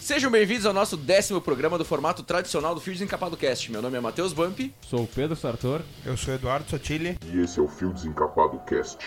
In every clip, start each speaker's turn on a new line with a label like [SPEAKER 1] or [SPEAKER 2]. [SPEAKER 1] Sejam bem-vindos ao nosso décimo programa do formato tradicional do Fio Desencapado Cast. Meu nome é Matheus Bump.
[SPEAKER 2] Sou o Pedro Sartor.
[SPEAKER 3] Eu sou Eduardo Sotile.
[SPEAKER 4] E esse é o Fio Desencapado Cast.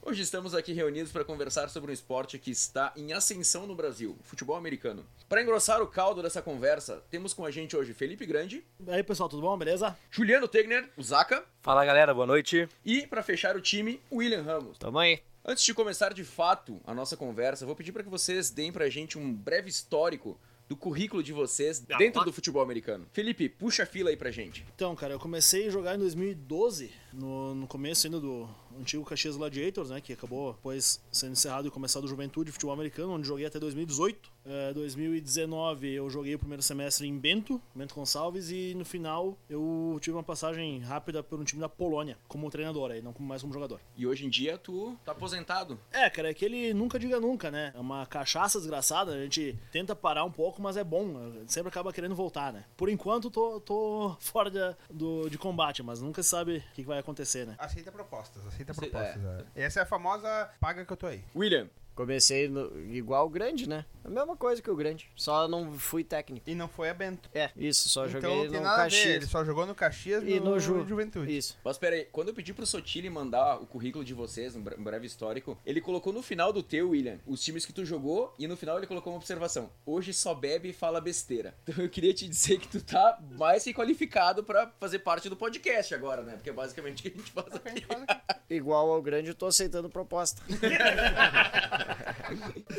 [SPEAKER 1] Hoje estamos aqui reunidos para conversar sobre um esporte que está em ascensão no Brasil, o futebol americano. Para engrossar o caldo dessa conversa, temos com a gente hoje Felipe Grande,
[SPEAKER 5] E aí, pessoal, tudo bom? Beleza?
[SPEAKER 1] Juliano Tegner, o Zaca,
[SPEAKER 6] Fala galera, boa noite.
[SPEAKER 1] e para fechar o time, William Ramos.
[SPEAKER 6] Tamo aí.
[SPEAKER 1] Antes de começar de fato a nossa conversa, vou pedir para que vocês deem pra gente um breve histórico do currículo de vocês dentro do futebol americano. Felipe, puxa a fila aí pra gente.
[SPEAKER 5] Então, cara, eu comecei a jogar em 2012, no, no começo ainda do antigo Caxias Gladiators, né? Que acabou depois sendo encerrado e começado o Juventude Futebol Americano, onde joguei até 2018. Eh, 2019 eu joguei o primeiro semestre em Bento, Bento Gonçalves, e no final eu tive uma passagem rápida por um time da Polônia, como treinador aí, não como mais como jogador.
[SPEAKER 1] E hoje em dia tu tá aposentado.
[SPEAKER 5] É, cara, é que ele nunca diga nunca, né? É uma cachaça desgraçada, a gente tenta parar um pouco, mas é bom, eh, sempre acaba querendo voltar, né? Por enquanto, tô, tô fora de, do, de combate, mas nunca se sabe o que que vai acontecer, né?
[SPEAKER 3] Aceita propostas, aceita
[SPEAKER 1] Aceita,
[SPEAKER 3] propostas. é. Essa é a famosa paga que eu tô aí.
[SPEAKER 1] William,
[SPEAKER 7] Comecei no- igual o grande, né? A mesma coisa que o grande, só não fui técnico.
[SPEAKER 3] E não foi a Bento.
[SPEAKER 7] É, isso, só
[SPEAKER 3] então
[SPEAKER 7] joguei
[SPEAKER 3] não tem
[SPEAKER 7] no
[SPEAKER 3] nada a ver, ele
[SPEAKER 7] Caxias.
[SPEAKER 3] só jogou no Caxias
[SPEAKER 7] E no Ju-
[SPEAKER 3] Juventude.
[SPEAKER 7] Isso.
[SPEAKER 1] Mas pera aí, quando eu pedi pro Sotile mandar o currículo de vocês, um bre- um breve histórico, ele colocou no final do teu, William, os times que tu jogou e no final ele colocou uma observação. Hoje só bebe e fala besteira. Então eu queria te dizer que tu tá mais que qualificado pra fazer parte do podcast agora, né? Porque é basicamente o que a gente faz aqui.
[SPEAKER 7] Igual ao grande, eu tô aceitando proposta.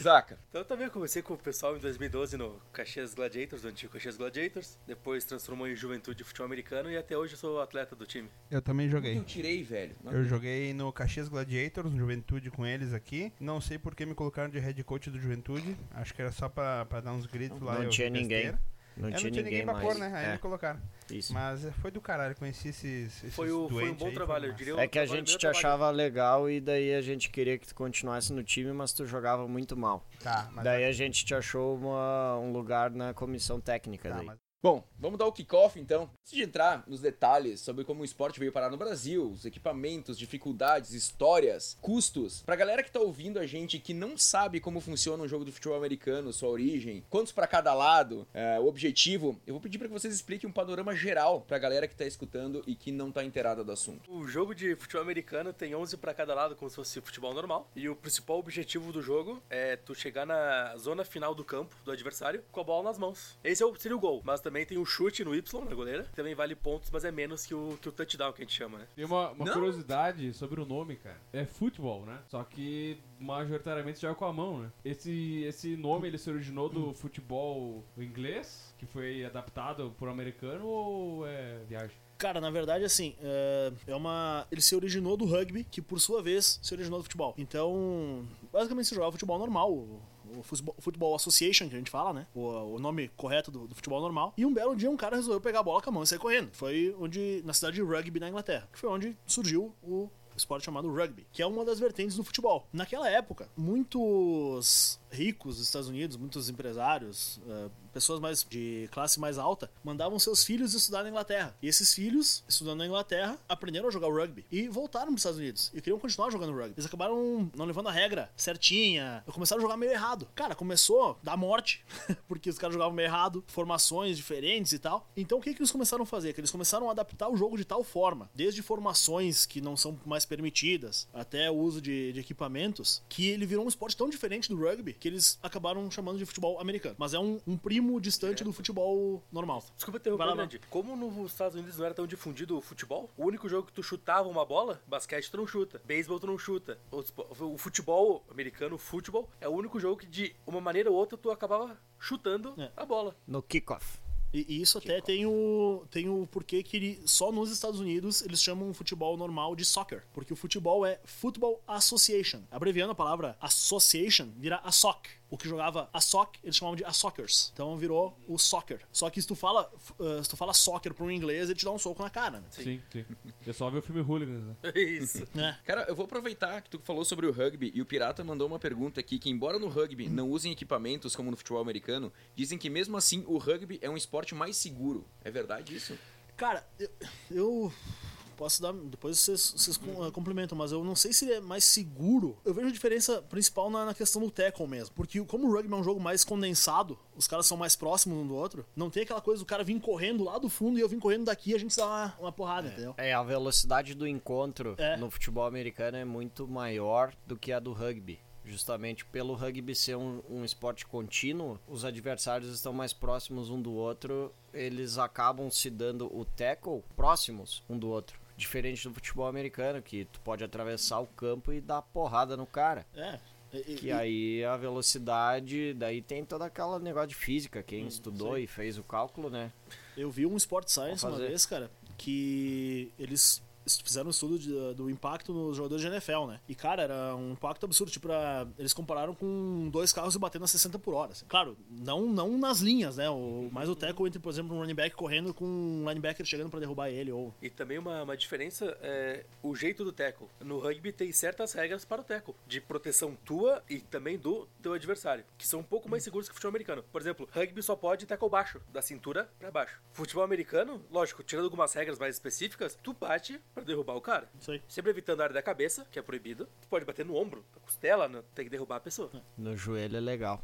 [SPEAKER 1] Zaca.
[SPEAKER 6] Então eu também comecei com o pessoal em 2012 no Caxias Gladiators, do antigo Caxias Gladiators. Depois transformou em Juventude Futebol Americano e até hoje eu sou atleta do time.
[SPEAKER 3] Eu também joguei.
[SPEAKER 1] Eu tirei, velho.
[SPEAKER 3] Eu joguei no Caxias Gladiators, no Juventude com eles aqui. Não sei por que me colocaram de head coach do Juventude. Acho que era só pra, pra dar uns gritos lá.
[SPEAKER 7] Não
[SPEAKER 3] eu
[SPEAKER 7] tinha
[SPEAKER 3] fiz
[SPEAKER 7] ninguém.
[SPEAKER 3] besteira.
[SPEAKER 7] Não,
[SPEAKER 3] É,
[SPEAKER 7] tinha, ninguém,
[SPEAKER 3] pra
[SPEAKER 7] mais.
[SPEAKER 3] pôr, né? Aí me
[SPEAKER 7] É,
[SPEAKER 3] colocaram.
[SPEAKER 7] isso.
[SPEAKER 3] Mas é, foi do caralho, conheci esses, esses
[SPEAKER 6] Foi, o, foi um
[SPEAKER 3] doentes
[SPEAKER 6] bom
[SPEAKER 3] aí, foi
[SPEAKER 6] trabalho, eu
[SPEAKER 3] massa.
[SPEAKER 6] diria. um
[SPEAKER 7] É que a
[SPEAKER 6] trabalho
[SPEAKER 7] gente
[SPEAKER 6] bem
[SPEAKER 7] te
[SPEAKER 6] trabalhado.
[SPEAKER 7] achava legal e daí a gente queria que tu continuasse no time, mas tu jogava muito mal.
[SPEAKER 3] Tá, mas...
[SPEAKER 7] daí a gente te achou uma- um lugar na comissão técnica.
[SPEAKER 3] tá,
[SPEAKER 7] daí.
[SPEAKER 3] mas-
[SPEAKER 1] Bom, vamos dar o kickoff então. Antes de entrar nos detalhes sobre como o esporte veio parar no Brasil, os equipamentos, dificuldades, histórias, custos, pra galera que tá ouvindo a gente que não sabe como funciona um jogo do futebol americano, sua origem, quantos pra cada lado, é, o objetivo, eu vou pedir pra que vocês expliquem um panorama geral pra galera que tá escutando e que não tá inteirada do assunto.
[SPEAKER 6] O jogo de futebol americano tem 11 pra cada lado, como se fosse futebol normal. E o principal objetivo do jogo é tu chegar na zona final do campo do adversário com a bola nas mãos. Esse é o, seria o gol, mas também tem o chute no Y na goleira. Também vale pontos, mas é menos que o, que o touchdown que a gente chama, né?
[SPEAKER 2] Tem uma, uma
[SPEAKER 1] Não.
[SPEAKER 2] curiosidade sobre o nome, cara. É futebol, né? Só que majoritariamente joga com a mão, né? Esse, esse nome ele se originou do futebol inglês, que foi adaptado por americano ou é viagem?
[SPEAKER 5] Cara, na verdade, assim, é é uma. Ele se originou do rugby, que por sua vez se originou do futebol. Então, basicamente se jogava futebol normal. o- O futebol, futebol Association, que a gente fala, né? O, o nome correto do, do futebol normal. E um belo dia um cara resolveu pegar a bola com a mão e sair correndo. Foi onde. Na cidade de rugby na Inglaterra. Que foi onde surgiu o esporte chamado rugby, que é uma das vertentes do futebol. Naquela época, muitos ricos dos Estados Unidos, muitos empresários, eh, pessoas mais de classe mais alta, mandavam seus filhos estudar na Inglaterra. E esses filhos, estudando na Inglaterra, aprenderam a jogar rugby e voltaram para os Estados Unidos e queriam continuar jogando rugby. Eles acabaram não levando a regra certinha, começaram a jogar meio errado. Cara, começou da morte, porque os caras jogavam meio errado, formações diferentes e tal. Então o que que eles começaram a fazer? Que eles começaram a adaptar o jogo de tal forma, desde formações que não são mais permitidas, até o uso de, de equipamentos, que ele virou um esporte tão diferente do rugby que eles acabaram chamando de futebol americano. Mas é um, um primo distante do futebol normal.
[SPEAKER 6] Desculpa interromper,
[SPEAKER 5] Vai lá,
[SPEAKER 6] Grande. Como nos Estados Unidos não era tão difundido o futebol, o único jogo que tu chutava uma bola, basquete tu não chuta, beisebol tu não chuta. O espo- O futebol americano, o futebol, é o único jogo que de uma maneira ou outra tu acabava chutando
[SPEAKER 5] É.
[SPEAKER 6] a bola.
[SPEAKER 7] No kickoff.
[SPEAKER 5] E, e isso até tem o, tem o porquê que ele- só nos Estados Unidos eles chamam o futebol normal de soccer. Porque o futebol é Football Association. Abreviando a palavra association, vira a SOC. O que jogava a SOC, eles chamavam de a soccers. Então virou o soccer. Só que se tu fala, eh, se tu fala soccer pra um inglês, ele te dá um soco na cara, né?
[SPEAKER 2] Sim, sim. Eu só vi o filme Hooligans, né?
[SPEAKER 6] Isso.
[SPEAKER 5] É.
[SPEAKER 1] Cara, eu vou aproveitar que tu falou sobre o rugby e o Pirata mandou uma pergunta aqui que, embora no rugby não usem equipamentos como no futebol americano, dizem que mesmo assim o rugby é um esporte mais seguro. É verdade isso?
[SPEAKER 5] Cara, eu, eu Posso dar. Depois vocês, vocês com- eh, complementam, mas eu não sei se ele é mais seguro. Eu vejo a diferença principal na, na questão do tackle mesmo. Porque como o rugby é um jogo mais condensado, os caras são mais próximos um do outro, não tem aquela coisa do cara vir correndo lá do fundo e eu vim correndo daqui e a gente dá uma, uma porrada, entendeu?
[SPEAKER 7] É, a velocidade do encontro
[SPEAKER 5] É.
[SPEAKER 7] no futebol americano é muito maior do que a do rugby. Justamente pelo rugby ser um, um esporte contínuo, os adversários estão mais próximos um do outro, eles acabam se dando o tackle próximos um do outro. Diferente do futebol americano, que tu pode atravessar o campo e dar porrada no cara.
[SPEAKER 5] É. E- e-
[SPEAKER 7] Que aí a velocidade, daí tem toda aquela negócio de física,
[SPEAKER 5] Hum,
[SPEAKER 7] quem estudou e fez o cálculo, né?
[SPEAKER 5] Eu vi um Sport Science
[SPEAKER 7] Vou
[SPEAKER 5] uma
[SPEAKER 7] fazer.
[SPEAKER 5] vez, cara, que eles fizeram um estudo de- do impacto nos jogadores de NFL, né? E, cara, era um impacto absurdo. Tipo, era- eles compararam com dois carros e batendo a 60 por hora. assim. Claro, não, não nas linhas, né? O, mas o tackle entre, por exemplo, um running back correndo com um linebacker chegando pra derrubar ele. Ou...
[SPEAKER 6] E também uma, uma diferença é o jeito do tackle. No rugby tem certas regras para o tackle, de proteção tua e também do teu adversário, que são um pouco mais seguros que o futebol americano. Por exemplo, rugby só pode tackle baixo, da cintura para baixo. Futebol americano, lógico, tirando algumas regras mais específicas, tu bate para derrubar o cara.
[SPEAKER 5] Isso aí.
[SPEAKER 6] Sempre evitando a área da cabeça, que é proibido. Tu pode bater no ombro, na costela, né? tem que derrubar a pessoa.
[SPEAKER 7] No joelho é legal.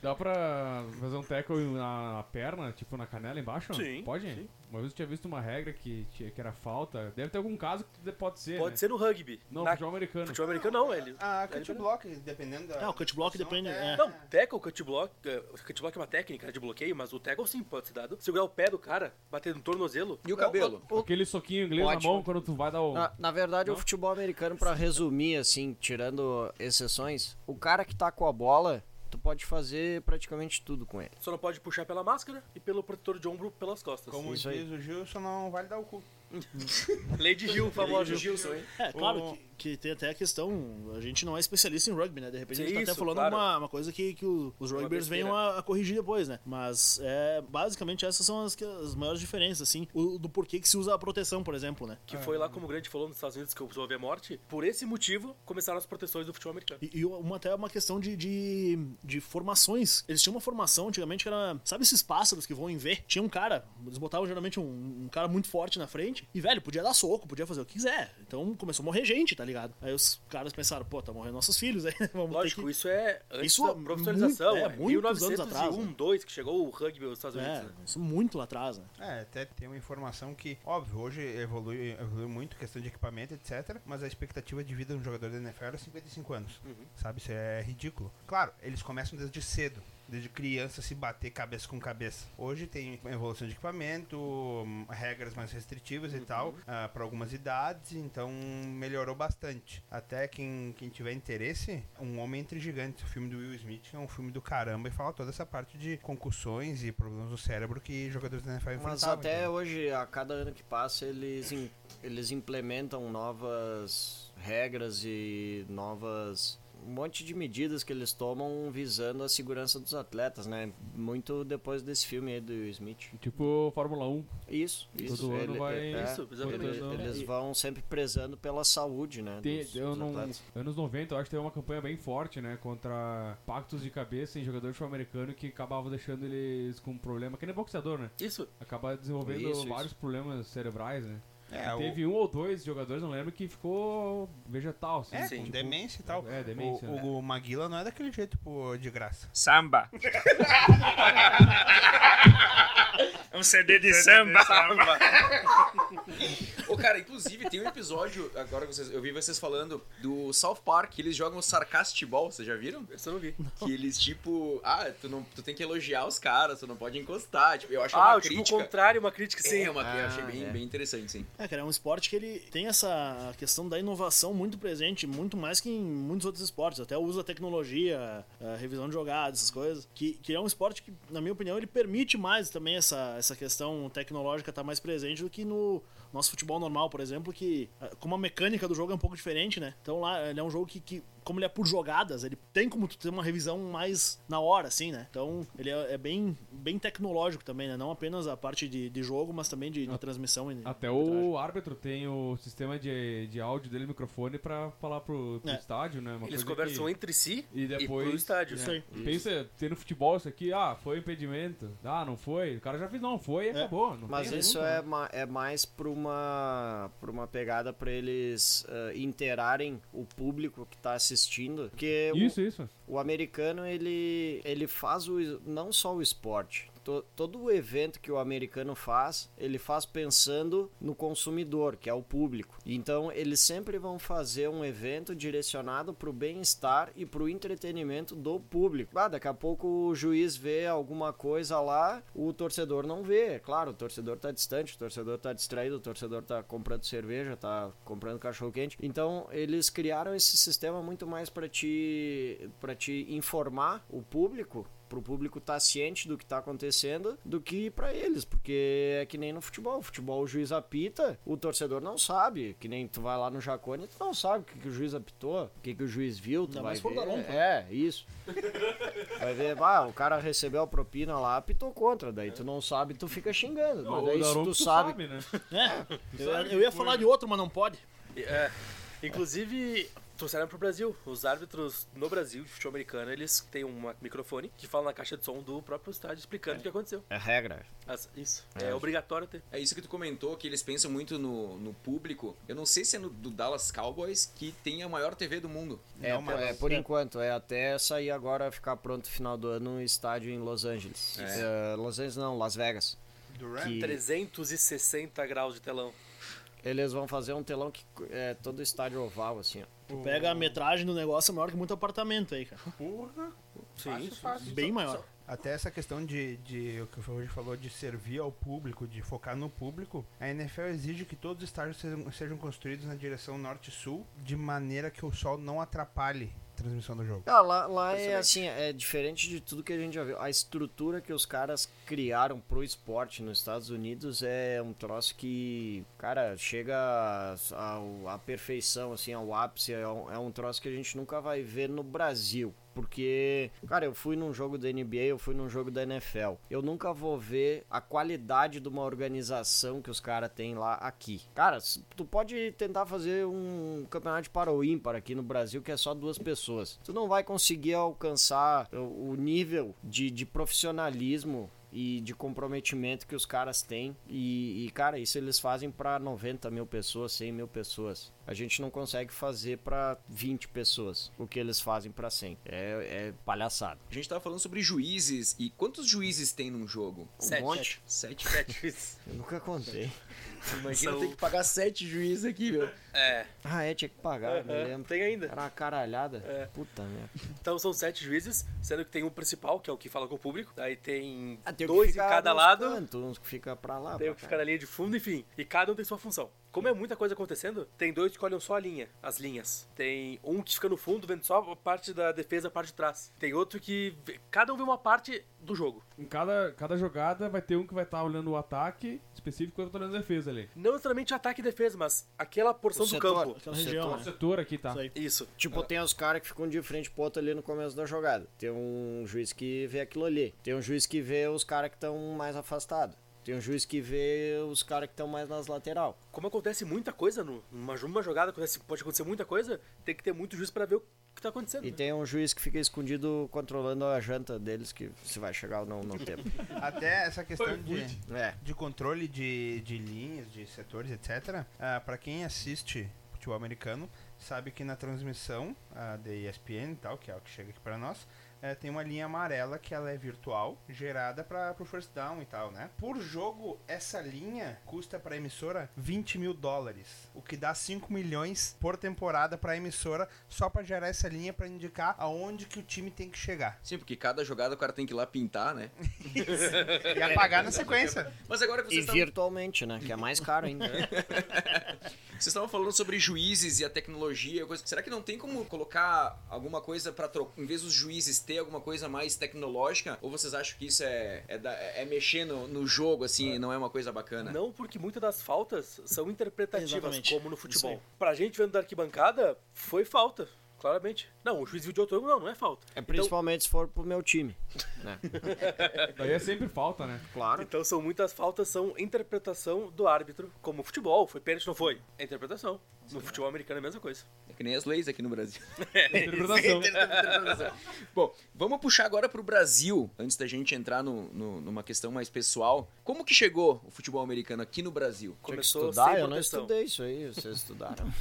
[SPEAKER 2] Dá pra fazer um tackle na, na perna, tipo na canela embaixo? não?
[SPEAKER 6] Sim,
[SPEAKER 2] Pode? Uma vez eu tinha visto uma regra que, tinha- que era falta. Deve ter algum caso que pode
[SPEAKER 5] É,
[SPEAKER 2] ser.
[SPEAKER 6] Pode
[SPEAKER 2] né?
[SPEAKER 6] ser no rugby.
[SPEAKER 2] Não,
[SPEAKER 6] Na-
[SPEAKER 2] futebol americano.
[SPEAKER 6] Futebol americano não, ele.
[SPEAKER 3] Ah,
[SPEAKER 6] ele-
[SPEAKER 3] cut block, dependendo da.
[SPEAKER 5] É, o cut block depende. é.
[SPEAKER 6] Não, tackle, cut block. eh, o Cut block é uma técnica de bloqueio, mas o tackle sim pode ser dado. Segurar o pé do cara, bater no tornozelo.
[SPEAKER 1] E o cabelo?
[SPEAKER 2] Aquele soquinho inglês
[SPEAKER 7] Ótimo. Ah.
[SPEAKER 2] na mão quando tu vai dar o.
[SPEAKER 7] Na, na verdade, o futebol americano, pra resumir, assim, tirando exceções, o cara que tá com a bola, tu pode fazer praticamente tudo com ele.
[SPEAKER 6] Só não pode puxar pela máscara e pelo protetor de ombro pelas costas.
[SPEAKER 3] Como
[SPEAKER 7] Isso aí.
[SPEAKER 3] diz o Gilson, não vale dar o cu.
[SPEAKER 6] Lady Gil, famoso. Gilson, hein?
[SPEAKER 5] É, claro
[SPEAKER 3] O-
[SPEAKER 5] que, que tem até a questão, a gente não é especialista em rugby, né? De repente a gente tá
[SPEAKER 6] Isso,
[SPEAKER 5] até falando
[SPEAKER 6] claro.
[SPEAKER 5] uma, uma coisa que, que o- os
[SPEAKER 6] Uma
[SPEAKER 5] rugbyers
[SPEAKER 6] besteira.
[SPEAKER 5] venham a, a corrigir depois, né? Mas é, basicamente essas são as, que- as maiores diferenças, assim, o- do porquê que se usa a proteção, por exemplo, né?
[SPEAKER 6] Que foi lá, como o Grande falou nos Estados Unidos, que houve a morte. Por esse motivo, começaram as proteções do futebol americano.
[SPEAKER 5] E, e uma, até uma questão de, de, de formações. Eles tinham uma formação antigamente que era. Sabe esses pássaros que vão em ver? Tinha um cara, eles botavam geralmente um, um cara muito forte na frente. E, velho, podia dar soco, podia fazer o que quiser. Então começou a morrer gente, tá ligado? Aí os caras pensaram, pô, tá morrendo nossos filhos aí. né? Vamos ter
[SPEAKER 6] Lógico,
[SPEAKER 5] que...
[SPEAKER 6] isso é antes
[SPEAKER 5] Isso
[SPEAKER 6] da profissionalização.
[SPEAKER 5] muito- é,
[SPEAKER 6] é,
[SPEAKER 5] muitos anos
[SPEAKER 6] 1901,
[SPEAKER 5] atrás, né?
[SPEAKER 6] 2, um, que chegou o rugby nos Estados Unidos. né?
[SPEAKER 5] É, isso muito lá atrás, né?
[SPEAKER 3] É, até tem uma informação que, óbvio, hoje evolui, evolui muito, questão de equipamento, etc. Mas a expectativa de vida de um jogador da NFL é 55 anos. Sabe? Isso é ridículo. Claro, eles começam desde cedo. Desde criança se bater cabeça com cabeça. Hoje tem evolução de equipamento, hum, regras mais restritivas e tal, para algumas idades, então melhorou bastante. Até quem, quem tiver interesse, Um Homem Entre Gigantes, o filme do Will Smith, é um filme do caramba e fala toda essa parte de concussões e problemas do cérebro que jogadores da
[SPEAKER 2] É
[SPEAKER 3] NFL
[SPEAKER 7] Mas
[SPEAKER 3] enfrentavam.
[SPEAKER 7] até
[SPEAKER 2] então.
[SPEAKER 3] entendeu?
[SPEAKER 7] hoje, a cada ano que passa, eles, im- eles implementam novas regras e novas. Um monte de medidas que eles tomam visando a segurança dos atletas, né? Muito depois desse filme aí do Will Smith.
[SPEAKER 2] Tipo Fórmula 1.
[SPEAKER 7] Isso, isso. é,
[SPEAKER 2] Todo ano vai- É.
[SPEAKER 6] Isso, exatamente.
[SPEAKER 7] ele- Eles vão sempre prezando pela saúde, né?
[SPEAKER 2] Tem-
[SPEAKER 7] dos-
[SPEAKER 2] eu
[SPEAKER 7] dos
[SPEAKER 2] não-
[SPEAKER 7] atletas.
[SPEAKER 2] anos 90, eu acho que teve uma campanha bem forte, né? Contra pactos de cabeça em jogador de futebol americano que acabava deixando eles com um problema. Que nem boxeador, né?
[SPEAKER 6] Isso.
[SPEAKER 2] Acaba desenvolvendo
[SPEAKER 7] Isso, isso.
[SPEAKER 2] vários problemas cerebrais, né?
[SPEAKER 3] É, o-
[SPEAKER 2] Teve um ou dois jogadores, não lembro, que ficou vegetal, assim.
[SPEAKER 3] É,
[SPEAKER 6] Sim.
[SPEAKER 3] com
[SPEAKER 2] Tipo,
[SPEAKER 3] demência e tal.
[SPEAKER 2] É, demência,
[SPEAKER 3] O,
[SPEAKER 2] né?
[SPEAKER 3] o Maguila não é daquele jeito, pô, de graça.
[SPEAKER 1] Samba. É um CD de samba. Ô, cara, inclusive tem um episódio, agora que vocês, eu vi vocês falando, do South Park, que eles jogam sarcastibol, vocês já viram?
[SPEAKER 6] Isso eu não vi.
[SPEAKER 1] Que eles, tipo, ah, tu, não, tu tem que elogiar os caras, tu não pode encostar. Tipo, eu acho
[SPEAKER 6] Ah,
[SPEAKER 1] uma
[SPEAKER 6] o tipo o
[SPEAKER 1] crítica.
[SPEAKER 6] contrário, uma crítica, sim.
[SPEAKER 1] Sim, é uma, eu achei bem,
[SPEAKER 7] é.
[SPEAKER 1] bem interessante, sim.
[SPEAKER 5] É, cara, é um esporte que ele tem essa questão da inovação muito presente, muito mais que em muitos outros esportes. Até o uso da tecnologia, a revisão de jogadas, essas coisas. Que, que é um esporte que, na minha opinião, ele permite mais também essa, essa questão tecnológica estar mais presente do que no nosso futebol normal, por exemplo, que ah, como a mecânica do jogo é um pouco diferente, né? Então lá ele é um jogo que, que como ele é por jogadas, ele tem como tu ter uma revisão mais na hora, assim, né? Então ele é, é bem, bem tecnológico também, né? Não apenas a parte de, de jogo, mas também de, de transmissão. e de
[SPEAKER 2] Até
[SPEAKER 5] arbitragem.
[SPEAKER 2] o árbitro tem o sistema de, de áudio dele, microfone, pra falar pro, pro
[SPEAKER 5] É.
[SPEAKER 2] estádio, né? Uma
[SPEAKER 6] Eles
[SPEAKER 2] coisa
[SPEAKER 6] conversam
[SPEAKER 2] que...
[SPEAKER 6] entre si
[SPEAKER 2] E depois. é.
[SPEAKER 6] pro estádio.
[SPEAKER 5] Isso aí.
[SPEAKER 2] Pensa, tem no futebol isso aqui, ah, foi impedimento. Ah, não foi. O cara já fez, não, foi e acabou. não
[SPEAKER 7] É. Mas
[SPEAKER 2] tem
[SPEAKER 7] isso
[SPEAKER 2] assunto,
[SPEAKER 7] é,
[SPEAKER 2] né?
[SPEAKER 7] ma- é mais pra uma, pra uma pegada pra eles ah, interarem o público que tá assistindo. Porque é o-
[SPEAKER 2] Isso, isso.
[SPEAKER 7] O americano, ele, ele faz o, es- não só o esporte. To- Todo o evento que o americano faz, ele faz pensando no consumidor, que é o público. Então, eles sempre vão fazer um evento direcionado para o bem-estar e para o entretenimento do público. Ah, daqui a pouco o juiz vê alguma coisa lá, o torcedor não vê. Claro, o torcedor tá distante, o torcedor tá distraído, o torcedor tá comprando cerveja, tá comprando cachorro quente. Então, eles criaram esse sistema muito mais para te para te informar o público, pro público estar ciente do que tá acontecendo, do que para eles, porque é que nem no futebol, o futebol o juiz apita, o torcedor não sabe, que nem tu vai lá no Jacone, tu não sabe o que, que o juiz apitou, o que, que o juiz viu, tu
[SPEAKER 5] Ainda
[SPEAKER 7] vai
[SPEAKER 5] mais
[SPEAKER 7] ver.
[SPEAKER 5] quando dá lompa.
[SPEAKER 7] É, isso. Vai ver, ah, o cara recebeu a propina lá, apitou contra, daí tu não sabe, tu fica xingando.
[SPEAKER 2] Não,
[SPEAKER 7] mas
[SPEAKER 2] o
[SPEAKER 7] daí se
[SPEAKER 2] Daronco
[SPEAKER 7] tu sabe,
[SPEAKER 2] né?
[SPEAKER 5] É, eu,
[SPEAKER 2] sabe
[SPEAKER 5] eu ia
[SPEAKER 2] que
[SPEAKER 5] falar
[SPEAKER 2] foi.
[SPEAKER 5] de outro, mas não pode.
[SPEAKER 6] E, É. Inclusive, trouxeram pro Brasil. Os árbitros no Brasil, de futebol americano, eles têm um microfone que fala na caixa de som do próprio estádio explicando o que aconteceu.
[SPEAKER 7] é regra.
[SPEAKER 6] As- Isso. É, obrigatório ter.
[SPEAKER 1] É isso que tu comentou, que eles pensam muito no, no público. Eu não sei se é no, do Dallas Cowboys, que tem a maior TV do mundo.
[SPEAKER 7] É,
[SPEAKER 3] Não,
[SPEAKER 7] por-
[SPEAKER 3] mas-
[SPEAKER 7] é, por enquanto, é até sair agora, ficar pronto final do ano, um estádio em Los Angeles. Eh, Los Angeles não, Las Vegas.
[SPEAKER 3] Do Ram?
[SPEAKER 7] Que-
[SPEAKER 6] 360 graus de telão.
[SPEAKER 7] Eles vão fazer um telão que é todo estádio oval, assim, ó.
[SPEAKER 5] Tu pega a metragem do negócio é maior que muito apartamento aí, cara.
[SPEAKER 3] Porra.
[SPEAKER 6] Sim,
[SPEAKER 3] fácil.
[SPEAKER 5] Bem maior.
[SPEAKER 3] Até essa questão de, de o que o Ferrugem falou de servir ao público, de focar no público, a NFL exige que todos os estádios sejam, sejam construídos na direção norte-sul, de maneira que o sol não atrapalhe a transmissão do jogo.
[SPEAKER 7] Ah, lá, lá é assim, é diferente de tudo que a gente já viu. A estrutura que os caras criaram pro esporte nos Estados Unidos é um troço que, cara, chega ao- à perfeição, assim, ao ápice. É um, é um troço que a gente nunca vai ver no Brasil. Porque, cara, eu fui num jogo da NBA, eu fui num jogo da NFL. Eu nunca vou ver a qualidade de uma organização que os caras têm lá aqui. Cara, s- tu pode tentar fazer um campeonato de para o ímpar aqui no Brasil, que é só duas pessoas. Tu não vai conseguir alcançar o o nível de, de profissionalismo e de comprometimento que os caras têm. E, e, cara, isso eles fazem pra 90 mil pessoas, 100 mil pessoas. A gente não consegue fazer pra 20 pessoas o que eles fazem pra 100. É, é palhaçada.
[SPEAKER 1] A gente tava falando sobre juízes e quantos juízes tem num jogo?
[SPEAKER 6] Sete.
[SPEAKER 7] Um monte.
[SPEAKER 1] Sete.
[SPEAKER 6] Sete.
[SPEAKER 7] Eu nunca contei.
[SPEAKER 1] Imagina
[SPEAKER 6] São-
[SPEAKER 1] ter que pagar sete juízes aqui, meu.
[SPEAKER 6] É.
[SPEAKER 7] Ah, é, tinha que pagar, me
[SPEAKER 6] Aham,
[SPEAKER 7] lembro.
[SPEAKER 6] Tem ainda.
[SPEAKER 7] Era uma caralhada. Puta merda.
[SPEAKER 6] Então são sete juízes, sendo que tem um principal, que é o que fala com o público. Aí tem
[SPEAKER 7] Ah, tem o que
[SPEAKER 6] dois em
[SPEAKER 7] fica
[SPEAKER 6] cada
[SPEAKER 7] nos
[SPEAKER 6] lado.
[SPEAKER 7] cantos, uns que fica pra lá.
[SPEAKER 6] Tem
[SPEAKER 7] pra
[SPEAKER 6] o que
[SPEAKER 7] cá.
[SPEAKER 6] fica na linha de fundo, enfim. E cada um tem sua função. Como é muita coisa acontecendo, tem dois que olham só a linha, as linhas. Tem um que fica no fundo, vendo só a parte da defesa, a parte de trás. Tem outro que. vê- Cada um vê uma parte do jogo.
[SPEAKER 2] Em cada, cada jogada vai ter um que vai estar olhando o ataque específico e outro olhando a defesa ali.
[SPEAKER 6] Não necessariamente ataque e defesa, mas aquela porção
[SPEAKER 7] O
[SPEAKER 6] do
[SPEAKER 7] setor.
[SPEAKER 6] campo.
[SPEAKER 5] Aquela região,
[SPEAKER 2] O
[SPEAKER 5] né?
[SPEAKER 2] setor aqui tá.
[SPEAKER 5] Isso aí.
[SPEAKER 6] Isso.
[SPEAKER 7] Tipo, tem os caras que ficam de frente pro outro ali no começo da jogada. Tem um juiz que vê aquilo ali. Tem um juiz que vê os caras que estão mais afastados. Tem um juiz que vê os caras que estão mais nas lateral.
[SPEAKER 6] Como acontece muita coisa no- numa, numa jogada, acontece, pode acontecer muita coisa, tem que ter muito juiz pra ver o que tá acontecendo.
[SPEAKER 7] E
[SPEAKER 6] né?
[SPEAKER 7] tem um juiz que fica escondido controlando a janta deles, que se vai chegar ou não no tempo.
[SPEAKER 3] Até essa questão de,
[SPEAKER 7] É.
[SPEAKER 3] de controle de, de linhas, de setores, etc. ah, pra quem assiste futebol americano, sabe que na transmissão ah, da ESPN e tal, que é o que chega aqui pra nós, eh, tem uma linha amarela que ela é virtual, gerada para pro first down e tal, né? Por jogo, essa linha custa pra emissora 20 mil dólares, o que dá 5 milhões por temporada pra emissora só pra gerar essa linha pra indicar aonde que o time tem que chegar
[SPEAKER 1] Sim, porque cada jogada o cara tem que ir lá pintar, né?
[SPEAKER 3] e apagar na sequência.
[SPEAKER 1] Mas agora que
[SPEAKER 7] E
[SPEAKER 1] vocês estavam-
[SPEAKER 7] virtualmente, né? Que é mais caro ainda.
[SPEAKER 1] vocês estavam falando sobre juízes e a tecnologia, e coisa. será que não tem como colocar alguma coisa pra trocar, em vez dos juízes ter alguma coisa mais tecnológica? Ou vocês acham que isso é, é, da- é mexer no, no jogo, assim, e não é uma coisa
[SPEAKER 7] né?
[SPEAKER 1] bacana?
[SPEAKER 6] Não, porque muitas das faltas são interpretativas,
[SPEAKER 5] Exatamente.
[SPEAKER 6] como no
[SPEAKER 5] Isso aí.
[SPEAKER 6] futebol. Pra gente vendo da arquibancada, foi falta. claramente. Não, o juiz viu de outro ângulo não, não é falta.
[SPEAKER 7] É principalmente se for pro meu time. Né?
[SPEAKER 2] Daí é sempre falta, né?
[SPEAKER 7] Claro.
[SPEAKER 6] Então são muitas faltas, são interpretação do árbitro, como futebol, foi pênalti, não foi? É interpretação. No futebol americano é a mesma coisa.
[SPEAKER 1] É que nem as leis aqui no Brasil.
[SPEAKER 2] Interpretação.
[SPEAKER 1] Bom, vamos puxar agora pro Brasil, antes da gente entrar no- no- numa questão mais pessoal. Como que chegou o futebol americano aqui no Brasil?
[SPEAKER 6] Começou sem
[SPEAKER 7] Estudar? Eu não
[SPEAKER 6] proteção.
[SPEAKER 7] estudei isso aí, vocês estudaram.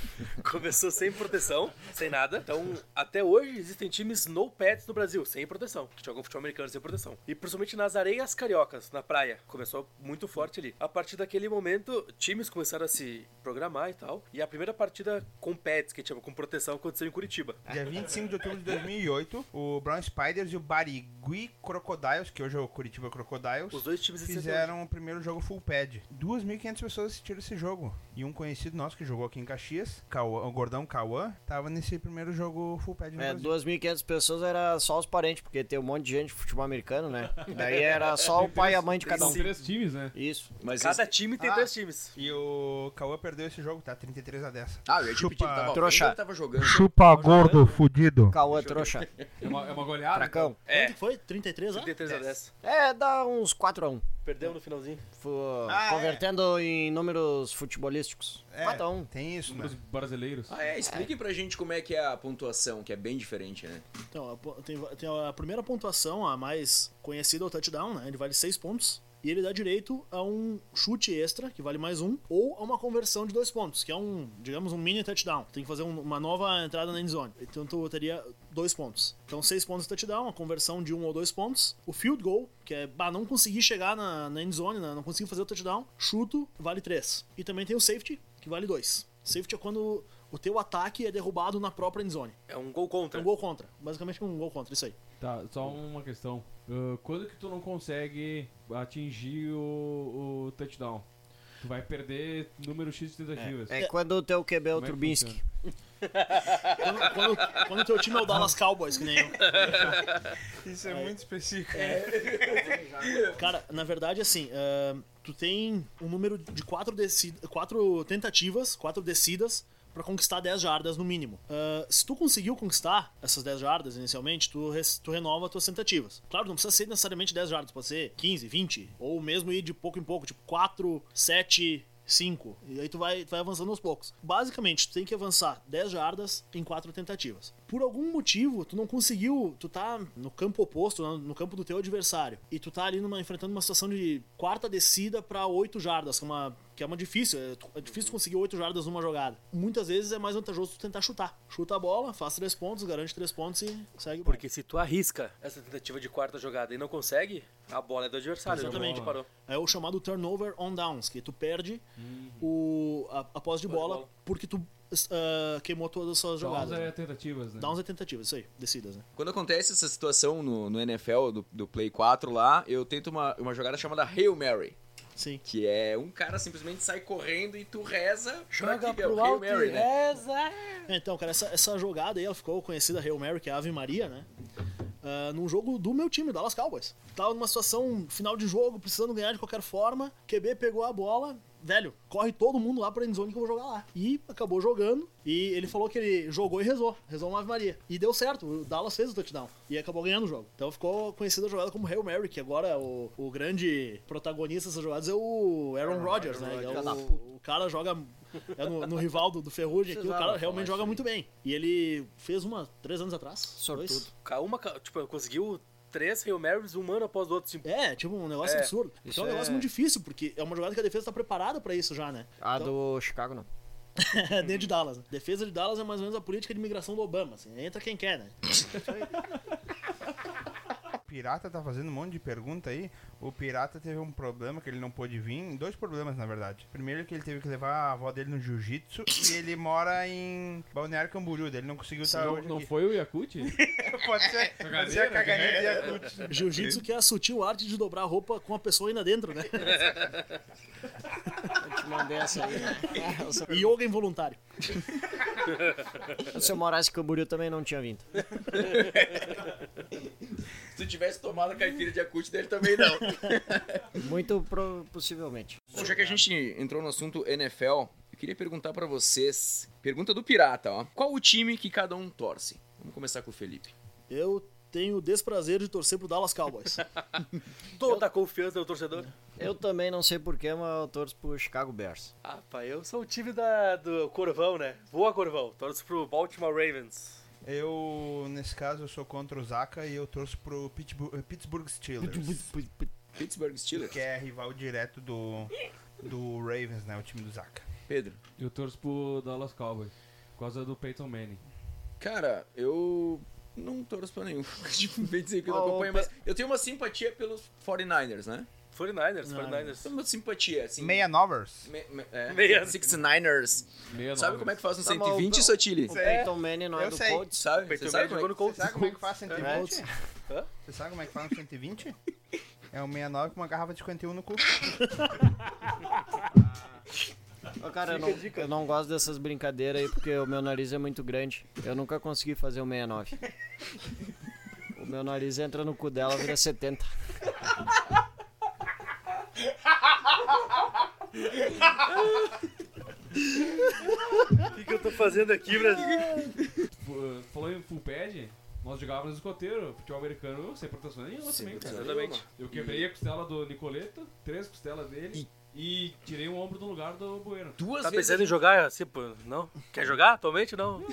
[SPEAKER 6] Começou sem proteção, sem nada. Então, até hoje existem times no pads no Brasil, sem proteção, que jogam futebol americano sem proteção. E principalmente nas areias cariocas, na praia. Começou muito forte ali. A partir daquele momento, times começaram a se programar e tal. E a primeira partida com pads, que chama com proteção, aconteceu em Curitiba.
[SPEAKER 3] Dia 25 de outubro de 2008, o Brown Spiders e o Barigui Crocodiles, que hoje é o Curitiba Crocodiles,
[SPEAKER 6] Os dois times existem até
[SPEAKER 3] fizeram o primeiro jogo full pad. 2.500 pessoas assistiram esse jogo. E um conhecido nosso que jogou aqui em Caxias, Cauã- o gordão Cauã, tava nesse primeiro jogo full pad no
[SPEAKER 7] É,
[SPEAKER 3] Brasil.
[SPEAKER 7] 2.500 pessoas era só os parentes, porque tem um monte de gente de futebol americano, né? Daí era só o pai e a mãe de cada
[SPEAKER 2] São
[SPEAKER 7] um.
[SPEAKER 2] três times, né?
[SPEAKER 7] Isso.
[SPEAKER 1] Mas
[SPEAKER 6] Cada time tem
[SPEAKER 3] Ah.
[SPEAKER 6] dois times.
[SPEAKER 3] E o Cauã perdeu esse jogo, tá? 33 a 10.
[SPEAKER 1] Ah, eu ia te pedir, ele
[SPEAKER 3] Chupa,
[SPEAKER 1] tava
[SPEAKER 7] trouxa.
[SPEAKER 1] vendo, ele tava jogando.
[SPEAKER 3] Chupa gordo, fudido.
[SPEAKER 7] Cauã, trouxa,
[SPEAKER 2] É uma, é uma goleada.
[SPEAKER 7] fracão.
[SPEAKER 6] É.
[SPEAKER 5] Quanto foi? 33 anos?
[SPEAKER 6] 33 a 10.
[SPEAKER 7] É, dá uns 4x1.
[SPEAKER 6] Perdeu no finalzinho.
[SPEAKER 3] Ah, é.
[SPEAKER 7] convertendo em números futebolísticos.
[SPEAKER 3] É,
[SPEAKER 7] 4x1.
[SPEAKER 3] tem isso, né?
[SPEAKER 2] Os brasileiros.
[SPEAKER 1] Ah, é, explique pra gente como é que é a pontuação, que é bem diferente, né?
[SPEAKER 5] Então, a po- tem, tem a primeira pontuação, a mais conhecida, é o touchdown, né? Ele vale 6 pontos. E ele dá direito a um chute extra, que vale mais um, ou a uma conversão de dois pontos, que é um, digamos, um mini touchdown. Tem que fazer um- uma nova entrada na endzone. Então tu teria dois pontos. Então seis pontos de touchdown, a conversão de um ou dois pontos. O field goal, que é, bah, não consegui chegar na, na endzone, né? não consegui fazer o touchdown. Chuto, vale três. E também tem o safety, que vale dois. Safety é quando o teu ataque é derrubado na própria endzone.
[SPEAKER 6] É um gol
[SPEAKER 5] É
[SPEAKER 6] contra.
[SPEAKER 5] um gol contra. Basicamente um gol contra, isso aí.
[SPEAKER 2] Tá, só uma questão. Ah, quando que tu não consegue atingir o, o touchdown? Tu vai perder número X de tentativas.
[SPEAKER 7] É quando o teu QB é o
[SPEAKER 2] Como é que
[SPEAKER 7] Trubinski.
[SPEAKER 2] funciona?
[SPEAKER 5] Quando, quando, quando teu time é o Dallas Cowboys, que nem eu.
[SPEAKER 3] Isso é muito específico. né?
[SPEAKER 5] Cara, na verdade, assim, ah, tu tem um número de quatro, desci- quatro tentativas, quatro descidas pra conquistar 10 jardas no mínimo. Ah, se tu conseguiu conquistar essas 10 jardas inicialmente, tu, res- tu renova as tuas tentativas. Claro, não precisa ser necessariamente 10 jardas, pode ser 15, 20, ou mesmo ir de pouco em pouco, tipo 4, 7, 5. E aí tu vai, tu vai avançando aos poucos. Basicamente, tu tem que avançar 10 jardas em 4 tentativas. Por algum motivo, tu não conseguiu. Tu tá no campo oposto, né, no campo do teu adversário. E tu tá ali numa, enfrentando uma situação de quarta descida pra 8 jardas, que é uma. Que é uma difícil, é é difícil conseguir 8 jardas numa jogada. Muitas vezes é mais vantajoso tu tentar chutar. Chuta a bola, faz 3 pontos, garante 3 pontos e segue o baile.
[SPEAKER 6] Porque se tu arrisca essa tentativa de quarta jogada e não consegue, a bola é do adversário.
[SPEAKER 5] Exatamente.
[SPEAKER 6] Exatamente. Parou.
[SPEAKER 5] É o chamado turnover on downs, que tu perde o, a, a posse de
[SPEAKER 6] Posse de
[SPEAKER 5] bola,
[SPEAKER 6] bola.
[SPEAKER 5] porque tu ah, queimou todas as suas
[SPEAKER 2] Downs
[SPEAKER 5] jogadas.
[SPEAKER 2] é
[SPEAKER 5] né?
[SPEAKER 2] tentativas, né?
[SPEAKER 5] Downs é tentativa, isso aí, descidas, né?
[SPEAKER 1] Quando acontece essa situação no, no NFL, do, do Play 4 lá, eu tento uma, uma jogada chamada Hail Mary.
[SPEAKER 5] Sim.
[SPEAKER 1] Que é um cara simplesmente sai correndo e tu reza. pra
[SPEAKER 6] Joga
[SPEAKER 1] que- é o
[SPEAKER 6] pro
[SPEAKER 1] Hail
[SPEAKER 6] alto
[SPEAKER 1] Mary,
[SPEAKER 6] e
[SPEAKER 1] né?
[SPEAKER 6] reza.
[SPEAKER 5] É, então, cara, essa, essa jogada aí, ela ficou conhecida Hail Mary, que é Ave Maria, né? Ah, num jogo do meu time, Dallas Cowboys. Tava numa situação final de jogo, precisando ganhar de qualquer forma. QB pegou a bola, velho, corre todo mundo lá pra endzone que eu vou jogar lá. E acabou jogando, e ele falou que ele jogou e rezou, rezou uma Ave Maria. E deu certo, o Dallas fez o touchdown, e acabou ganhando o jogo. Então ficou conhecida a jogada como Hail Mary, que agora o, o grande protagonista dessas jogadas é o
[SPEAKER 7] Ah,
[SPEAKER 5] Aaron Rodgers, né? Ele é o, o cara joga... É no, no rival do, do Ferrugem aqui, o
[SPEAKER 7] Precisava
[SPEAKER 5] cara realmente
[SPEAKER 7] falar
[SPEAKER 5] joga
[SPEAKER 7] isso
[SPEAKER 5] muito
[SPEAKER 7] aí.
[SPEAKER 5] bem. E ele fez uma três anos atrás.
[SPEAKER 7] Sortudo.
[SPEAKER 5] dois.
[SPEAKER 6] Ca- Uma, ca- tipo, conseguiu três Hail Marys, um ano após o outro. Tipo,
[SPEAKER 5] É, tipo, um negócio
[SPEAKER 6] É,
[SPEAKER 5] absurdo.
[SPEAKER 7] isso
[SPEAKER 5] Então é um negócio
[SPEAKER 7] é-
[SPEAKER 5] muito difícil, porque é uma jogada que a defesa tá preparada pra isso já, né?
[SPEAKER 7] A
[SPEAKER 5] Então-
[SPEAKER 7] Ah, do Chicago não.
[SPEAKER 5] É, dentro de Dallas. né? Defesa de Dallas é mais ou menos a política de imigração do Obama, assim. Entra quem quer, né?
[SPEAKER 3] Pirata tá fazendo um monte de pergunta aí. O Pirata teve um problema que ele não pôde vir. Dois problemas, na verdade. Primeiro que ele teve que levar a avó dele no jiu-jitsu e ele mora em Balneário Camboriú. daí Ele não conseguiu estar
[SPEAKER 2] Não,
[SPEAKER 3] hoje
[SPEAKER 2] não
[SPEAKER 3] aqui.
[SPEAKER 2] foi o Yakut?
[SPEAKER 3] Pode ser, pode ser a caganeira de Yakut.
[SPEAKER 5] Jiu-jitsu que é a sutil arte de dobrar a roupa com a pessoa ainda dentro, né?
[SPEAKER 7] Eu te mandei essa aí, né? É, o seu-
[SPEAKER 5] Yoga involuntário.
[SPEAKER 7] o seu Moraes Camboriú também não tinha vindo.
[SPEAKER 1] Se tu tivesse tomado a caipira de acute dele também não.
[SPEAKER 7] Muito pro- possivelmente.
[SPEAKER 1] Bom, já que a gente entrou no assunto NFL, Eu queria perguntar pra vocês, pergunta do pirata, ó. Qual o time que cada um torce? Vamos começar com o Felipe.
[SPEAKER 5] Eu tenho o desprazer de torcer pro Dallas Cowboys.
[SPEAKER 6] Toda a confiança do torcedor.
[SPEAKER 7] Eu também não sei porquê, mas eu torço pro Chicago Bears.
[SPEAKER 6] Ah, pai, eu sou o time da, do Corvão, né? Boa, Corvão. Torço pro Baltimore Ravens.
[SPEAKER 3] Eu, nesse caso, eu sou contra o Zaka e eu torço pro Pittsburgh, Pittsburgh Steelers,
[SPEAKER 1] Pittsburgh Steelers.
[SPEAKER 3] que é rival direto do, do Ravens, né? O time do Zaka.
[SPEAKER 1] Pedro.
[SPEAKER 2] Eu torço pro Dallas Cowboys. Por causa do Peyton Manning.
[SPEAKER 1] Cara, eu não torço pra nenhum. tipo, bem dizer que eu não
[SPEAKER 7] Ó,
[SPEAKER 1] acompanho,
[SPEAKER 7] o
[SPEAKER 1] mas eu tenho uma simpatia pelos 49ers, né?
[SPEAKER 6] 49ers,
[SPEAKER 5] Não.
[SPEAKER 6] 49ers.
[SPEAKER 1] Tenho uma simpatia, assim.
[SPEAKER 3] Meia Novers.
[SPEAKER 1] Me, me, é,
[SPEAKER 6] Meia.
[SPEAKER 1] 69ers.
[SPEAKER 2] Meia
[SPEAKER 1] Sabe
[SPEAKER 2] nove.
[SPEAKER 1] como é que faz um
[SPEAKER 7] Tá, mas o
[SPEAKER 1] 120,
[SPEAKER 7] Pe-
[SPEAKER 1] Sotile?
[SPEAKER 7] O
[SPEAKER 3] É,
[SPEAKER 7] Peyton Manning não é
[SPEAKER 3] eu
[SPEAKER 7] do
[SPEAKER 3] sei.
[SPEAKER 7] Colts.
[SPEAKER 1] Sabe? Você
[SPEAKER 6] Peyton
[SPEAKER 1] sabe
[SPEAKER 6] Manning
[SPEAKER 1] como é
[SPEAKER 6] jogou no
[SPEAKER 1] que...
[SPEAKER 3] Você
[SPEAKER 6] Colts.
[SPEAKER 3] sabe como é que faz
[SPEAKER 5] É.
[SPEAKER 3] 120?
[SPEAKER 6] Hã?
[SPEAKER 3] Você sabe como é que faz um 120? É um 69 com uma garrafa de 51 no cu.
[SPEAKER 7] Ô, Cara, eu não, eu não gosto dessas brincadeiras aí porque o meu nariz é muito grande. Eu nunca consegui fazer um o 69. O meu nariz entra no cu dela, vira 70.
[SPEAKER 6] O que, que eu tô fazendo aqui, Brasil?
[SPEAKER 2] Fu- Falando em full pad, nós jogávamos no escoteiro, futebol americano sem proteção nenhuma
[SPEAKER 1] Sem
[SPEAKER 2] também, cara.
[SPEAKER 1] proteção.
[SPEAKER 6] Exatamente.
[SPEAKER 2] Eu quebrei a costela do Nicoleto, três costelas dele e, tirei o ombro do lugar do Bueno.
[SPEAKER 1] Duas
[SPEAKER 6] Tá
[SPEAKER 1] vezes
[SPEAKER 6] pensando em jogar assim, pô? Não? Quer jogar atualmente? Não.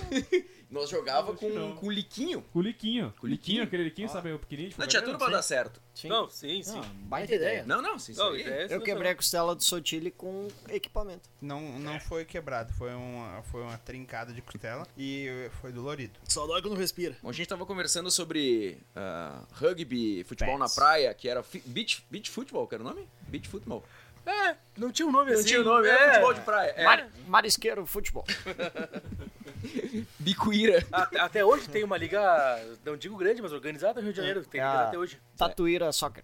[SPEAKER 1] nós jogava
[SPEAKER 2] Acho que
[SPEAKER 1] com,
[SPEAKER 2] não.
[SPEAKER 1] com o Liquinho.
[SPEAKER 2] Com o Liquinho.
[SPEAKER 1] o Liquinho?
[SPEAKER 2] Liquinho, aquele Liquinho, sabe? O pequenininho. de
[SPEAKER 1] Não, tinha tudo
[SPEAKER 2] Flamengo,
[SPEAKER 1] pra
[SPEAKER 2] não
[SPEAKER 1] dar certo.
[SPEAKER 7] Sim.
[SPEAKER 6] Não, sim, sim.
[SPEAKER 7] Ah, baita ideia.
[SPEAKER 1] é, Não, não, sim, isso
[SPEAKER 6] Não,
[SPEAKER 1] aí.
[SPEAKER 6] ideia é
[SPEAKER 7] Eu
[SPEAKER 6] sensacional.
[SPEAKER 7] quebrei a costela do Sotile com equipamento.
[SPEAKER 3] Não, não foi quebrado, foi uma, foi uma trincada de costela e foi dolorido.
[SPEAKER 5] Só dói quando respira.
[SPEAKER 1] Bom, a gente tava conversando sobre ah, rugby, futebol
[SPEAKER 7] Pets.
[SPEAKER 1] na praia, que era fi- beach, beach football, que era o nome? Beach football.
[SPEAKER 6] É, não tinha um nome assim.
[SPEAKER 1] Não tinha o nome, era futebol de praia. É.
[SPEAKER 7] Mar- marisqueiro, futebol.
[SPEAKER 1] Bicuíra.
[SPEAKER 6] Até, até hoje tem uma liga, não digo grande, mas organizada no Rio de Janeiro. Tem
[SPEAKER 7] É
[SPEAKER 6] liga
[SPEAKER 7] a
[SPEAKER 6] até hoje.
[SPEAKER 7] Tatuíra soccer.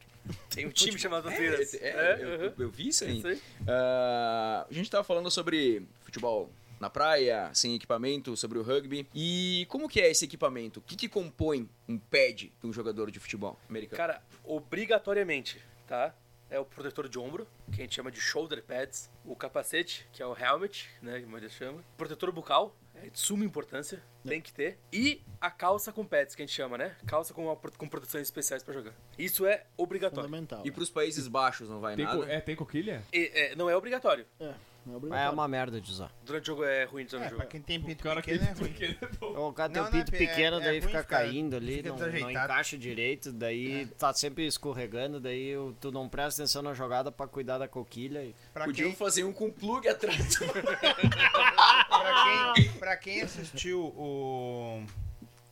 [SPEAKER 6] Tem um time chamado Tatueiras.
[SPEAKER 1] Esse- é, eu,
[SPEAKER 6] aham.
[SPEAKER 1] eu vi isso aí.
[SPEAKER 6] Isso aí.
[SPEAKER 1] Ah, a gente tava falando sobre futebol na praia, sem equipamento, sobre o rugby. E como que é esse equipamento? O que, que compõe um pad de um jogador de futebol americano?
[SPEAKER 6] Cara, obrigatoriamente, tá? É o protetor de ombro, que a gente chama de shoulder pads, o capacete, que é o helmet, né, que a maioria chama, protetor bucal, é de suma importância,
[SPEAKER 3] É.
[SPEAKER 6] tem que ter, e a calça com pads, que a gente chama, né? Calça com, uma pro- com proteções especiais pra jogar. Isso é obrigatório.
[SPEAKER 5] Fundamental.
[SPEAKER 1] e pros Países Baixos não vai
[SPEAKER 2] Tem
[SPEAKER 1] nada?
[SPEAKER 2] co- é, tem coquilha?
[SPEAKER 6] E- é, não é obrigatório.
[SPEAKER 5] É, não é
[SPEAKER 7] É
[SPEAKER 5] obrigatório.
[SPEAKER 7] uma merda de usar.
[SPEAKER 6] Durante o jogo é ruim durante
[SPEAKER 3] É,
[SPEAKER 6] o jogo.
[SPEAKER 3] pra quem tem pinto
[SPEAKER 2] cara
[SPEAKER 3] pequeno é
[SPEAKER 2] que-
[SPEAKER 3] ruim.
[SPEAKER 7] O cara tem
[SPEAKER 3] Não,
[SPEAKER 7] o
[SPEAKER 3] não,
[SPEAKER 7] pinto
[SPEAKER 3] é-
[SPEAKER 7] pequeno,
[SPEAKER 3] é
[SPEAKER 7] daí
[SPEAKER 3] ruim,
[SPEAKER 7] fica
[SPEAKER 3] cara.
[SPEAKER 7] caindo ali,
[SPEAKER 3] Fica É.
[SPEAKER 7] não, não
[SPEAKER 3] desajeitado.
[SPEAKER 7] encaixa direito, daí tá sempre escorregando, daí o- tu não presta atenção na jogada pra cuidar da coquilha. e-
[SPEAKER 3] Pra
[SPEAKER 1] Podiam
[SPEAKER 3] quem,
[SPEAKER 1] fazer um com plug atrás.
[SPEAKER 3] pra quem, pra quem assistiu o,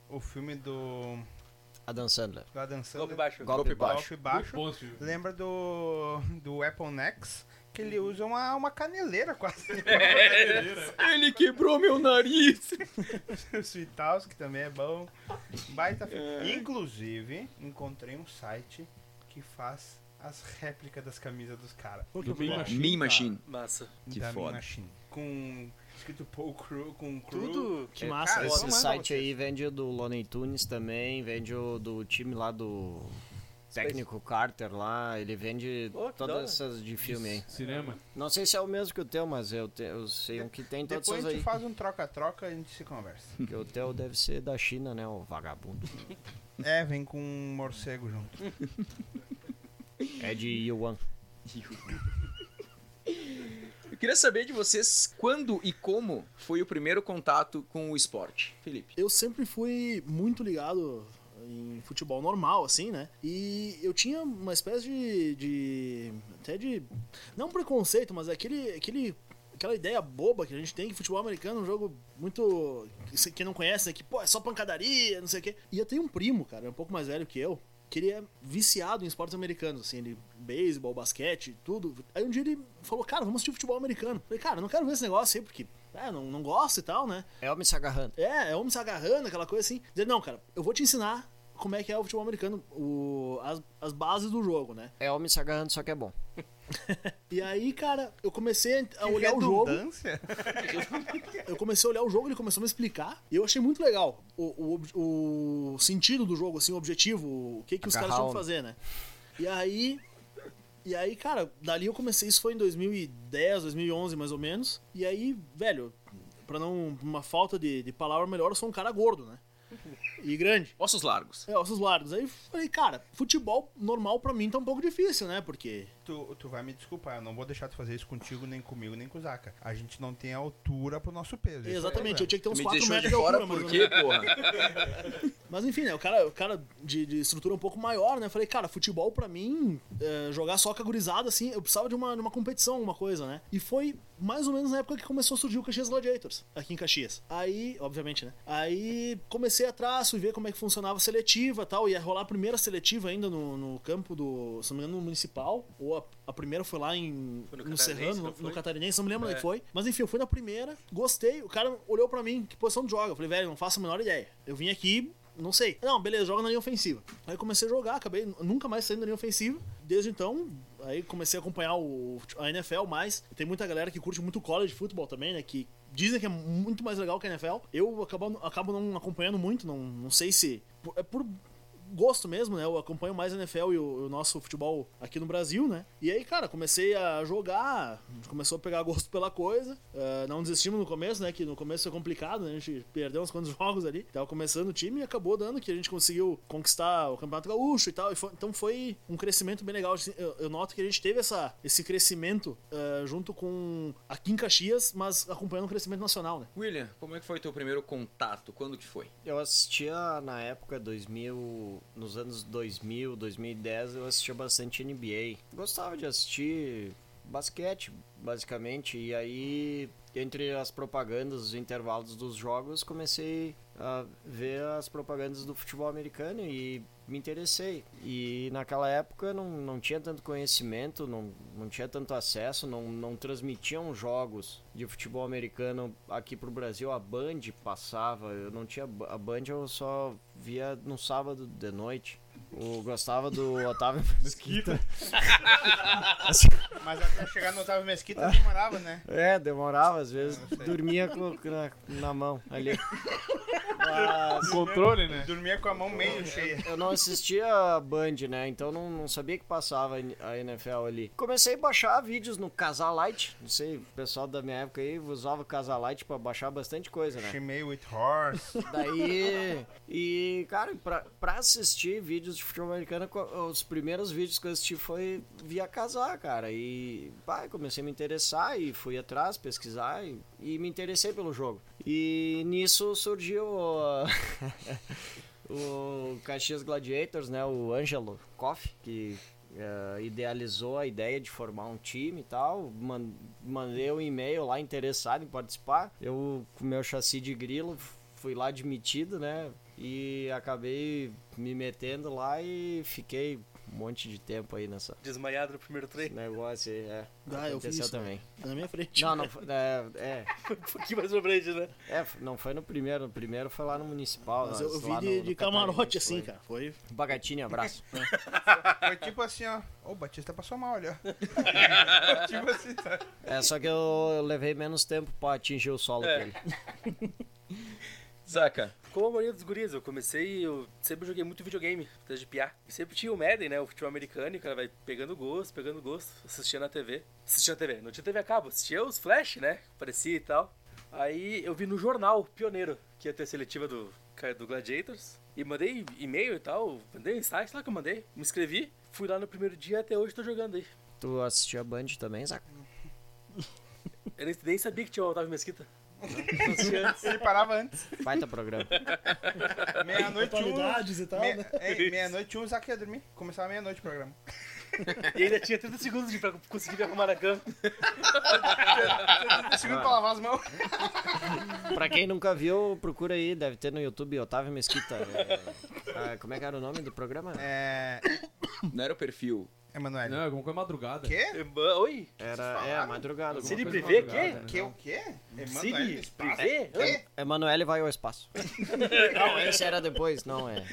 [SPEAKER 3] o filme do,
[SPEAKER 7] A dançando.
[SPEAKER 3] do Adam Sandler,
[SPEAKER 6] Golpe baixo.
[SPEAKER 7] Golpe
[SPEAKER 3] Golpe
[SPEAKER 7] baixo.
[SPEAKER 3] baixo,
[SPEAKER 2] Bom, Silvio.
[SPEAKER 3] lembra do, do Apple Nex, que ele usa uma, uma caneleira quase.
[SPEAKER 1] Ele quebrou meu nariz.
[SPEAKER 3] O Sweethouse, que também é bom. Baita filme.
[SPEAKER 1] É.
[SPEAKER 3] Inclusive, encontrei um site que faz as réplicas das camisas dos caras.
[SPEAKER 5] Pô, que
[SPEAKER 2] Do Mean
[SPEAKER 5] bom.
[SPEAKER 2] Machine.
[SPEAKER 1] Mean
[SPEAKER 2] cara.
[SPEAKER 1] Machine.
[SPEAKER 6] Massa.
[SPEAKER 1] Que
[SPEAKER 3] da Mean
[SPEAKER 1] foda.
[SPEAKER 3] Machine. Com escrito Paul Crew, com Crew. É,
[SPEAKER 6] Tudo.
[SPEAKER 5] Que massa.
[SPEAKER 3] cara,
[SPEAKER 5] isso.
[SPEAKER 7] Esse
[SPEAKER 3] mando pra
[SPEAKER 7] site
[SPEAKER 3] vocês.
[SPEAKER 7] aí vende o do Loney Tunes também, vende o do time lá do técnico Carter lá, ele vende
[SPEAKER 6] Pô, que da hora.
[SPEAKER 7] todas essas de filme aí.
[SPEAKER 2] Cinema.
[SPEAKER 7] Não sei se é o mesmo que o teu, mas eu, te- eu sei um que tem todas
[SPEAKER 3] Depois
[SPEAKER 7] essas
[SPEAKER 3] a gente
[SPEAKER 7] aí.
[SPEAKER 3] faz um troca-troca e a gente se conversa.
[SPEAKER 7] Que o teu deve ser da China, né, o vagabundo.
[SPEAKER 3] É, vem com um morcego junto.
[SPEAKER 7] É de Yuan.
[SPEAKER 1] Eu queria saber de vocês quando e como foi o primeiro contato com o esporte. Felipe.
[SPEAKER 5] Eu sempre fui muito ligado em futebol normal, assim, né? E eu tinha uma espécie de. de- até de. Não preconceito, mas aquele, aquele. Aquela ideia boba que a gente tem que futebol americano é um jogo muito. que se- Quem não conhece, né? Que, pô, é só pancadaria, não sei o quê. E eu tenho um primo, cara, um pouco mais velho que eu, que ele é viciado em esportes americanos, assim, ele beisebol, basquete, tudo. Aí um dia ele falou, cara, vamos assistir futebol americano. Eu falei, cara, eu não quero ver esse negócio aí, porque. É, não, não gosto e tal, né?
[SPEAKER 7] É homem se agarrando.
[SPEAKER 5] É, é homem se agarrando, aquela coisa assim. Dizer, não, cara, eu vou te ensinar como é que é o futebol americano, o, as, as bases do jogo, né?
[SPEAKER 7] É homem se agarrando, só que é bom.
[SPEAKER 5] E aí, cara, eu comecei a
[SPEAKER 3] Que
[SPEAKER 5] olhar é o jogo.
[SPEAKER 3] redundância.
[SPEAKER 5] Eu comecei a olhar o jogo, ele começou a me explicar. E eu achei muito legal o, o ob- o, sentido do jogo, assim, o objetivo, o que, que os caras
[SPEAKER 7] Agarrar
[SPEAKER 5] tinham que
[SPEAKER 7] homem.
[SPEAKER 5] fazer, né? E aí. E aí, cara, dali eu comecei, isso foi em 2010, 2011 mais ou menos. E aí, velho, pra não uma falta de, de palavra melhor, eu sou um cara gordo, né? E grande.
[SPEAKER 1] Ossos largos.
[SPEAKER 5] É, ossos largos. Aí eu falei, cara, futebol normal pra mim tá um pouco difícil, né? Porque.
[SPEAKER 3] Tu, tu vai me desculpar, eu não vou deixar tu fazer isso contigo, nem comigo, nem com o Zaca. A gente não tem altura pro nosso peso. esse é o
[SPEAKER 5] Exatamente,
[SPEAKER 3] problema.
[SPEAKER 5] eu tinha que ter uns
[SPEAKER 1] Me
[SPEAKER 5] 4
[SPEAKER 1] deixou
[SPEAKER 5] metros
[SPEAKER 1] de
[SPEAKER 5] de
[SPEAKER 1] fora
[SPEAKER 5] altura, mais ou
[SPEAKER 1] por
[SPEAKER 5] menos.
[SPEAKER 1] quê, porra?
[SPEAKER 5] Mas enfim, né? O cara, o cara de, de estrutura um pouco maior, né? Eu falei, cara, futebol pra mim, é, jogar só com a gurizada, assim, eu precisava de uma, de uma competição, alguma coisa, né? E foi mais ou menos na época que começou a surgir o Caxias Gladiators, aqui em Caxias. Aí, obviamente, né? Aí comecei atrás, fui ver como é que funcionava a seletiva e tal. Ia rolar a primeira seletiva ainda no, no campo do, se não me engano, no Municipal. Ou a, a primeira foi lá em,
[SPEAKER 6] Foi no
[SPEAKER 5] no,
[SPEAKER 6] Catarinense,
[SPEAKER 5] Serrano,
[SPEAKER 6] não
[SPEAKER 5] no,
[SPEAKER 6] foi?
[SPEAKER 5] no Catarinense, não me lembro
[SPEAKER 6] É.
[SPEAKER 5] onde foi. Mas enfim, eu fui na primeira, gostei. O cara olhou pra mim, que posição tu joga? Eu falei, velho, não faço a menor ideia. Eu vim aqui, não sei. Não, beleza, joga na linha ofensiva. Aí eu comecei a jogar, acabei nunca mais saindo da linha ofensiva. Desde então, aí comecei a acompanhar o, a NFL mais. Tem muita galera que curte muito college futebol também, né? Que dizem que é muito mais legal que a NFL. Eu acabo, acabo não acompanhando muito, não, não sei se. É por gosto mesmo, né? Eu acompanho mais a NFL e o, o nosso futebol aqui no Brasil, né? E aí, cara, comecei a jogar, começou a pegar gosto pela coisa. ah, não desistimos no começo, né? Que no começo é complicado, né? A gente perdeu uns quantos jogos ali. Tava começando o time e acabou dando que a gente conseguiu conquistar o Campeonato Gaúcho e tal. E foi- então foi um crescimento bem legal. assim, Eu, eu noto que a gente teve essa, esse crescimento ah, junto com aqui em Caxias, mas acompanhando o crescimento nacional, né?
[SPEAKER 1] William, como é que foi teu primeiro contato? Quando que foi?
[SPEAKER 7] Eu assistia na época 2000, nos anos 2000, 2010, eu assistia bastante NBA. Gostava de assistir basquete, basicamente, e aí entre as propagandas, os intervalos dos jogos, comecei a ver as propagandas do futebol americano e me interessei. E naquela época não, não tinha tanto conhecimento, não, não tinha tanto acesso, não, não transmitiam jogos de futebol americano aqui pro Brasil. A Band passava, eu não tinha. ba- A Band eu só via no sábado de noite. Eu gostava do Otávio Mesquita.
[SPEAKER 3] Mas até chegar no Otávio Mesquita demorava, né?
[SPEAKER 7] É, demorava às vezes,
[SPEAKER 3] Eu sei.
[SPEAKER 7] dormia com, na, na mão ali. Mas-
[SPEAKER 2] Controle, né?
[SPEAKER 3] Dormia com a mão meio cheia.
[SPEAKER 7] Eu não assistia Band, né? Então não, não sabia que passava a NFL ali. Comecei a baixar vídeos no Casalite. Não sei, o pessoal da minha época aí usava o Casalite pra baixar bastante coisa, né?
[SPEAKER 3] Chimei with horse.
[SPEAKER 7] Daí. E, cara, pra, pra assistir vídeos de futebol americano, co- os primeiros vídeos que eu assisti foi via casar, cara. E pá, comecei a me interessar e fui atrás, pesquisar e, e me interessei pelo jogo. E nisso surgiu ó, o Caxias Gladiators, né? O Ângelo Koff, que eh, idealizou a ideia de formar um time e tal. Man- mandei um e-mail lá interessado em participar. Eu, com meu chassi de grilo, fui lá admitido, né? E acabei me metendo lá e fiquei um monte de tempo aí nessa
[SPEAKER 6] Desmaiado no primeiro
[SPEAKER 7] esse
[SPEAKER 6] treino.
[SPEAKER 7] negócio aí. É.
[SPEAKER 5] Ah, eu fiz
[SPEAKER 7] Aconteceu
[SPEAKER 5] isso,
[SPEAKER 7] também.
[SPEAKER 5] Na minha frente.
[SPEAKER 7] Não, não foi. É, é,
[SPEAKER 6] Um pouquinho mais pra frente, né?
[SPEAKER 7] é, não foi no primeiro. No primeiro foi lá no municipal.
[SPEAKER 5] Mas
[SPEAKER 7] nós
[SPEAKER 5] eu, eu vi
[SPEAKER 7] lá
[SPEAKER 5] de,
[SPEAKER 7] no-
[SPEAKER 5] de
[SPEAKER 7] no
[SPEAKER 5] camarote,
[SPEAKER 7] Catarinense,
[SPEAKER 5] assim,
[SPEAKER 7] foi.
[SPEAKER 5] cara. Foi,
[SPEAKER 7] Bagatinha, abraço.
[SPEAKER 3] Foi tipo assim, ó. Ô, o Batista passou mal, olha. tipo assim, tá?
[SPEAKER 7] É, só que eu levei menos tempo pra atingir o solo
[SPEAKER 6] É.
[SPEAKER 7] dele.
[SPEAKER 1] Zaca,
[SPEAKER 6] Como a maioria dos guris, eu comecei, eu sempre joguei muito videogame, desde piá. E sempre tinha o Madden, né, o futebol americano, e o cara vai pegando gosto, pegando gosto, assistia na TV. Assistia na TV, não tinha TV a cabo, assistia os flash, né, que aparecia e tal. Aí eu vi no jornal, Pioneiro, que ia ter a seletiva do, ca- do Gladiators, e mandei e-mail e tal, mandei insights lá que eu mandei, me inscrevi, fui lá no primeiro dia, até hoje tô jogando aí.
[SPEAKER 7] Tu assistia Band também, Zaca?
[SPEAKER 6] Eu nem- nem sabia que tinha o Otávio Mesquita. Não assistia antes.
[SPEAKER 3] Ele parava antes.
[SPEAKER 7] Baita programa.
[SPEAKER 3] Meia-noite um.
[SPEAKER 5] e tal,
[SPEAKER 3] meia- ei, Meia-noite um, o Zaca ia dormir. Começava meia-noite o programa.
[SPEAKER 6] E ainda tinha 30 segundos de- pra conseguir me arrumar na cama.
[SPEAKER 3] Segundo pra lavar as mãos.
[SPEAKER 7] pra quem nunca viu, procura aí. Deve ter no YouTube Otávio Mesquita. É, ah, como é que era o nome do programa?
[SPEAKER 3] É.
[SPEAKER 1] não era o perfil.
[SPEAKER 3] Emanuel.
[SPEAKER 2] Não, alguma coisa madrugada.
[SPEAKER 3] Quê?
[SPEAKER 6] Oi?
[SPEAKER 7] Era, é, madrugada. alguma
[SPEAKER 6] Cine
[SPEAKER 7] coisa.
[SPEAKER 6] Privé,
[SPEAKER 2] madrugada,
[SPEAKER 6] quê?
[SPEAKER 2] né?
[SPEAKER 3] Que o quê? Emanuel
[SPEAKER 6] Cine?
[SPEAKER 3] Espaço.
[SPEAKER 6] Privé?
[SPEAKER 3] Quê?
[SPEAKER 7] Emanuele vai ao espaço. não, esse era depois, não é.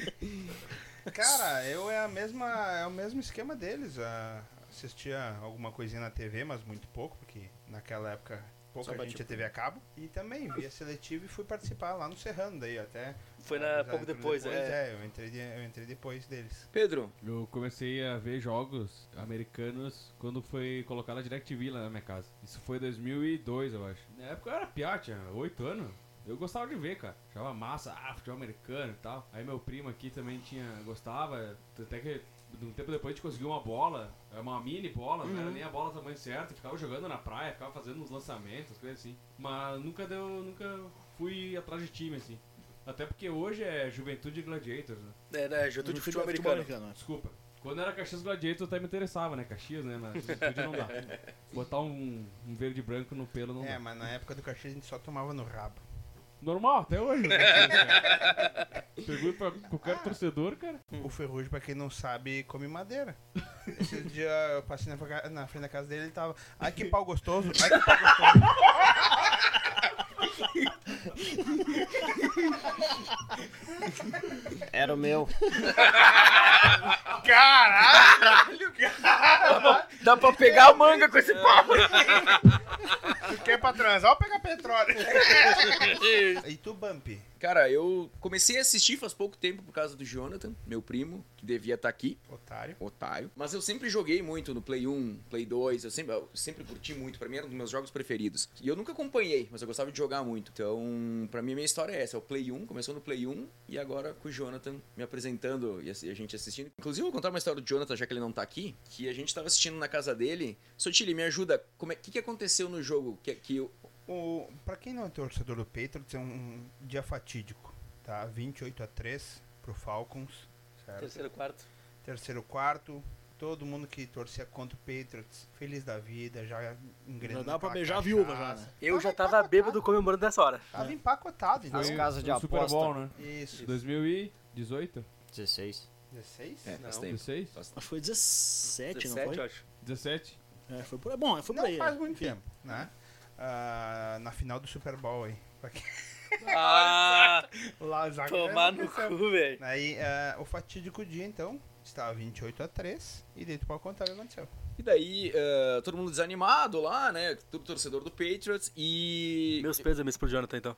[SPEAKER 3] Cara, eu é a mesma, é o mesmo esquema deles. ah, assistia alguma coisinha na TV, mas muito pouco, porque naquela época pouca
[SPEAKER 1] Só
[SPEAKER 3] gente
[SPEAKER 1] bate
[SPEAKER 3] a TV a cabo. E também vi a seletiva e fui participar lá no Serrano, daí até.
[SPEAKER 6] Foi na,
[SPEAKER 3] Apesar
[SPEAKER 6] pouco
[SPEAKER 3] de tudo
[SPEAKER 6] depois, é.
[SPEAKER 3] é. eu, entrei, de- eu entrei depois deles.
[SPEAKER 1] Pedro,
[SPEAKER 2] Eu comecei a ver jogos americanos quando foi colocada a DirecTV lá na minha casa. Isso foi 2002, eu acho. Na época eu era piá, tinha 8 anos. Eu gostava de ver, cara. Achava massa, ah, futebol americano e tal. Aí meu primo aqui também tinha gostava, até que um tempo depois a gente conseguiu uma bola, uma mini bola, não era nem a bola do tamanho certo, ficava jogando na praia, ficava fazendo uns lançamentos, coisas assim. Mas nunca deu, nunca fui atrás de time assim. Até porque hoje é Juventude Gladiators, né?
[SPEAKER 6] É, né? Juventude de Futebol Americano.
[SPEAKER 5] né?
[SPEAKER 2] Desculpa. Quando era Caxias Gladiator até me interessava, né? Caxias, né? Mas juventude não dá. Botar um, um verde e branco no pelo
[SPEAKER 6] Hum.
[SPEAKER 2] não
[SPEAKER 3] é,
[SPEAKER 2] dá.
[SPEAKER 3] mas na época do Caxias a gente só tomava no rabo.
[SPEAKER 2] Normal, até hoje. né, cara? Pergunta pra qualquer torcedor, cara.
[SPEAKER 6] Hum.
[SPEAKER 3] O Ferrugem, pra quem não sabe, come madeira. Esse dia eu passei na, fa- na frente da casa dele ele tava. Ai que pau gostoso, ai que pau gostoso.
[SPEAKER 7] Era o meu.
[SPEAKER 1] dá pra pegar a manga com esse pau.
[SPEAKER 3] Tu quer pra transar ou é pegar petróleo? e tu, Bump?
[SPEAKER 1] Cara, eu comecei a assistir faz pouco tempo por causa do Jonathan, meu primo, que devia estar aqui.
[SPEAKER 3] Otário.
[SPEAKER 1] otário. Mas eu sempre joguei muito no Play 1, Play 2, eu sempre, eu sempre curti muito, pra mim era um dos meus jogos preferidos. E eu nunca acompanhei, mas eu gostava de jogar muito. Então, pra mim, minha história é essa, o Play 1, começou no Play 1 e agora com o Jonathan me apresentando e a e a gente assistindo. Inclusive, eu vou contar uma história do Jonathan, já que ele não tá aqui, que a gente tava assistindo na casa dele. Sotile, me ajuda, o que, que aconteceu no jogo que, que eu-
[SPEAKER 3] O, pra quem não é torcedor do Patriots, é um dia fatídico, tá? 28 a 3 pro Falcons, certo?
[SPEAKER 6] Terceiro, quarto.
[SPEAKER 3] Terceiro quarto, todo mundo que torcia contra o Patriots, feliz da vida, já engrenou.
[SPEAKER 5] Já dá pra
[SPEAKER 3] aquela
[SPEAKER 5] beijar a
[SPEAKER 3] cachaça.
[SPEAKER 5] viúva já, né? É.
[SPEAKER 6] Eu já tava bêbado comemorando dessa hora.
[SPEAKER 3] Tava empacotado, então.
[SPEAKER 7] As casas de
[SPEAKER 2] o Super Bowl,
[SPEAKER 7] aposta.
[SPEAKER 2] né?
[SPEAKER 3] Isso.
[SPEAKER 2] 2018?
[SPEAKER 7] 16.
[SPEAKER 3] 16?
[SPEAKER 1] É,
[SPEAKER 3] não.
[SPEAKER 1] faz tempo.
[SPEAKER 2] 16?
[SPEAKER 5] Foi 17, não
[SPEAKER 6] 17, eu
[SPEAKER 5] foi?
[SPEAKER 6] acho.
[SPEAKER 2] 17?
[SPEAKER 5] É, foi por aí. Bom, foi por
[SPEAKER 3] Não
[SPEAKER 5] aí.
[SPEAKER 3] faz
[SPEAKER 5] é.
[SPEAKER 3] muito tempo, né? Ah, na final do Super Bowl aí. Pra quem-
[SPEAKER 6] Ah,
[SPEAKER 3] Lá, Zaga-
[SPEAKER 6] tomar no cu, velho.
[SPEAKER 3] Aí, ah, o fatídico dia, então, estava 28 a 3 e dentro para contar o que aconteceu.
[SPEAKER 1] E daí, eh, todo mundo desanimado lá, né? Tudo torcedor do Patriots e.
[SPEAKER 6] Meus pêsames pro Jonathan, então.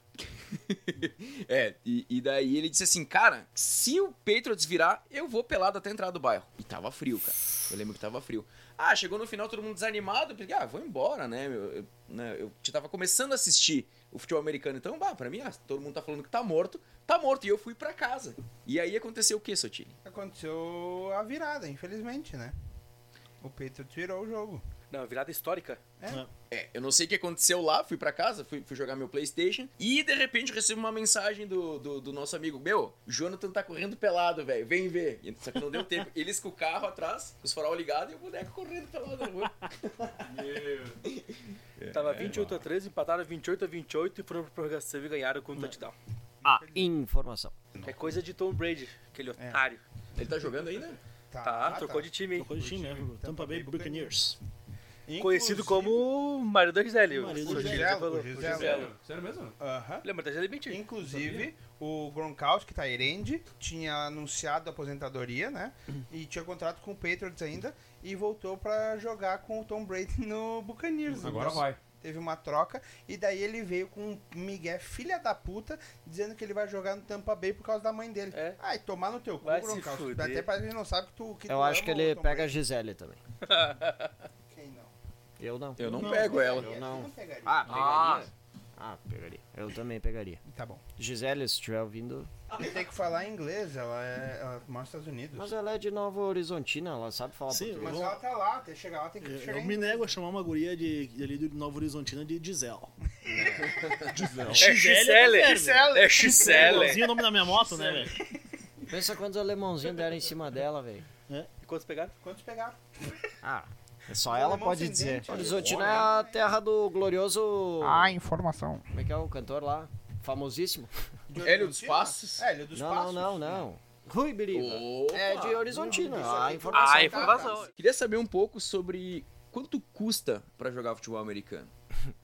[SPEAKER 1] É, e, e daí ele disse assim, cara, se o Patriots virar, eu vou pelado até a entrada do bairro. E tava frio, cara. Eu lembro que tava frio. Ah, chegou no final todo mundo desanimado, porque, ah, vou embora, né? meu? Eu, né, eu já tava começando a assistir o futebol americano, então, bah, pra mim, ah, todo mundo tá falando que tá morto, tá morto. E eu fui pra casa. E aí aconteceu o que, Sotile?
[SPEAKER 3] Aconteceu a virada, infelizmente, né? O Patriots virou o jogo.
[SPEAKER 6] Não, virada histórica.
[SPEAKER 1] É, eu não sei o que aconteceu lá, fui pra casa, fui, fui jogar meu Playstation, e de repente recebo uma mensagem do, do, do nosso amigo, meu, o Jonathan tá correndo pelado, velho, vem ver. E- Só que não deu tempo. Eles com o carro atrás, com os farol ligados, e o boneco correndo pelado na rua.
[SPEAKER 6] Tava 28 a 13, empataram 28 a 28 e foram pro prorrogação e ganharam com um touchdown.
[SPEAKER 7] Ah, informação.
[SPEAKER 6] É coisa de Tom Brady, aquele otário.
[SPEAKER 1] Ele tá jogando ainda?
[SPEAKER 3] Tá,
[SPEAKER 6] É. Tá, trocou de time, hein?
[SPEAKER 5] Trocou de time, né? Tampa Bay Buccaneers.
[SPEAKER 3] Inclusive-
[SPEAKER 6] Conhecido como Mário da Gisele.
[SPEAKER 5] Marido
[SPEAKER 6] Sotile
[SPEAKER 3] Gisele,
[SPEAKER 6] já falou.
[SPEAKER 3] o Gisele.
[SPEAKER 6] O Gisele.
[SPEAKER 2] Sério, sério mesmo?
[SPEAKER 3] Aham.
[SPEAKER 6] Lembra da Gisele Bündchen?
[SPEAKER 3] Inclusive, o Gronkowski, Tyrande, tinha anunciado a aposentadoria, né? E tinha contrato com o Patriots ainda e voltou pra jogar com o Tom Brady no Buccaneers.
[SPEAKER 2] Agora
[SPEAKER 3] Então,
[SPEAKER 2] vai.
[SPEAKER 3] Teve uma troca e daí ele veio com um Miguel, filha da puta, dizendo que ele vai jogar no Tampa Bay por causa da mãe dele.
[SPEAKER 6] É.
[SPEAKER 3] Ai, tomar no teu cu,
[SPEAKER 6] Vai se
[SPEAKER 3] Gronkowski.
[SPEAKER 6] fuder.
[SPEAKER 3] Até parece que ele não sabe que tu que
[SPEAKER 7] Eu
[SPEAKER 3] tu
[SPEAKER 7] acho
[SPEAKER 3] ama
[SPEAKER 7] que
[SPEAKER 3] o
[SPEAKER 7] ele
[SPEAKER 3] Tom
[SPEAKER 7] pega a
[SPEAKER 3] Brady.
[SPEAKER 7] Gisele também.
[SPEAKER 3] Quem não?
[SPEAKER 7] Eu não.
[SPEAKER 1] Eu não, pego ela.
[SPEAKER 3] Pegaria,
[SPEAKER 7] não.
[SPEAKER 3] tu pegaria.
[SPEAKER 7] Ah, pegaria? Ah, pegaria. Eu também pegaria.
[SPEAKER 3] Tá bom.
[SPEAKER 7] Gisele, se estiver ouvindo.
[SPEAKER 3] Eu tenho que falar em inglês, ela, é, ela mora nos Estados Unidos.
[SPEAKER 7] Mas ela é de Nova Horizontina, ela sabe falar
[SPEAKER 5] Sim,
[SPEAKER 7] português.
[SPEAKER 3] Mas
[SPEAKER 5] Eu-
[SPEAKER 3] ela tá lá, até chegar lá tem que
[SPEAKER 5] Eu,
[SPEAKER 3] chegar
[SPEAKER 5] eu
[SPEAKER 3] em
[SPEAKER 5] É, me nego a chamar uma guria de, de ali do Nova Horizontina de Gisel. Gisel.
[SPEAKER 6] É Gisele.
[SPEAKER 5] É
[SPEAKER 6] Gisele. É Gisele.
[SPEAKER 5] Igualzinho o nome da minha moto, né, velho?
[SPEAKER 7] Pensa quantos alemãozinhos deram em cima dela, velho.
[SPEAKER 6] E quantos pegaram?
[SPEAKER 3] Quantos pegaram?
[SPEAKER 7] Ah, só ela
[SPEAKER 3] alemão
[SPEAKER 7] pode
[SPEAKER 3] sem
[SPEAKER 7] dizer.
[SPEAKER 3] dente, olha.
[SPEAKER 7] Horizontina é a terra do glorioso.
[SPEAKER 3] informação.
[SPEAKER 7] Como é que é o cantor lá? Famosíssimo.
[SPEAKER 1] Hélio dos Passos?
[SPEAKER 3] É, Hélio dos
[SPEAKER 7] não,
[SPEAKER 3] Passos.
[SPEAKER 7] não, não, não. Rui Biriba.
[SPEAKER 1] Opa!
[SPEAKER 7] É de Horizontina. A informação.
[SPEAKER 6] Ah,
[SPEAKER 7] tá-
[SPEAKER 6] informação.
[SPEAKER 1] Queria saber um pouco sobre quanto custa pra jogar futebol americano.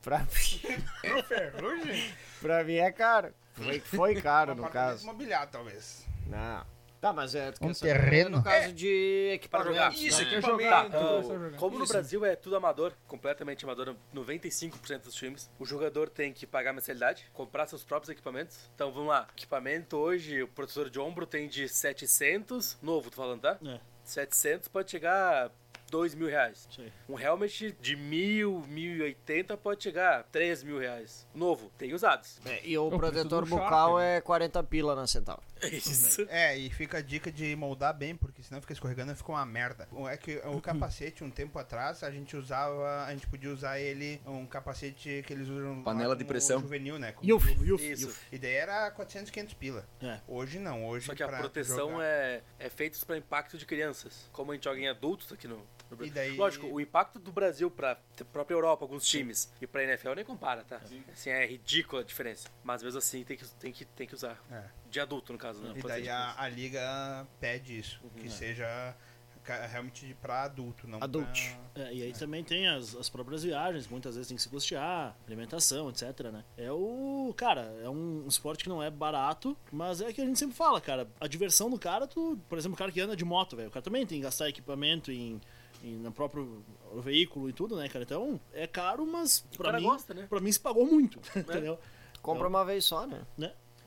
[SPEAKER 7] Pra mim,
[SPEAKER 3] Ferrugem?
[SPEAKER 7] pra mim é caro. Foi, foi caro,
[SPEAKER 3] Um
[SPEAKER 7] no
[SPEAKER 3] apartamento
[SPEAKER 7] caso.
[SPEAKER 3] imobiliário, talvez.
[SPEAKER 7] Não. Tá, mas é
[SPEAKER 3] Um
[SPEAKER 7] questão- no
[SPEAKER 3] terreno.
[SPEAKER 7] caso de
[SPEAKER 6] Pra
[SPEAKER 7] equipamento.
[SPEAKER 6] jogar.
[SPEAKER 1] Isso,
[SPEAKER 7] né?
[SPEAKER 1] equipamento.
[SPEAKER 6] Tá,
[SPEAKER 1] Tu
[SPEAKER 6] ah,
[SPEAKER 2] começou a jogar.
[SPEAKER 6] como no
[SPEAKER 1] Isso.
[SPEAKER 6] Brasil é tudo amador, completamente amador, 95% dos times, o jogador tem que pagar mensalidade, comprar seus próprios equipamentos. Então vamos lá, equipamento hoje, o protetor de ombro tem de 700, novo, tô falando, tá?
[SPEAKER 5] É.
[SPEAKER 6] 700 pode chegar a 2 mil reais.
[SPEAKER 5] Isso aí.
[SPEAKER 6] Um helmet de mil, 1080 pode chegar a 3 mil reais. Novo, tem usados.
[SPEAKER 7] É, e o
[SPEAKER 2] preço
[SPEAKER 7] protetor
[SPEAKER 2] do Shark,
[SPEAKER 7] bucal
[SPEAKER 2] né?
[SPEAKER 7] é 40 pila na centavo.
[SPEAKER 6] Isso.
[SPEAKER 3] É, e fica a dica de moldar bem, porque senão fica escorregando e fica uma merda. O- É que
[SPEAKER 5] Uhum.
[SPEAKER 3] o capacete, um tempo atrás, a gente usava, a gente podia usar ele, um capacete que eles usam lá
[SPEAKER 1] Panela de
[SPEAKER 3] como
[SPEAKER 1] pressão.
[SPEAKER 3] juvenil, né? Como-
[SPEAKER 5] Yuf, Yuf.
[SPEAKER 6] Isso.
[SPEAKER 3] E daí era 400, 500 pila.
[SPEAKER 5] É.
[SPEAKER 3] Hoje não, hoje
[SPEAKER 6] Só que a
[SPEAKER 3] pra
[SPEAKER 6] proteção
[SPEAKER 3] jogar-
[SPEAKER 6] é, é feita para impacto de crianças. Como a gente joga em adultos aqui no, no Brasil.
[SPEAKER 3] E daí-
[SPEAKER 6] Lógico, o impacto do Brasil para própria Europa, alguns times, e para NFL nem compara, tá? Assim, é ridícula a diferença. Mas mesmo assim tem que, tem que, tem que usar.
[SPEAKER 3] É.
[SPEAKER 6] De adulto, no caso, né?
[SPEAKER 3] E
[SPEAKER 6] Pode ser
[SPEAKER 3] daí
[SPEAKER 6] de
[SPEAKER 3] a,
[SPEAKER 6] criança.
[SPEAKER 3] a liga pede isso,
[SPEAKER 6] Uhum. É.
[SPEAKER 3] que seja ca- realmente pra adulto, não pra-
[SPEAKER 7] Adult.
[SPEAKER 5] É, e aí também tem as, as próprias viagens, muitas vezes tem que se custear, alimentação, etc, né? É o... Cara, é um, um esporte que não é barato, mas é que a gente sempre fala, cara. A diversão do cara, tu... Por exemplo, o cara que anda de moto, velho. O cara também tem que gastar equipamento em... em- no próprio veículo e tudo, né, cara? Então, é caro, mas pra
[SPEAKER 6] cara
[SPEAKER 5] mim,
[SPEAKER 6] gosta, né?
[SPEAKER 5] pra mim se pagou muito, entendeu?
[SPEAKER 7] Compra uma vez só, né?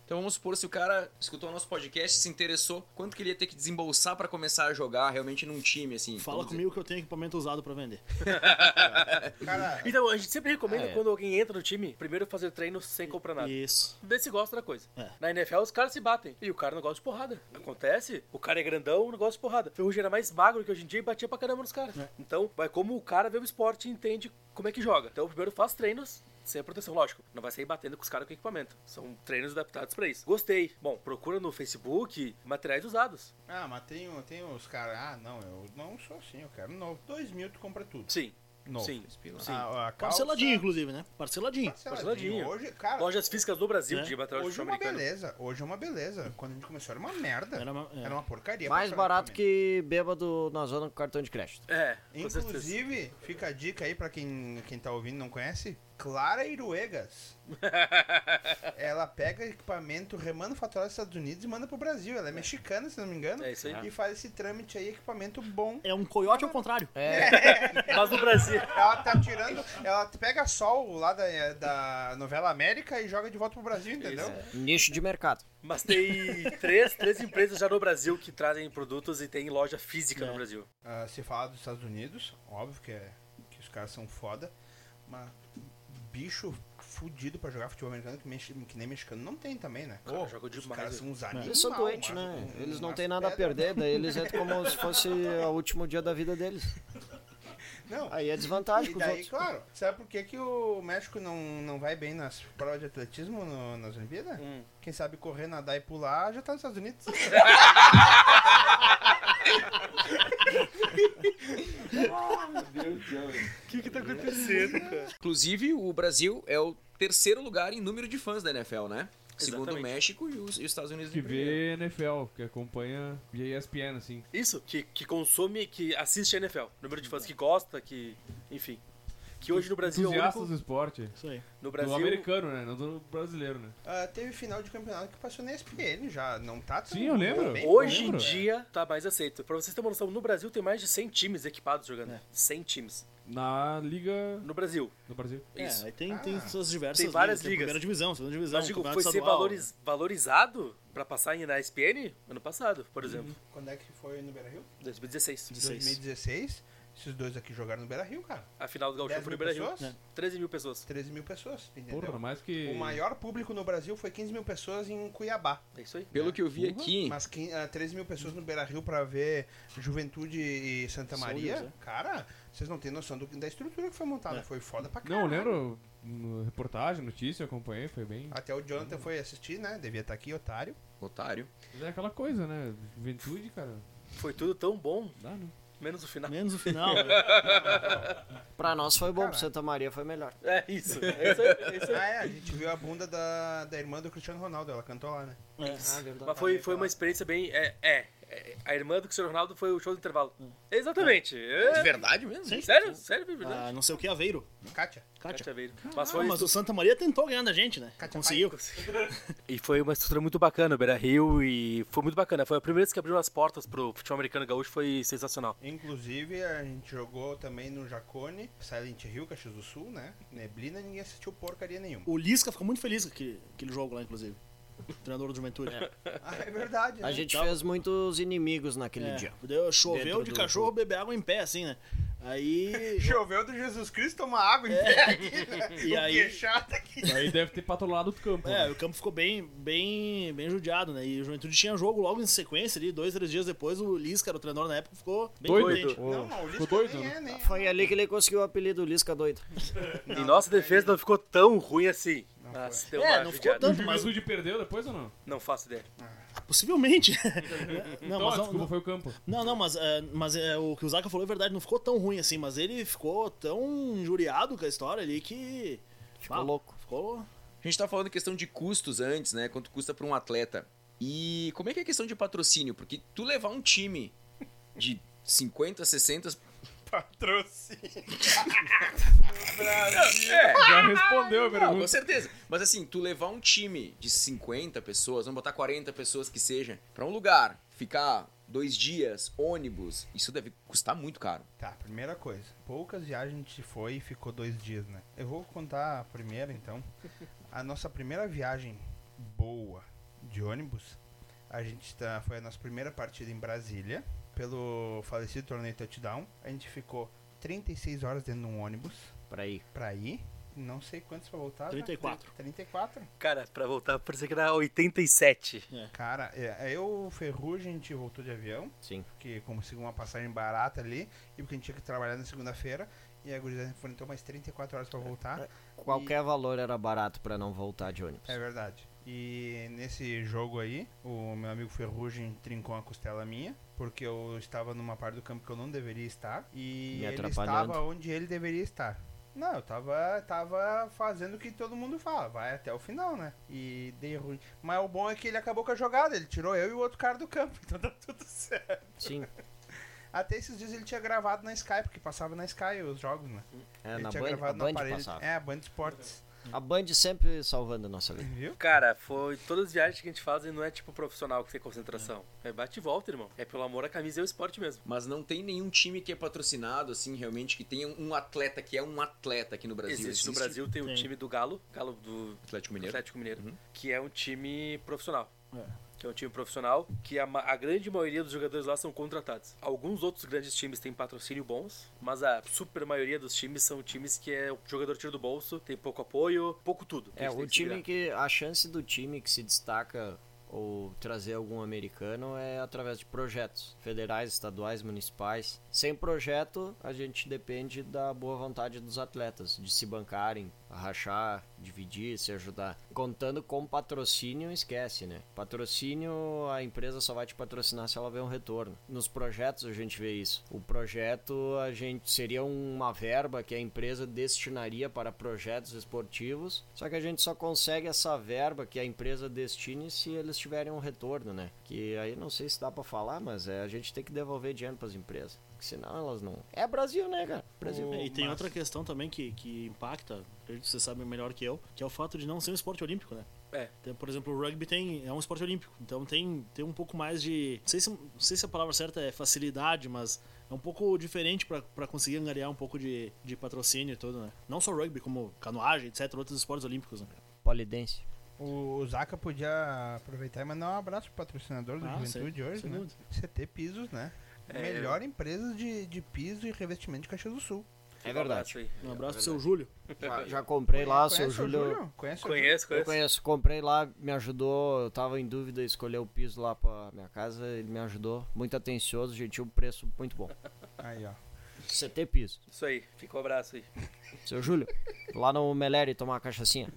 [SPEAKER 1] Então vamos supor se o cara escutou o nosso podcast, se interessou, quanto que ele ia ter que desembolsar pra começar a jogar realmente num time,
[SPEAKER 6] É.
[SPEAKER 1] assim.
[SPEAKER 5] Fala
[SPEAKER 1] vamos dizer.
[SPEAKER 5] comigo que eu tenho equipamento usado pra vender.
[SPEAKER 3] Cara,
[SPEAKER 6] Então, a gente sempre recomenda
[SPEAKER 7] Ah, é.
[SPEAKER 6] quando alguém entra no time, primeiro fazer treino sem comprar nada.
[SPEAKER 5] Isso.
[SPEAKER 6] Daí se gosta da coisa.
[SPEAKER 5] É.
[SPEAKER 6] Na NFL os caras se batem. E o cara não gosta de porrada. Acontece, o cara é grandão, não gosta de porrada. Ferrugem era mais magro que hoje em dia e batia pra caramba nos caras.
[SPEAKER 3] É.
[SPEAKER 6] Então, vai como o cara vê o esporte e entende como é que joga. Então, primeiro faz treinos. Sem proteção, lógico. Não vai sair batendo com os caras com equipamento. São treinos adaptados pra isso. Gostei. Bom, procura no Facebook materiais usados.
[SPEAKER 3] ah, mas tem, o- tem os caras, ah, não, eu não sou assim, eu quero novo. 2 mil tu compra tudo.
[SPEAKER 6] Sim.
[SPEAKER 3] Novo.
[SPEAKER 6] Sim.
[SPEAKER 1] Espila.
[SPEAKER 6] Sim.
[SPEAKER 3] A, a calça-
[SPEAKER 5] Parceladinho, inclusive, né? Parceladinho.
[SPEAKER 3] Parceladinho.
[SPEAKER 6] Parceladinho.
[SPEAKER 3] Hoje, cara,
[SPEAKER 6] Lojas físicas do Brasil
[SPEAKER 5] É.
[SPEAKER 6] de material
[SPEAKER 3] Hoje é
[SPEAKER 6] de
[SPEAKER 3] uma
[SPEAKER 6] americano.
[SPEAKER 3] beleza, hoje é uma beleza. Quando a gente começou era uma merda.
[SPEAKER 5] Era
[SPEAKER 3] Era
[SPEAKER 5] uma-
[SPEAKER 3] uma,
[SPEAKER 5] é.
[SPEAKER 3] porcaria.
[SPEAKER 7] Mais
[SPEAKER 3] pra falar
[SPEAKER 7] barato
[SPEAKER 3] também.
[SPEAKER 7] que bêbado na zona com cartão de crédito.
[SPEAKER 6] É, com certeza.
[SPEAKER 3] Inclusive, fica a dica aí pra quem, quem tá ouvindo e não conhece, Clara Iruegas. ela pega equipamento remanufaturado dos Estados Unidos e manda pro Brasil. Ela é mexicana, se não me engano.
[SPEAKER 6] É isso aí.
[SPEAKER 3] E faz esse trâmite aí, equipamento bom.
[SPEAKER 5] É um coiote ao contrário.
[SPEAKER 6] Mas no Brasil.
[SPEAKER 3] Ela tá tirando. Ela pega sol lá da, da novela América e joga de volta pro Brasil, entendeu?
[SPEAKER 7] Nicho de mercado.
[SPEAKER 6] Mas tem três, três empresas já no Brasil que trazem produtos e tem loja física
[SPEAKER 5] É.
[SPEAKER 6] no Brasil.
[SPEAKER 3] Ah, se falar dos Estados Unidos, óbvio que, é, que os caras são foda, mas bicho fudido pra jogar futebol americano que, mexi- que nem mexicano não tem também, né?
[SPEAKER 6] Cara,
[SPEAKER 3] Pô,
[SPEAKER 6] joga
[SPEAKER 3] os
[SPEAKER 6] demais,
[SPEAKER 3] caras
[SPEAKER 6] né?
[SPEAKER 3] são uns animais.
[SPEAKER 7] É. Eles são doentes,
[SPEAKER 3] umas-
[SPEAKER 7] né?
[SPEAKER 3] um-
[SPEAKER 7] Eles não
[SPEAKER 3] umas
[SPEAKER 7] têm nada a
[SPEAKER 3] pedras.
[SPEAKER 7] perder, daí eles entram como se fosse o último dia da vida deles.
[SPEAKER 3] Não.
[SPEAKER 7] Aí é desvantagem
[SPEAKER 3] E
[SPEAKER 7] com os
[SPEAKER 3] daí,
[SPEAKER 7] outros.
[SPEAKER 3] claro, sabe por que, que o México não, não vai bem nas provas de atletismo no- nas Olimpíadas?
[SPEAKER 6] Hum.
[SPEAKER 3] Quem sabe correr, nadar e pular já tá nos Estados Unidos.
[SPEAKER 6] O que que tá acontecendo,
[SPEAKER 3] Uhum.
[SPEAKER 6] cara?
[SPEAKER 1] Inclusive, o Brasil é o terceiro lugar em número de fãs da NFL, né? Segundo o
[SPEAKER 6] Exatamente.
[SPEAKER 1] México e os, e os Estados Unidos
[SPEAKER 2] Que
[SPEAKER 1] em primeiro.
[SPEAKER 2] vê NFL, que acompanha via ESPN, assim.
[SPEAKER 6] Isso, que, que consome, que assiste a NFL. Número de fãs que gosta, que. Enfim. Que hoje no Brasil é o
[SPEAKER 2] Entusiastas
[SPEAKER 6] único.
[SPEAKER 2] do esporte.
[SPEAKER 5] Isso aí.
[SPEAKER 6] No
[SPEAKER 2] Do
[SPEAKER 6] Brasil.
[SPEAKER 2] americano, né? Não do brasileiro, né?
[SPEAKER 3] Ah, teve final de campeonato que passou na ESPN já, não tá tão
[SPEAKER 2] Sim, eu lembro.
[SPEAKER 3] bem.
[SPEAKER 6] Hoje
[SPEAKER 2] Eu
[SPEAKER 6] em
[SPEAKER 2] lembro.
[SPEAKER 6] dia tá mais aceito. Pra vocês terem uma noção, no Brasil tem mais de 100 times equipados jogando. 100 times.
[SPEAKER 2] Na Liga
[SPEAKER 6] No Brasil.
[SPEAKER 2] do Brasil.
[SPEAKER 6] Isso. Ah,
[SPEAKER 5] É, aí tem, tem suas diversas
[SPEAKER 6] Tem várias
[SPEAKER 5] tem
[SPEAKER 6] ligas.
[SPEAKER 5] Primeira divisão, segunda divisão,
[SPEAKER 6] Mas digo,
[SPEAKER 5] campeonato
[SPEAKER 6] foi ser
[SPEAKER 5] estadual.
[SPEAKER 6] valoriz- valorizado pra passar na ESPN ano passado, por exemplo.
[SPEAKER 3] Quando é que foi no Beira-Rio?
[SPEAKER 6] 2016.
[SPEAKER 3] 2016. Esses dois aqui jogaram no Beira-Rio, cara.
[SPEAKER 6] A final
[SPEAKER 5] Então,
[SPEAKER 6] do Gauchão
[SPEAKER 3] 10
[SPEAKER 6] foi no
[SPEAKER 3] mil
[SPEAKER 6] Brasil.
[SPEAKER 3] pessoas?
[SPEAKER 5] É.
[SPEAKER 6] 13 mil pessoas.
[SPEAKER 3] 13 mil pessoas, entendeu?
[SPEAKER 2] Porra, mais que.
[SPEAKER 3] É, O maior público no Brasil foi 15 mil pessoas em Cuiabá.
[SPEAKER 6] É isso aí.
[SPEAKER 1] Pelo que eu vi
[SPEAKER 2] Porra,
[SPEAKER 1] aqui,
[SPEAKER 3] Mas quin- ah, 13 mil pessoas no Beira Rio pra ver Juventude e Santa
[SPEAKER 5] São
[SPEAKER 3] Maria,
[SPEAKER 5] Deus, é.
[SPEAKER 3] cara, vocês não têm noção do- da estrutura que foi montada. Foi foda pra
[SPEAKER 2] Não, né? eu
[SPEAKER 3] caralho.
[SPEAKER 2] lembro. no- Reportagem, notícia, eu acompanhei, foi bem.
[SPEAKER 3] Até o Jonathan foi assistir, né? Devia estar aqui, otário.
[SPEAKER 1] otário.
[SPEAKER 2] Mas é aquela coisa, né? Juventude, cara.
[SPEAKER 6] Foi tudo tão bom,
[SPEAKER 2] Dá, né?
[SPEAKER 6] menos o final.
[SPEAKER 5] Menos o final. né?
[SPEAKER 7] Pra nós foi bom, pra Santa Maria foi melhor.
[SPEAKER 6] É isso. É isso, aí, é isso aí.
[SPEAKER 3] Ah, é, a gente viu a bunda da, da irmã do Cristiano Ronaldo, ela cantou lá, né?
[SPEAKER 5] É.
[SPEAKER 6] Ah,
[SPEAKER 7] verdade.
[SPEAKER 6] Mas foi, foi uma experiência bem. É, é, é, a irmã do Cristiano Ronaldo foi o show do intervalo.
[SPEAKER 5] Hum.
[SPEAKER 6] Exatamente. É.
[SPEAKER 1] De verdade mesmo?
[SPEAKER 5] Sim.
[SPEAKER 6] Sério? Sério, de verdade.
[SPEAKER 5] Ah, não sei o que, Aveiro.
[SPEAKER 3] Kátia.
[SPEAKER 5] Kátia.
[SPEAKER 6] Cátia Veiro. Mas
[SPEAKER 5] Ah,
[SPEAKER 6] foi
[SPEAKER 5] mas o Santa Maria tentou ganhar da gente, né? Conseguiu.
[SPEAKER 6] E foi uma estrutura muito bacana, o Beira Rio, e foi muito bacana. Foi a primeira vez que abriu as portas pro futebol americano gaúcho, foi sensacional.
[SPEAKER 3] Inclusive, a gente jogou também no Jacone, Silent Hill, Caxias do Sul, né? Neblina, ninguém assistiu porcaria nenhuma.
[SPEAKER 5] O Lisca ficou muito feliz com aquele, aquele jogo lá, inclusive. O treinador do Juventude.
[SPEAKER 3] Ah, é verdade, né?
[SPEAKER 7] A gente fez muitos inimigos naquele
[SPEAKER 5] É,
[SPEAKER 7] dia.
[SPEAKER 5] deu- choveu
[SPEAKER 7] Dentro
[SPEAKER 5] de
[SPEAKER 7] do-
[SPEAKER 5] cachorro beber água em pé, assim, né? Aí.
[SPEAKER 3] Choveu do Jesus Cristo tomar água em pé aqui, né?
[SPEAKER 5] E
[SPEAKER 3] o
[SPEAKER 5] aí-
[SPEAKER 3] queixada aqui.
[SPEAKER 2] Aí deve ter patolado o campo.
[SPEAKER 5] É,
[SPEAKER 2] né?
[SPEAKER 5] o campo ficou bem, bem, bem judiado, né? E o Juventude tinha jogo logo em sequência ali, dois, três dias depois, o Lisca, era o treinador na época, ficou bem
[SPEAKER 2] Doido.
[SPEAKER 5] contente.
[SPEAKER 3] Não, não, o Lisca
[SPEAKER 2] doido,
[SPEAKER 3] nem
[SPEAKER 2] né?
[SPEAKER 3] é, nem é.
[SPEAKER 7] Foi ali que ele conseguiu o apelido Lisca Doido.
[SPEAKER 6] em nossa defesa não ficou tão ruim assim. Mas deu
[SPEAKER 5] É,
[SPEAKER 6] uma
[SPEAKER 5] não ficou
[SPEAKER 6] judiada.
[SPEAKER 5] tanto,
[SPEAKER 2] O
[SPEAKER 5] mas
[SPEAKER 2] Juventude perdeu depois ou não?
[SPEAKER 6] Não faço ideia.
[SPEAKER 5] possivelmente. não,
[SPEAKER 2] Então, ah,
[SPEAKER 5] mas não,
[SPEAKER 2] desculpa,
[SPEAKER 5] não,
[SPEAKER 2] foi o campo.
[SPEAKER 5] não, não, mas, é, mas é, o que o Zaka falou é verdade, não ficou tão ruim assim, mas ele ficou tão injuriado com a história ali que.
[SPEAKER 7] Ficou
[SPEAKER 5] Bah,
[SPEAKER 7] louco.
[SPEAKER 5] Ficou.
[SPEAKER 1] A gente tava falando questão de custos antes, né? Quanto custa pra um atleta. E como é que é a questão de patrocínio? Porque tu levar um time de 50, 60...
[SPEAKER 3] Patrocínio.
[SPEAKER 1] É,
[SPEAKER 2] Já respondeu a
[SPEAKER 1] Não, com
[SPEAKER 2] pergunta.
[SPEAKER 1] certeza. Mas assim, tu levar um time de 50 pessoas, vamos botar 40 pessoas que seja, pra um lugar, ficar dois dias, ônibus, isso deve custar muito caro.
[SPEAKER 3] Tá, primeira coisa. Poucas viagens a gente foi e ficou dois dias, né? Eu vou contar a primeira, então. A nossa primeira viagem boa de ônibus, a gente tá, foi a nossa primeira partida em Brasília, pelo falecido torneio Touchdown. A gente ficou 36 horas dentro de um ônibus
[SPEAKER 7] Peraí.
[SPEAKER 3] pra ir, não sei quantos pra voltar. né?
[SPEAKER 5] 34.
[SPEAKER 3] 34?
[SPEAKER 6] Cara, pra voltar, parecia que era 87.
[SPEAKER 3] Cara, é, eu, Ferrugem, a gente voltou de avião.
[SPEAKER 7] Sim.
[SPEAKER 3] que conseguiu uma passagem barata ali, e porque a gente tinha que trabalhar na segunda-feira, e a gurizada enfrentou mais 34 horas pra
[SPEAKER 7] É,
[SPEAKER 3] voltar.
[SPEAKER 7] Qualquer valor era barato pra não voltar de ônibus.
[SPEAKER 3] É verdade. E nesse jogo aí, o meu amigo Ferrugem trincou a costela minha, porque eu estava numa parte do campo que eu não deveria estar, e
[SPEAKER 7] Me
[SPEAKER 3] ele
[SPEAKER 7] atrapalhando.
[SPEAKER 3] estava onde ele deveria estar. Não, eu tava, tava fazendo o que todo mundo fala, vai até o final, né? E dei ruim. Mas o bom é que ele acabou com a jogada, ele tirou eu e o outro cara do campo, então tá tudo certo.
[SPEAKER 7] Sim.
[SPEAKER 3] Até esses dias ele tinha gravado na Sky, porque passava na Sky os jogos, né?
[SPEAKER 7] É,
[SPEAKER 3] ele
[SPEAKER 7] na
[SPEAKER 3] tinha
[SPEAKER 7] Band, a
[SPEAKER 3] gravado
[SPEAKER 7] Band
[SPEAKER 3] aparelho.
[SPEAKER 7] passava.
[SPEAKER 3] É, a Band Sports.
[SPEAKER 7] A Band sempre salvando a nossa vida.
[SPEAKER 3] Viu?
[SPEAKER 6] Cara, foi todas as viagens que a gente faz não é tipo profissional que tem concentração. É bate e volta, irmão. É pelo amor à camisa e ao esporte mesmo.
[SPEAKER 1] Mas não tem nenhum time que é patrocinado, assim, realmente, que tenha um atleta que é um atleta aqui no Brasil.
[SPEAKER 6] Existe, no Brasil tem o
[SPEAKER 5] Tem.
[SPEAKER 6] time do Galo, Galo do
[SPEAKER 1] Atlético Mineiro.
[SPEAKER 6] Atlético Mineiro, que é um time profissional. Que é um time profissional, que a, ma- a grande maioria dos jogadores lá são contratados. Alguns outros grandes times têm patrocínio bons, mas a super maioria dos times são times que é o jogador tira do bolso, tem pouco apoio, pouco tudo.
[SPEAKER 7] É,
[SPEAKER 6] Eles têm
[SPEAKER 7] o
[SPEAKER 6] que se
[SPEAKER 7] time
[SPEAKER 6] virar.
[SPEAKER 7] que. A chance do time que se destaca ou trazer algum americano é através de projetos federais, estaduais, municipais. Sem projeto, a gente depende da boa vontade dos atletas, de se bancarem, rachar, dividir, se ajudar. Contando com patrocínio, esquece, né? Patrocínio, a empresa só vai te patrocinar se ela vê um retorno. Nos projetos a gente vê isso. O projeto a gente seria um, uma verba que a empresa destinaria para projetos esportivos, só que a gente só consegue essa verba que a empresa destine se eles tiverem um retorno, né? Que aí não sei se dá para falar, mas é a gente tem que devolver dinheiro para as empresas, porque senão elas não. É Brasil, né, cara? Brasil.
[SPEAKER 5] É, e tem outra questão também que, que impacta, acredito que vocês sabem melhor que eu, que é o fato de não ser um esporte olímpico, né?
[SPEAKER 6] É.
[SPEAKER 5] Tem, por exemplo, o rugby tem, é um esporte olímpico, então tem, tem um pouco mais de. Não sei, se, não sei se a palavra certa é facilidade, mas é um pouco diferente para conseguir angariar um pouco de, de patrocínio e tudo, né? Não só rugby, como canoagem, etc., outros esportes olímpicos, né?
[SPEAKER 7] Polidense.
[SPEAKER 3] O, o Zaca podia aproveitar e mandar um abraço pro patrocinador do
[SPEAKER 5] Ah,
[SPEAKER 3] Juventude
[SPEAKER 5] sem-
[SPEAKER 3] hoje,
[SPEAKER 5] sem
[SPEAKER 3] né?
[SPEAKER 5] dúvida.
[SPEAKER 3] CT Pisos, né? Melhor empresa de, de piso e revestimento de Caxias do Sul.
[SPEAKER 7] É
[SPEAKER 6] Um abraço
[SPEAKER 7] verdade.
[SPEAKER 6] aí.
[SPEAKER 5] Um abraço pro seu Júlio.
[SPEAKER 7] Já comprei lá, seu
[SPEAKER 3] Conhece o
[SPEAKER 7] Júlio.
[SPEAKER 3] Conhece o Júlio?
[SPEAKER 6] Conheço,
[SPEAKER 7] Eu
[SPEAKER 6] conheço.
[SPEAKER 7] conheço, comprei lá, me ajudou, eu tava em dúvida em escolher o piso lá pra minha casa, ele me ajudou, muito atencioso, gentil, preço muito bom.
[SPEAKER 3] Aí, ó.
[SPEAKER 7] CT Piso.
[SPEAKER 6] Isso aí, fica o abraço aí.
[SPEAKER 7] Seu Júlio, lá no Meleri tomar uma cachaçinha.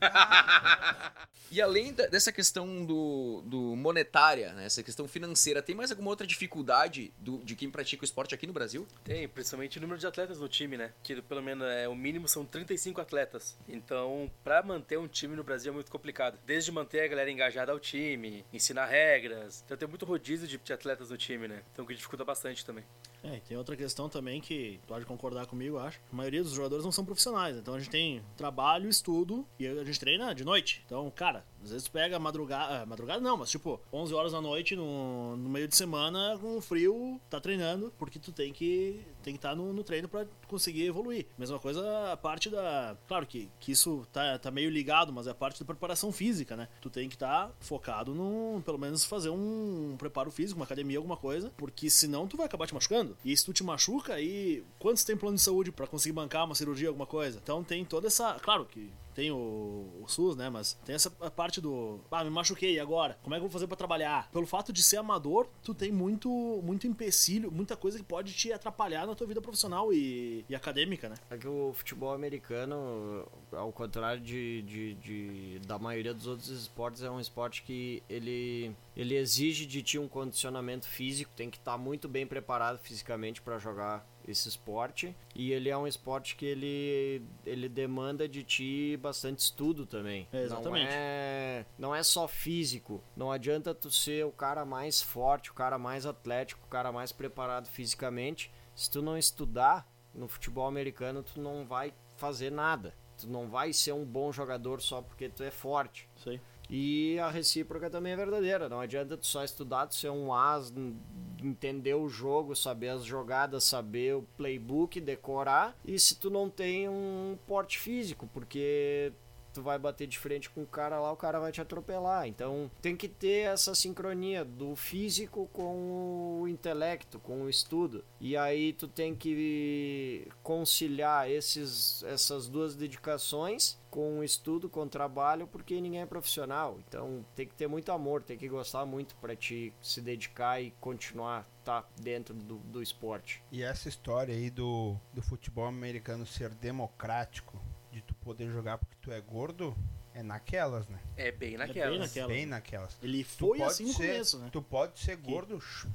[SPEAKER 1] E além da- dessa questão do, do monetária, né, essa questão financeira, tem mais alguma outra dificuldade do- de quem pratica o esporte aqui no Brasil?
[SPEAKER 6] Tem, principalmente o número de atletas no time, né? Que pelo menos é, o mínimo são 35 atletas. Então, pra manter um time no Brasil é muito complicado. Desde manter a galera engajada ao time, ensinar regras. Então tem muito rodízio de, de atletas no time, né? Então que dificulta bastante também.
[SPEAKER 5] É, e tem outra questão também que tu há de concordar comigo, eu acho. A maioria dos jogadores não são profissionais, então a gente tem trabalho, estudo e a gente treina de noite. Então, cara, às vezes tu pega madrugada, ah, madrugada não, mas tipo, 11 horas da noite no, no meio de semana com frio, tá treinando, porque tu tem que tem que estar no, no treino pra conseguir evoluir. Mesma coisa a parte da, claro que, que isso tá, tá meio ligado, mas é a parte da preparação física, né? Tu tem que estar focado num, pelo menos fazer um preparo físico, uma academia, alguma coisa, porque senão tu vai acabar te machucando. E se tu te machuca, aí quantos tem plano de saúde pra conseguir bancar uma cirurgia, alguma coisa? Então tem toda essa, claro que tem o, o SUS, né? Mas tem essa parte do. Ah, me machuquei e agora. Como é que eu vou fazer pra trabalhar? Pelo fato de ser amador, tu tem muito, muito empecilho, muita coisa que pode te atrapalhar na tua vida profissional e, e acadêmica, né?
[SPEAKER 7] É que o futebol americano, ao contrário de, de- de- da maioria dos outros esportes, é um esporte que ele, ele exige de ti um condicionamento físico, tem que estar muito bem preparado fisicamente para jogar esse esporte. E ele é um esporte que ele, ele demanda de ti bastante estudo também.
[SPEAKER 5] É, exatamente.
[SPEAKER 7] Não é, não é só físico. Não adianta tu ser o cara mais forte, o cara mais atlético, o cara mais preparado fisicamente. Se tu não estudar, no futebol americano tu não vai fazer nada. Tu não vai ser um bom jogador só porque tu é forte.
[SPEAKER 5] Isso aí.
[SPEAKER 7] E a recíproca também é verdadeira. Não adianta tu só estudar, tu ser um as, n- entender o jogo, saber as jogadas, saber o playbook, decorar. E se tu não tem um porte físico, porque tu vai bater de frente com o cara lá, o cara vai te atropelar. Então tem que ter essa sincronia do físico com o intelecto, com o estudo. E aí tu tem que conciliar esses, essas duas dedicações com o estudo, com o trabalho, porque ninguém é profissional. Então tem que ter muito amor, tem que gostar muito para te se dedicar e continuar tá dentro do, do esporte.
[SPEAKER 3] E essa história aí do, do futebol americano ser democrático, de tu poder jogar porque tu é gordo, é naquelas, né?
[SPEAKER 6] É bem
[SPEAKER 5] É
[SPEAKER 6] naquelas.
[SPEAKER 5] bem naquela.
[SPEAKER 3] Bem naquelas.
[SPEAKER 5] Ele
[SPEAKER 3] Tu
[SPEAKER 5] foi
[SPEAKER 3] pode
[SPEAKER 5] assim no
[SPEAKER 3] ser-
[SPEAKER 5] começo, né?
[SPEAKER 3] Tu pode ser gordo, sh-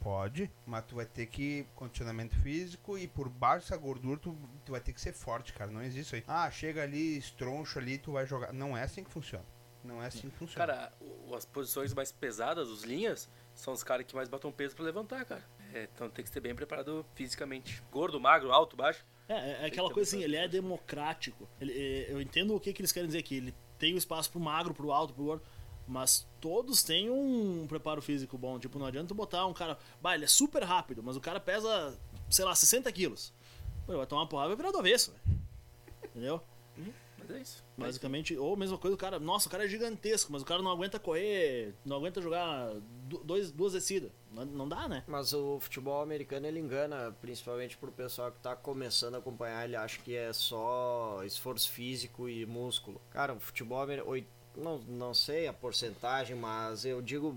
[SPEAKER 3] pode, mas tu vai ter que condicionamento físico e por baixo dessa gordura tu, tu vai ter que ser forte, cara. Não existe isso aí. Ah, chega ali, estroncho ali, tu vai jogar. Não é assim que funciona. Não é assim que funciona.
[SPEAKER 6] Cara, o- as posições mais pesadas, os linhas, são os caras que mais botam peso pra levantar, cara. É, então tem que ser bem preparado fisicamente. Gordo, magro, alto, baixo.
[SPEAKER 5] É, É, é aquela
[SPEAKER 6] que ter
[SPEAKER 5] coisa assim,
[SPEAKER 6] bastante
[SPEAKER 5] ele é democrático. Ele- é, eu entendo o que, que eles querem dizer aqui. Ele tem o espaço pro magro, pro alto, pro gordo. Mas todos têm um preparo físico bom. Tipo, não adianta tu botar um cara. Bah, ele é super rápido, mas o cara pesa, sei lá, 60 quilos. Pô, ele vai tomar uma porrada e vai virar do avesso, velho. Entendeu?
[SPEAKER 6] Mas é isso.
[SPEAKER 5] Basicamente, ou mesma coisa, o cara. Nossa, o cara é gigantesco, mas o cara não aguenta correr, não aguenta jogar du- dois, duas descidas. Não, não dá, né?
[SPEAKER 7] Mas o futebol americano ele engana, principalmente pro pessoal que tá começando a acompanhar, ele acha que é só esforço físico e músculo. Cara, o futebol americano, não, não sei a porcentagem, mas eu digo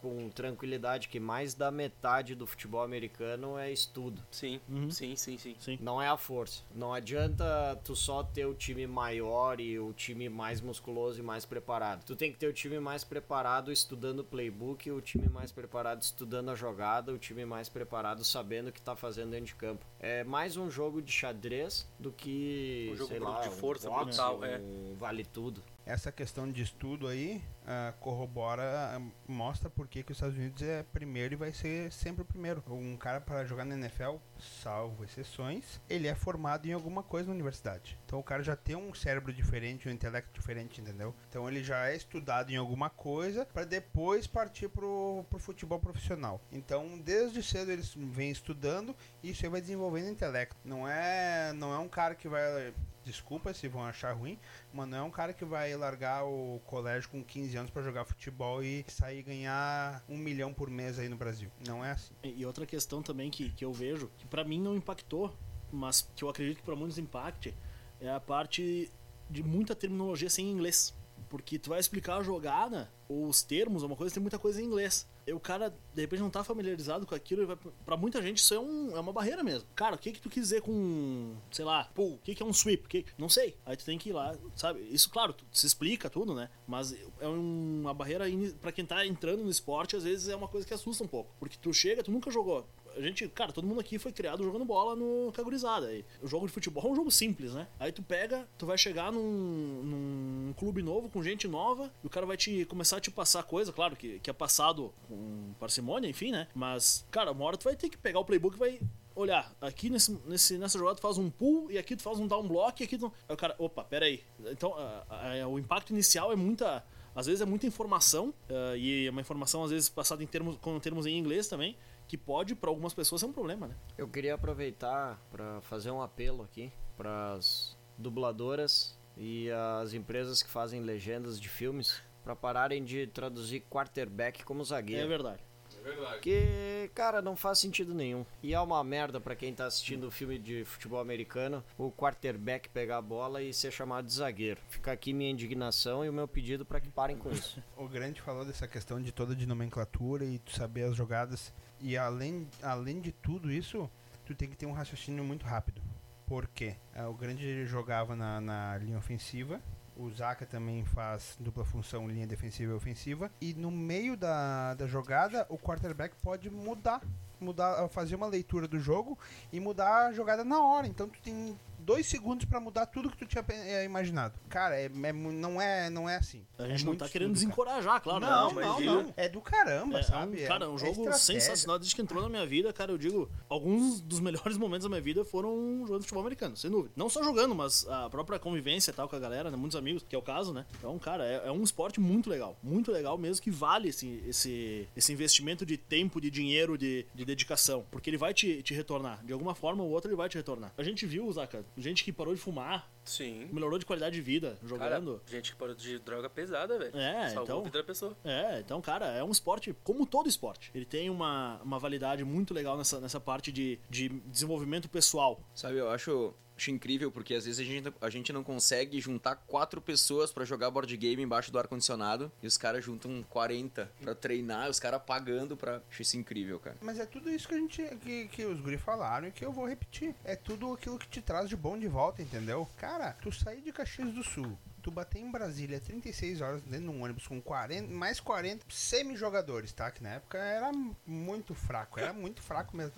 [SPEAKER 7] com tranquilidade que mais da metade do futebol americano é estudo.
[SPEAKER 6] Sim, sim, sim, sim.
[SPEAKER 7] Não é a força. Não adianta tu só ter o time maior e o time mais musculoso e mais preparado. Tu tem que ter o time mais preparado estudando o playbook, o time mais preparado estudando a jogada, o time mais preparado sabendo o que tá fazendo dentro de campo. É mais um jogo de xadrez do que,
[SPEAKER 6] Um jogo
[SPEAKER 7] sei
[SPEAKER 6] bruto
[SPEAKER 7] lá,
[SPEAKER 6] de força,
[SPEAKER 7] um boxe,
[SPEAKER 6] brutal, é.
[SPEAKER 7] um vale tudo.
[SPEAKER 3] Essa questão de estudo aí ah, corrobora, ah, mostra por que que os Estados Unidos é primeiro e vai ser sempre o primeiro. Um cara para jogar na NFL, salvo exceções, ele é formado em alguma coisa na universidade. Então o cara já tem um cérebro diferente, um intelecto diferente, entendeu? Então ele já é estudado em alguma coisa para depois partir pro, pro futebol profissional. Então desde cedo eles vêm estudando e isso aí vai desenvolvendo intelecto. Não é, não é um cara que vai Desculpa se vão achar ruim, mas não é um cara que vai largar o colégio com 15 anos pra jogar futebol e sair e ganhar um milhão por mês aí no Brasil. Não é assim.
[SPEAKER 5] E e outra questão também que, que eu vejo, que pra mim não impactou, mas que eu acredito que pra muitos impacte, é a parte de muita terminologia sem inglês. Porque tu vai explicar a jogada, ou os termos, alguma coisa, tem muita coisa em inglês. E o cara de repente não tá familiarizado com aquilo, e vai, pra muita gente isso é, um, é uma barreira mesmo. Cara, o que que tu quis dizer com, sei lá, pull? O que que é um sweep? O Que, não sei. Aí tu tem que ir lá, sabe? Isso, claro, tu, se explica tudo, né? Mas é uma barreira ini- pra quem tá entrando no esporte, às vezes é uma coisa que assusta um pouco. Porque tu chega, tu nunca jogou. A gente, cara, todo mundo aqui foi criado jogando bola no cagurizada. aí. O jogo de futebol é um jogo simples, né? Aí tu pega, tu vai chegar num, num clube novo, com gente nova, e o cara vai te começar a te passar coisa, claro, que, que é passado com parcimônia, enfim, né? Mas, cara, uma hora tu vai ter que pegar o playbook e vai. Olhar, aqui nesse, nesse, nessa jogada tu faz um pull e aqui tu faz um down block e aqui tu. Aí o cara, opa, peraí. Então, a- a- o impacto inicial é muita. Às vezes é muita informação, ah, e é uma informação às vezes passada em termos, com termos em inglês também, que pode, para algumas pessoas, ser um problema, né?
[SPEAKER 7] Eu queria aproveitar para fazer um apelo aqui para as dubladoras e as empresas que fazem legendas de filmes para pararem de traduzir quarterback como
[SPEAKER 5] É
[SPEAKER 7] zagueiro.
[SPEAKER 5] verdade.
[SPEAKER 2] É verdade.
[SPEAKER 7] Porque, cara, não faz sentido nenhum. E é uma merda pra quem tá assistindo o filme de futebol americano, o quarterback pegar a bola e ser chamado de zagueiro. Fica aqui minha indignação e o meu pedido pra que parem com isso.
[SPEAKER 3] O Grande falou dessa questão de toda de nomenclatura e tu saber as jogadas. E além, além de tudo isso, tu tem que ter um raciocínio muito rápido. Por quê? Ah, O Grande jogava na, na linha ofensiva. O Zaka também faz dupla função, linha defensiva e ofensiva. E no meio da, da jogada, o quarterback pode mudar, mudar, fazer uma leitura do jogo e mudar a jogada na hora. Então tu tem dois segundos pra mudar tudo que tu tinha eh, imaginado. Cara, é- é mu- não, é, não é assim.
[SPEAKER 5] A
[SPEAKER 3] É
[SPEAKER 5] gente não
[SPEAKER 3] muito
[SPEAKER 5] tá querendo
[SPEAKER 3] estudo, cara.
[SPEAKER 5] desencorajar, claro. né?
[SPEAKER 3] Não,
[SPEAKER 5] Mas
[SPEAKER 3] não,
[SPEAKER 5] ele-
[SPEAKER 3] não. É do caramba,
[SPEAKER 5] É,
[SPEAKER 3] sabe?
[SPEAKER 5] é um, cara, é um jogo
[SPEAKER 3] estratégia.
[SPEAKER 5] sensacional. Desde que entrou na minha vida, cara, eu digo, alguns dos melhores momentos da minha vida foram jogando futebol americano, sem dúvida. Não só jogando, mas a própria convivência e tal com a galera, né, muitos amigos, que é o caso, né? Então, cara, é, é um esporte muito legal. Muito legal mesmo, que vale esse, esse, esse investimento de tempo, de dinheiro, de, de dedicação. Porque ele vai te, te retornar. De alguma forma ou outra, ele vai te retornar. A gente viu, Zaca, gente que parou de fumar,
[SPEAKER 6] Sim.
[SPEAKER 5] melhorou de qualidade de vida
[SPEAKER 6] Cara,
[SPEAKER 5] jogando.
[SPEAKER 6] gente que parou de droga pesada, velho.
[SPEAKER 5] É,
[SPEAKER 6] Salvou
[SPEAKER 5] então-
[SPEAKER 6] a vida da pessoa.
[SPEAKER 5] É, então, cara, é um esporte como todo esporte. Ele tem uma, uma validade muito legal nessa, nessa parte de, de desenvolvimento pessoal.
[SPEAKER 1] Sabe, eu acho, acho incrível porque às vezes a gente, a gente não consegue juntar quatro pessoas pra jogar board game embaixo do ar-condicionado e os caras juntam 40 pra treinar, os caras pagando pra. Acho isso incrível, cara.
[SPEAKER 3] Mas é tudo isso que a gente que, que os guri falaram e que eu vou repetir. É tudo aquilo que te traz de bom de volta, entendeu? Cara, tu sair de Caxias do Sul, tu bater em Brasília 36 horas dentro de um ônibus com 40, mais 40 semi-jogadores, tá? Que na época era muito fraco, era muito fraco mesmo.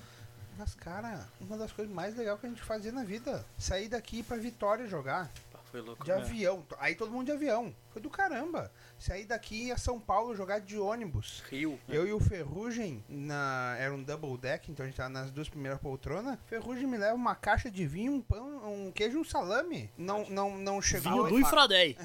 [SPEAKER 3] Mas, cara, uma das coisas mais legais que a gente fazia na vida. Sair daqui pra Vitória jogar.
[SPEAKER 6] Pá, Foi louco. né?
[SPEAKER 3] De
[SPEAKER 5] né?
[SPEAKER 3] avião. Aí todo mundo de avião. Foi do caramba. Sair daqui a São Paulo jogar de ônibus.
[SPEAKER 6] Rio.
[SPEAKER 3] Eu e o Ferrugem, na, era um double deck, então a gente tava nas duas primeiras poltronas. Ferrugem me leva uma caixa de vinho, um pão, um queijo e um salame. Não, não, não chegou.
[SPEAKER 5] Vinho do Infradei.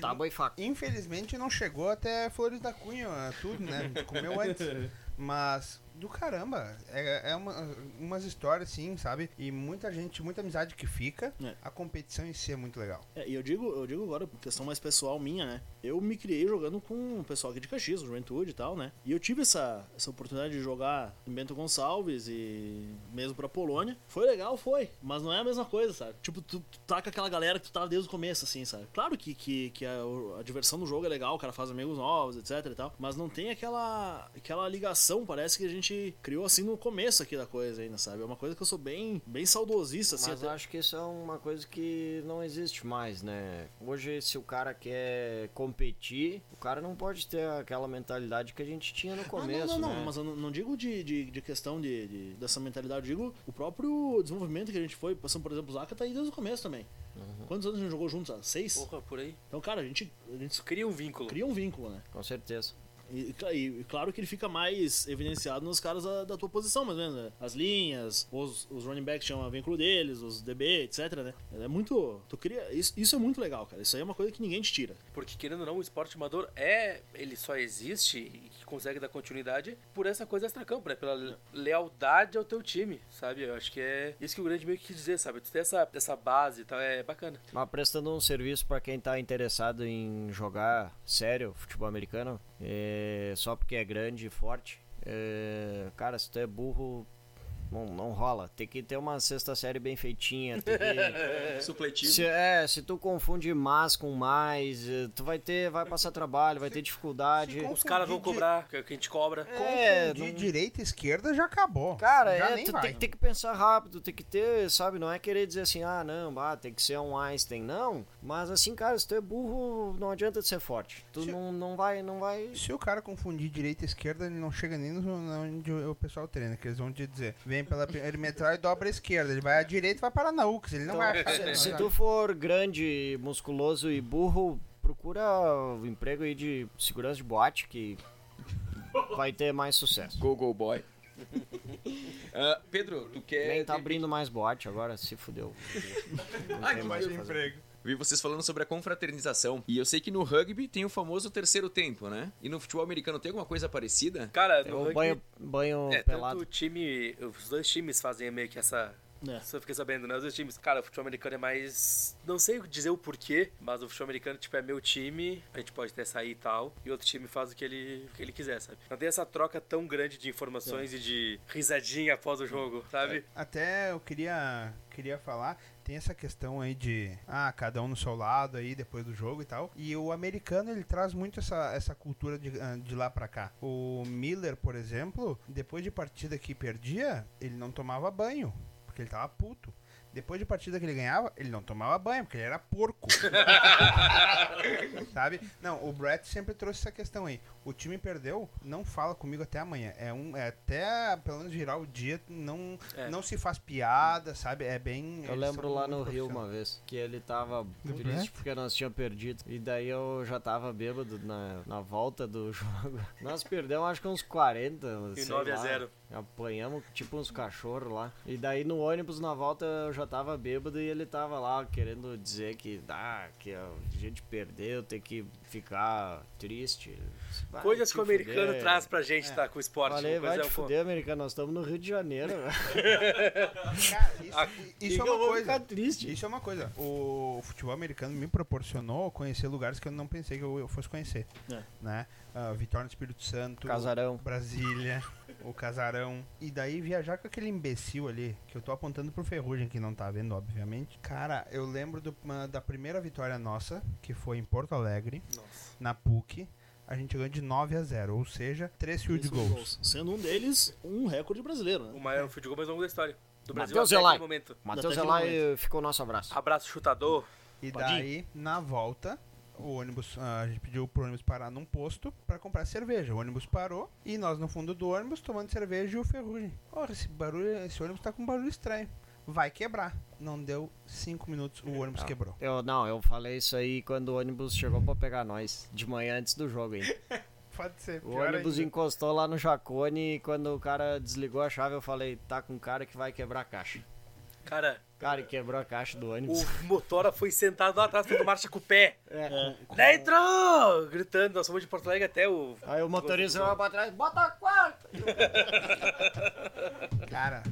[SPEAKER 7] Tábua e faca.
[SPEAKER 3] Infelizmente não chegou até Flores da Cunha, tudo, né? A gente Comeu antes. Mas, do caramba, é, é uma, umas histórias, sim, sabe? E muita gente, muita amizade que fica.
[SPEAKER 5] É.
[SPEAKER 3] A competição em si é muito legal.
[SPEAKER 5] É, e eu digo, eu digo agora, questão mais pessoal minha, né? Eu me criei jogando com o pessoal aqui de Caxias, juventude e tal, né? E eu tive essa, essa oportunidade de jogar em Bento Gonçalves e mesmo pra Polônia. Foi legal, foi. Mas não é a mesma coisa, sabe? Tipo, tu, tu tá com aquela galera que tu tá desde o começo, assim, sabe? Claro que, que, que a, o- a diversão do jogo é legal, o cara faz amigos novos, etc e tal. Mas não tem aquela, aquela ligação, parece que a gente criou assim no começo aqui da coisa ainda, sabe? É uma coisa que eu sou bem, bem saudosista, assim.
[SPEAKER 7] Mas
[SPEAKER 5] até-
[SPEAKER 7] acho que isso é uma coisa que não existe mais, né? Hoje, se o cara quer competir, o cara não pode ter aquela mentalidade que a gente tinha no
[SPEAKER 5] Ah,
[SPEAKER 7] começo,
[SPEAKER 5] não, não,
[SPEAKER 7] né?
[SPEAKER 5] não, mas eu não, não digo de, de, de questão de, de- dessa mentalidade, eu digo o próprio desenvolvimento que a gente foi, passando, por exemplo, o Zaka tá aí desde o começo também. Quantos anos a gente jogou juntos? Ah, seis?
[SPEAKER 6] Porra, por aí.
[SPEAKER 5] Então, cara, a gente, a gente
[SPEAKER 6] Cria um vínculo.
[SPEAKER 5] cria um vínculo, né?
[SPEAKER 7] Com certeza.
[SPEAKER 5] E, e- e claro que ele fica mais evidenciado nos caras da, da tua posição, mais ou menos, né? As linhas, os, os running backs tinham a vínculo deles, os DB, etc, né? É muito... Tu cria... Isso, isso é muito legal, cara. Isso aí é uma coisa que ninguém te tira.
[SPEAKER 6] Porque querendo ou não, o esporte amador é. Ele só existe e que consegue dar continuidade por essa coisa extracampo, né? Pela le- lealdade ao teu time, sabe? Eu acho que é isso que o grande meio que quis dizer, sabe? Tu ter essa, essa base e tal, é bacana.
[SPEAKER 7] Mas prestando um serviço pra quem tá interessado em jogar sério futebol americano, é, só porque é grande e forte, é, cara, se tu é burro, Não, não rola. Tem que ter uma sexta série bem feitinha. Tem que...
[SPEAKER 1] Supletivo.
[SPEAKER 7] se, é, se tu confunde mas com mais, eh, tu vai ter, vai passar trabalho, vai ter dificuldade.
[SPEAKER 3] confundir
[SPEAKER 6] Os caras vão
[SPEAKER 3] de-
[SPEAKER 6] cobrar, que é o que a gente cobra.
[SPEAKER 7] É,
[SPEAKER 3] Confundir
[SPEAKER 7] não-
[SPEAKER 3] direita e esquerda já acabou.
[SPEAKER 7] Cara,
[SPEAKER 3] já
[SPEAKER 7] é,
[SPEAKER 3] nem
[SPEAKER 7] tu
[SPEAKER 3] vai.
[SPEAKER 7] tem, tem que pensar rápido, tem que ter, sabe? Não é querer dizer assim, ah, não, bah, tem que ser um Einstein, não. Mas assim, cara, se tu é burro, não adianta tu ser forte. Tu
[SPEAKER 3] Se-
[SPEAKER 7] não, não vai, não vai.
[SPEAKER 3] Se o cara confundir direita e esquerda, ele não chega nem no, na onde o pessoal treina, que eles vão te dizer, vem pela perimetral e dobra a esquerda, ele vai à direita e vai para na UX, ele não
[SPEAKER 7] Então,
[SPEAKER 3] vai
[SPEAKER 7] se,
[SPEAKER 3] achar.
[SPEAKER 7] se tu for grande, musculoso e burro, procura o emprego aí de segurança de boate que vai ter mais sucesso.
[SPEAKER 1] Go, go, boy. Ah, Pedro, tu quer.
[SPEAKER 7] Nem tá abrindo mais boate agora, se fudeu. Não
[SPEAKER 1] Ah,
[SPEAKER 7] tem
[SPEAKER 1] que
[SPEAKER 7] mais o que fazer.
[SPEAKER 1] Vi vocês falando sobre a confraternização. E eu sei que no rugby tem o famoso terceiro tempo, né? E no futebol americano tem alguma coisa parecida?
[SPEAKER 6] Cara,
[SPEAKER 7] É
[SPEAKER 5] um
[SPEAKER 6] no
[SPEAKER 7] o
[SPEAKER 6] rugby-
[SPEAKER 7] banho, banho
[SPEAKER 6] É, tanto
[SPEAKER 7] pelado.
[SPEAKER 6] o time. Os dois times fazem meio que essa.
[SPEAKER 5] É.
[SPEAKER 6] Isso eu fiquei sabendo, né? Os dois times. Cara, o futebol americano é mais. Não sei dizer o porquê, mas o futebol americano, tipo, é meu time, a gente pode até sair e tal, e outro time faz o que ele, o que ele quiser, sabe? Não tem essa troca tão grande de
[SPEAKER 7] É.
[SPEAKER 6] informações e de risadinha após o jogo, sabe?
[SPEAKER 3] Até eu queria, queria falar, tem essa questão aí de, ah, cada um no seu lado aí, depois do jogo e tal. E o americano, ele traz muito essa, essa cultura de, ah, de lá pra cá. O Miller, por exemplo, depois de partida que perdia, ele não tomava banho, porque ele tava puto. Depois de partida que ele ganhava, ele não tomava banho, porque ele era porco. Sabe? Não, o Brett sempre trouxe essa questão aí. O time perdeu, não fala comigo até amanhã. É um, é até pelo menos virar o dia, não,
[SPEAKER 6] É.
[SPEAKER 3] não se faz piada, sabe? É bem.
[SPEAKER 7] Eu
[SPEAKER 3] eles
[SPEAKER 7] lembro
[SPEAKER 3] são
[SPEAKER 7] lá
[SPEAKER 3] muito
[SPEAKER 7] no Rio uma
[SPEAKER 3] profissionais.
[SPEAKER 7] vez que ele tava
[SPEAKER 3] Do
[SPEAKER 7] triste
[SPEAKER 3] Brett?
[SPEAKER 7] porque nós tínhamos perdido. E daí eu já tava bêbado na, na volta do jogo. Nós perdemos acho que uns 40.
[SPEAKER 6] E
[SPEAKER 7] sei
[SPEAKER 6] 9 a
[SPEAKER 7] lá.
[SPEAKER 6] 0.
[SPEAKER 7] Apanhamos tipo uns cachorros lá. E daí no ônibus na volta eu já tava bêbado e ele tava lá querendo dizer que, ah, que a gente perdeu, tem que ficar triste. Vai
[SPEAKER 6] Coisas
[SPEAKER 7] te
[SPEAKER 6] que o americano
[SPEAKER 7] fuder.
[SPEAKER 6] traz pra gente, tá? Com o esporte.
[SPEAKER 7] Falei,
[SPEAKER 6] Uma coisa
[SPEAKER 7] vai te
[SPEAKER 6] é um ponto.
[SPEAKER 7] fuder, americano. Nós estamos no Rio de Janeiro.
[SPEAKER 3] Cara, isso,
[SPEAKER 6] Ah,
[SPEAKER 3] isso é
[SPEAKER 7] eu
[SPEAKER 3] uma
[SPEAKER 7] vou ficar
[SPEAKER 3] coisa.
[SPEAKER 7] triste.
[SPEAKER 3] Isso é uma coisa. O futebol americano me proporcionou conhecer lugares que eu não pensei que eu, eu fosse conhecer.
[SPEAKER 5] É.
[SPEAKER 3] Né? Ah, Vitória no Espírito Santo.
[SPEAKER 7] Casarão.
[SPEAKER 3] Brasília, o casarão. E daí viajar com aquele imbecil ali, que eu tô apontando pro Ferrugem, que não tá vendo, obviamente. Cara, eu lembro do- uma- da primeira vitória nossa, que foi em Porto Alegre,
[SPEAKER 6] Nossa.
[SPEAKER 3] na PUC. A gente ganhou de 9 a 0, ou seja, 3 field
[SPEAKER 5] Esses
[SPEAKER 3] goals.
[SPEAKER 5] Sendo um deles um recorde brasileiro, né?
[SPEAKER 6] O
[SPEAKER 7] É.
[SPEAKER 6] maior field goal mais longo da história. Do Brasil
[SPEAKER 7] Matheus
[SPEAKER 6] até aquele
[SPEAKER 7] Elai.
[SPEAKER 6] momento.
[SPEAKER 7] Matheus
[SPEAKER 5] Até
[SPEAKER 7] é
[SPEAKER 5] que
[SPEAKER 7] lá
[SPEAKER 5] momento.
[SPEAKER 7] e ficou o nosso abraço.
[SPEAKER 6] Abraço chutador.
[SPEAKER 3] E
[SPEAKER 5] Padinho.
[SPEAKER 3] daí, na volta, o ônibus, ah, a gente pediu pro ônibus parar num posto pra comprar cerveja. O ônibus parou e nós no fundo do ônibus tomando cerveja e o ferrugem. Ó, esse barulho, esse ônibus tá com um barulho estranho. Vai quebrar. Não deu cinco minutos, o ônibus quebrou.
[SPEAKER 7] Eu não, eu falei isso aí quando o ônibus chegou pra pegar nós, de manhã antes do jogo ainda.
[SPEAKER 3] Pode ser.
[SPEAKER 7] O ônibus encostou lá no Jacone e quando o cara desligou a chave, eu falei, tá com cara que vai quebrar a caixa.
[SPEAKER 6] Cara,
[SPEAKER 7] Cara, e quebrou a caixa do ônibus.
[SPEAKER 6] o motora foi sentado lá atrás, fazendo marcha com o pé.
[SPEAKER 7] É.
[SPEAKER 6] Dentro! Gritando, nós fomos de Porto Alegre até o.
[SPEAKER 7] Aí o motorista olhou pra trás, bota a quarta!
[SPEAKER 3] Cara.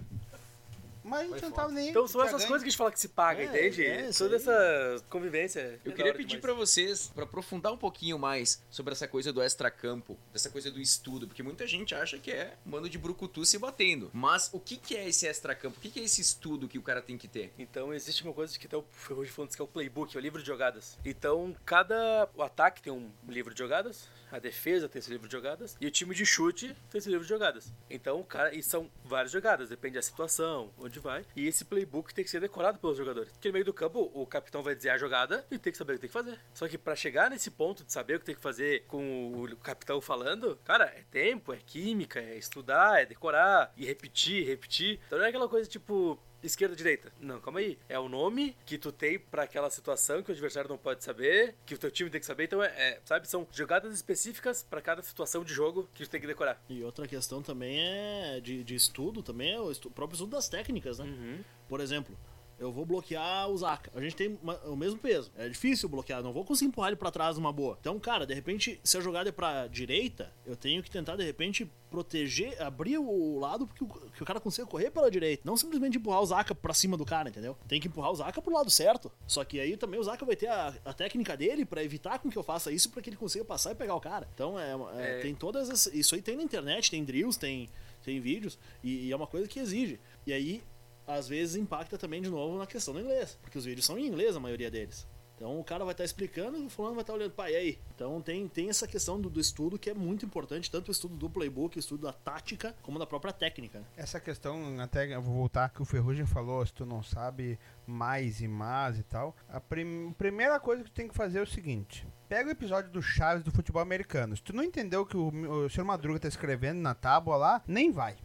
[SPEAKER 3] Mas a gente não tava nem.
[SPEAKER 6] Então são
[SPEAKER 3] tinha
[SPEAKER 6] essas
[SPEAKER 3] ganho.
[SPEAKER 6] coisas que a gente fala que se paga,
[SPEAKER 7] tá É,
[SPEAKER 6] entende?
[SPEAKER 7] é, isso
[SPEAKER 6] Toda
[SPEAKER 7] aí.
[SPEAKER 6] essa convivência.
[SPEAKER 1] Eu queria pedir pra vocês pra aprofundar um pouquinho mais sobre essa coisa do extracampo, dessa coisa do estudo, porque muita gente acha que é um bando de brucutu se batendo. Mas o que que é esse extracampo? O que que é esse estudo que o cara tem que ter?
[SPEAKER 6] Então existe uma coisa que até o Ferrugem falando que é o playbook, é o livro de jogadas. Então cada o ataque tem um livro de jogadas, a defesa tem esse livro de jogadas e o time de chute tem esse livro de jogadas. Então, cara, e são várias jogadas, depende da situação, onde vai. E esse playbook tem que ser decorado pelos jogadores. Porque no meio do campo o capitão vai dizer a jogada e tem que saber o que tem que fazer. Só que pra chegar nesse ponto de saber o que tem que fazer com o capitão falando, cara, é tempo, é química, é estudar, é decorar e repetir, repetir. Então não é aquela coisa tipo Esquerda, direita. Não, calma aí. É o nome que tu tem pra aquela situação que o adversário não pode saber, que o teu time tem que saber. Então, é, é, sabe, são jogadas específicas pra cada situação de jogo que tu tem que decorar.
[SPEAKER 5] E outra questão também é de, de estudo, também é o estu- próprio estudo das técnicas, né? Por exemplo, eu vou bloquear o Zaka. A gente tem ma- o mesmo peso. É difícil bloquear, não vou conseguir empurrar ele pra trás numa boa. Então, cara, de repente, se a jogada é pra direita, eu tenho que tentar, de repente, proteger, abrir o lado porque o, que o cara consiga correr pela direita. Não simplesmente empurrar o Zaka pra cima do cara, entendeu? Tem que empurrar o Zaka pro lado certo. Só que aí também o Zaka vai ter a, a técnica dele pra evitar com que eu faça isso pra que ele consiga passar e pegar o cara. Então, é, é- tem todas essas. Isso aí tem na internet, tem drills, tem. tem vídeos, e, e é uma coisa que exige. E aí, às vezes, impacta também de novo na questão do inglês, porque os vídeos são em inglês, a maioria deles. Então o cara vai estar explicando e o fulano vai estar olhando, pai, e aí? Então tem, tem essa questão do, do estudo que é muito importante, tanto o estudo do playbook, o estudo da tática, como da própria técnica. né?
[SPEAKER 3] Essa questão, até eu vou voltar que o Ferrugem falou, se tu não sabe mais e mais e tal. A prim- primeira coisa que tu tem que fazer é o seguinte: pega o episódio do Chaves do futebol americano. Se tu não entendeu o que o, o senhor Madruga tá escrevendo na tábua lá, nem vai.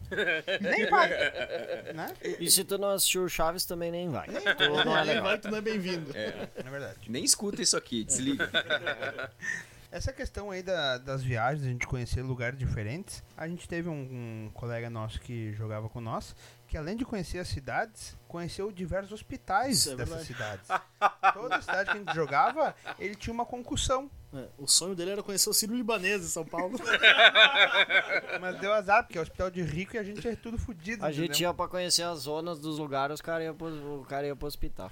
[SPEAKER 3] nem vai. né?
[SPEAKER 7] E se tu não assistiu o Chaves, também nem vai.
[SPEAKER 5] Tu não é legal, tu não é bem-vindo.
[SPEAKER 3] Na É verdade.
[SPEAKER 1] Nem escuta isso aqui, desliga.
[SPEAKER 3] Essa questão aí da- das viagens, a gente conhecer lugares diferentes. A gente teve um, um colega nosso que jogava com nós, que além de conhecer as cidades, conheceu diversos hospitais
[SPEAKER 5] Isso é
[SPEAKER 3] dessas
[SPEAKER 5] verdade.
[SPEAKER 3] cidades. Toda cidade que a gente jogava, ele tinha uma concussão.
[SPEAKER 5] É, O sonho dele era conhecer o Ciro Libanês em São Paulo.
[SPEAKER 3] Mas deu azar, porque é hospital de rico e a gente é tudo fudido.
[SPEAKER 7] A
[SPEAKER 3] entendeu?
[SPEAKER 7] gente ia pra conhecer as zonas dos lugares, os cara ia pro- o cara ia pro hospital.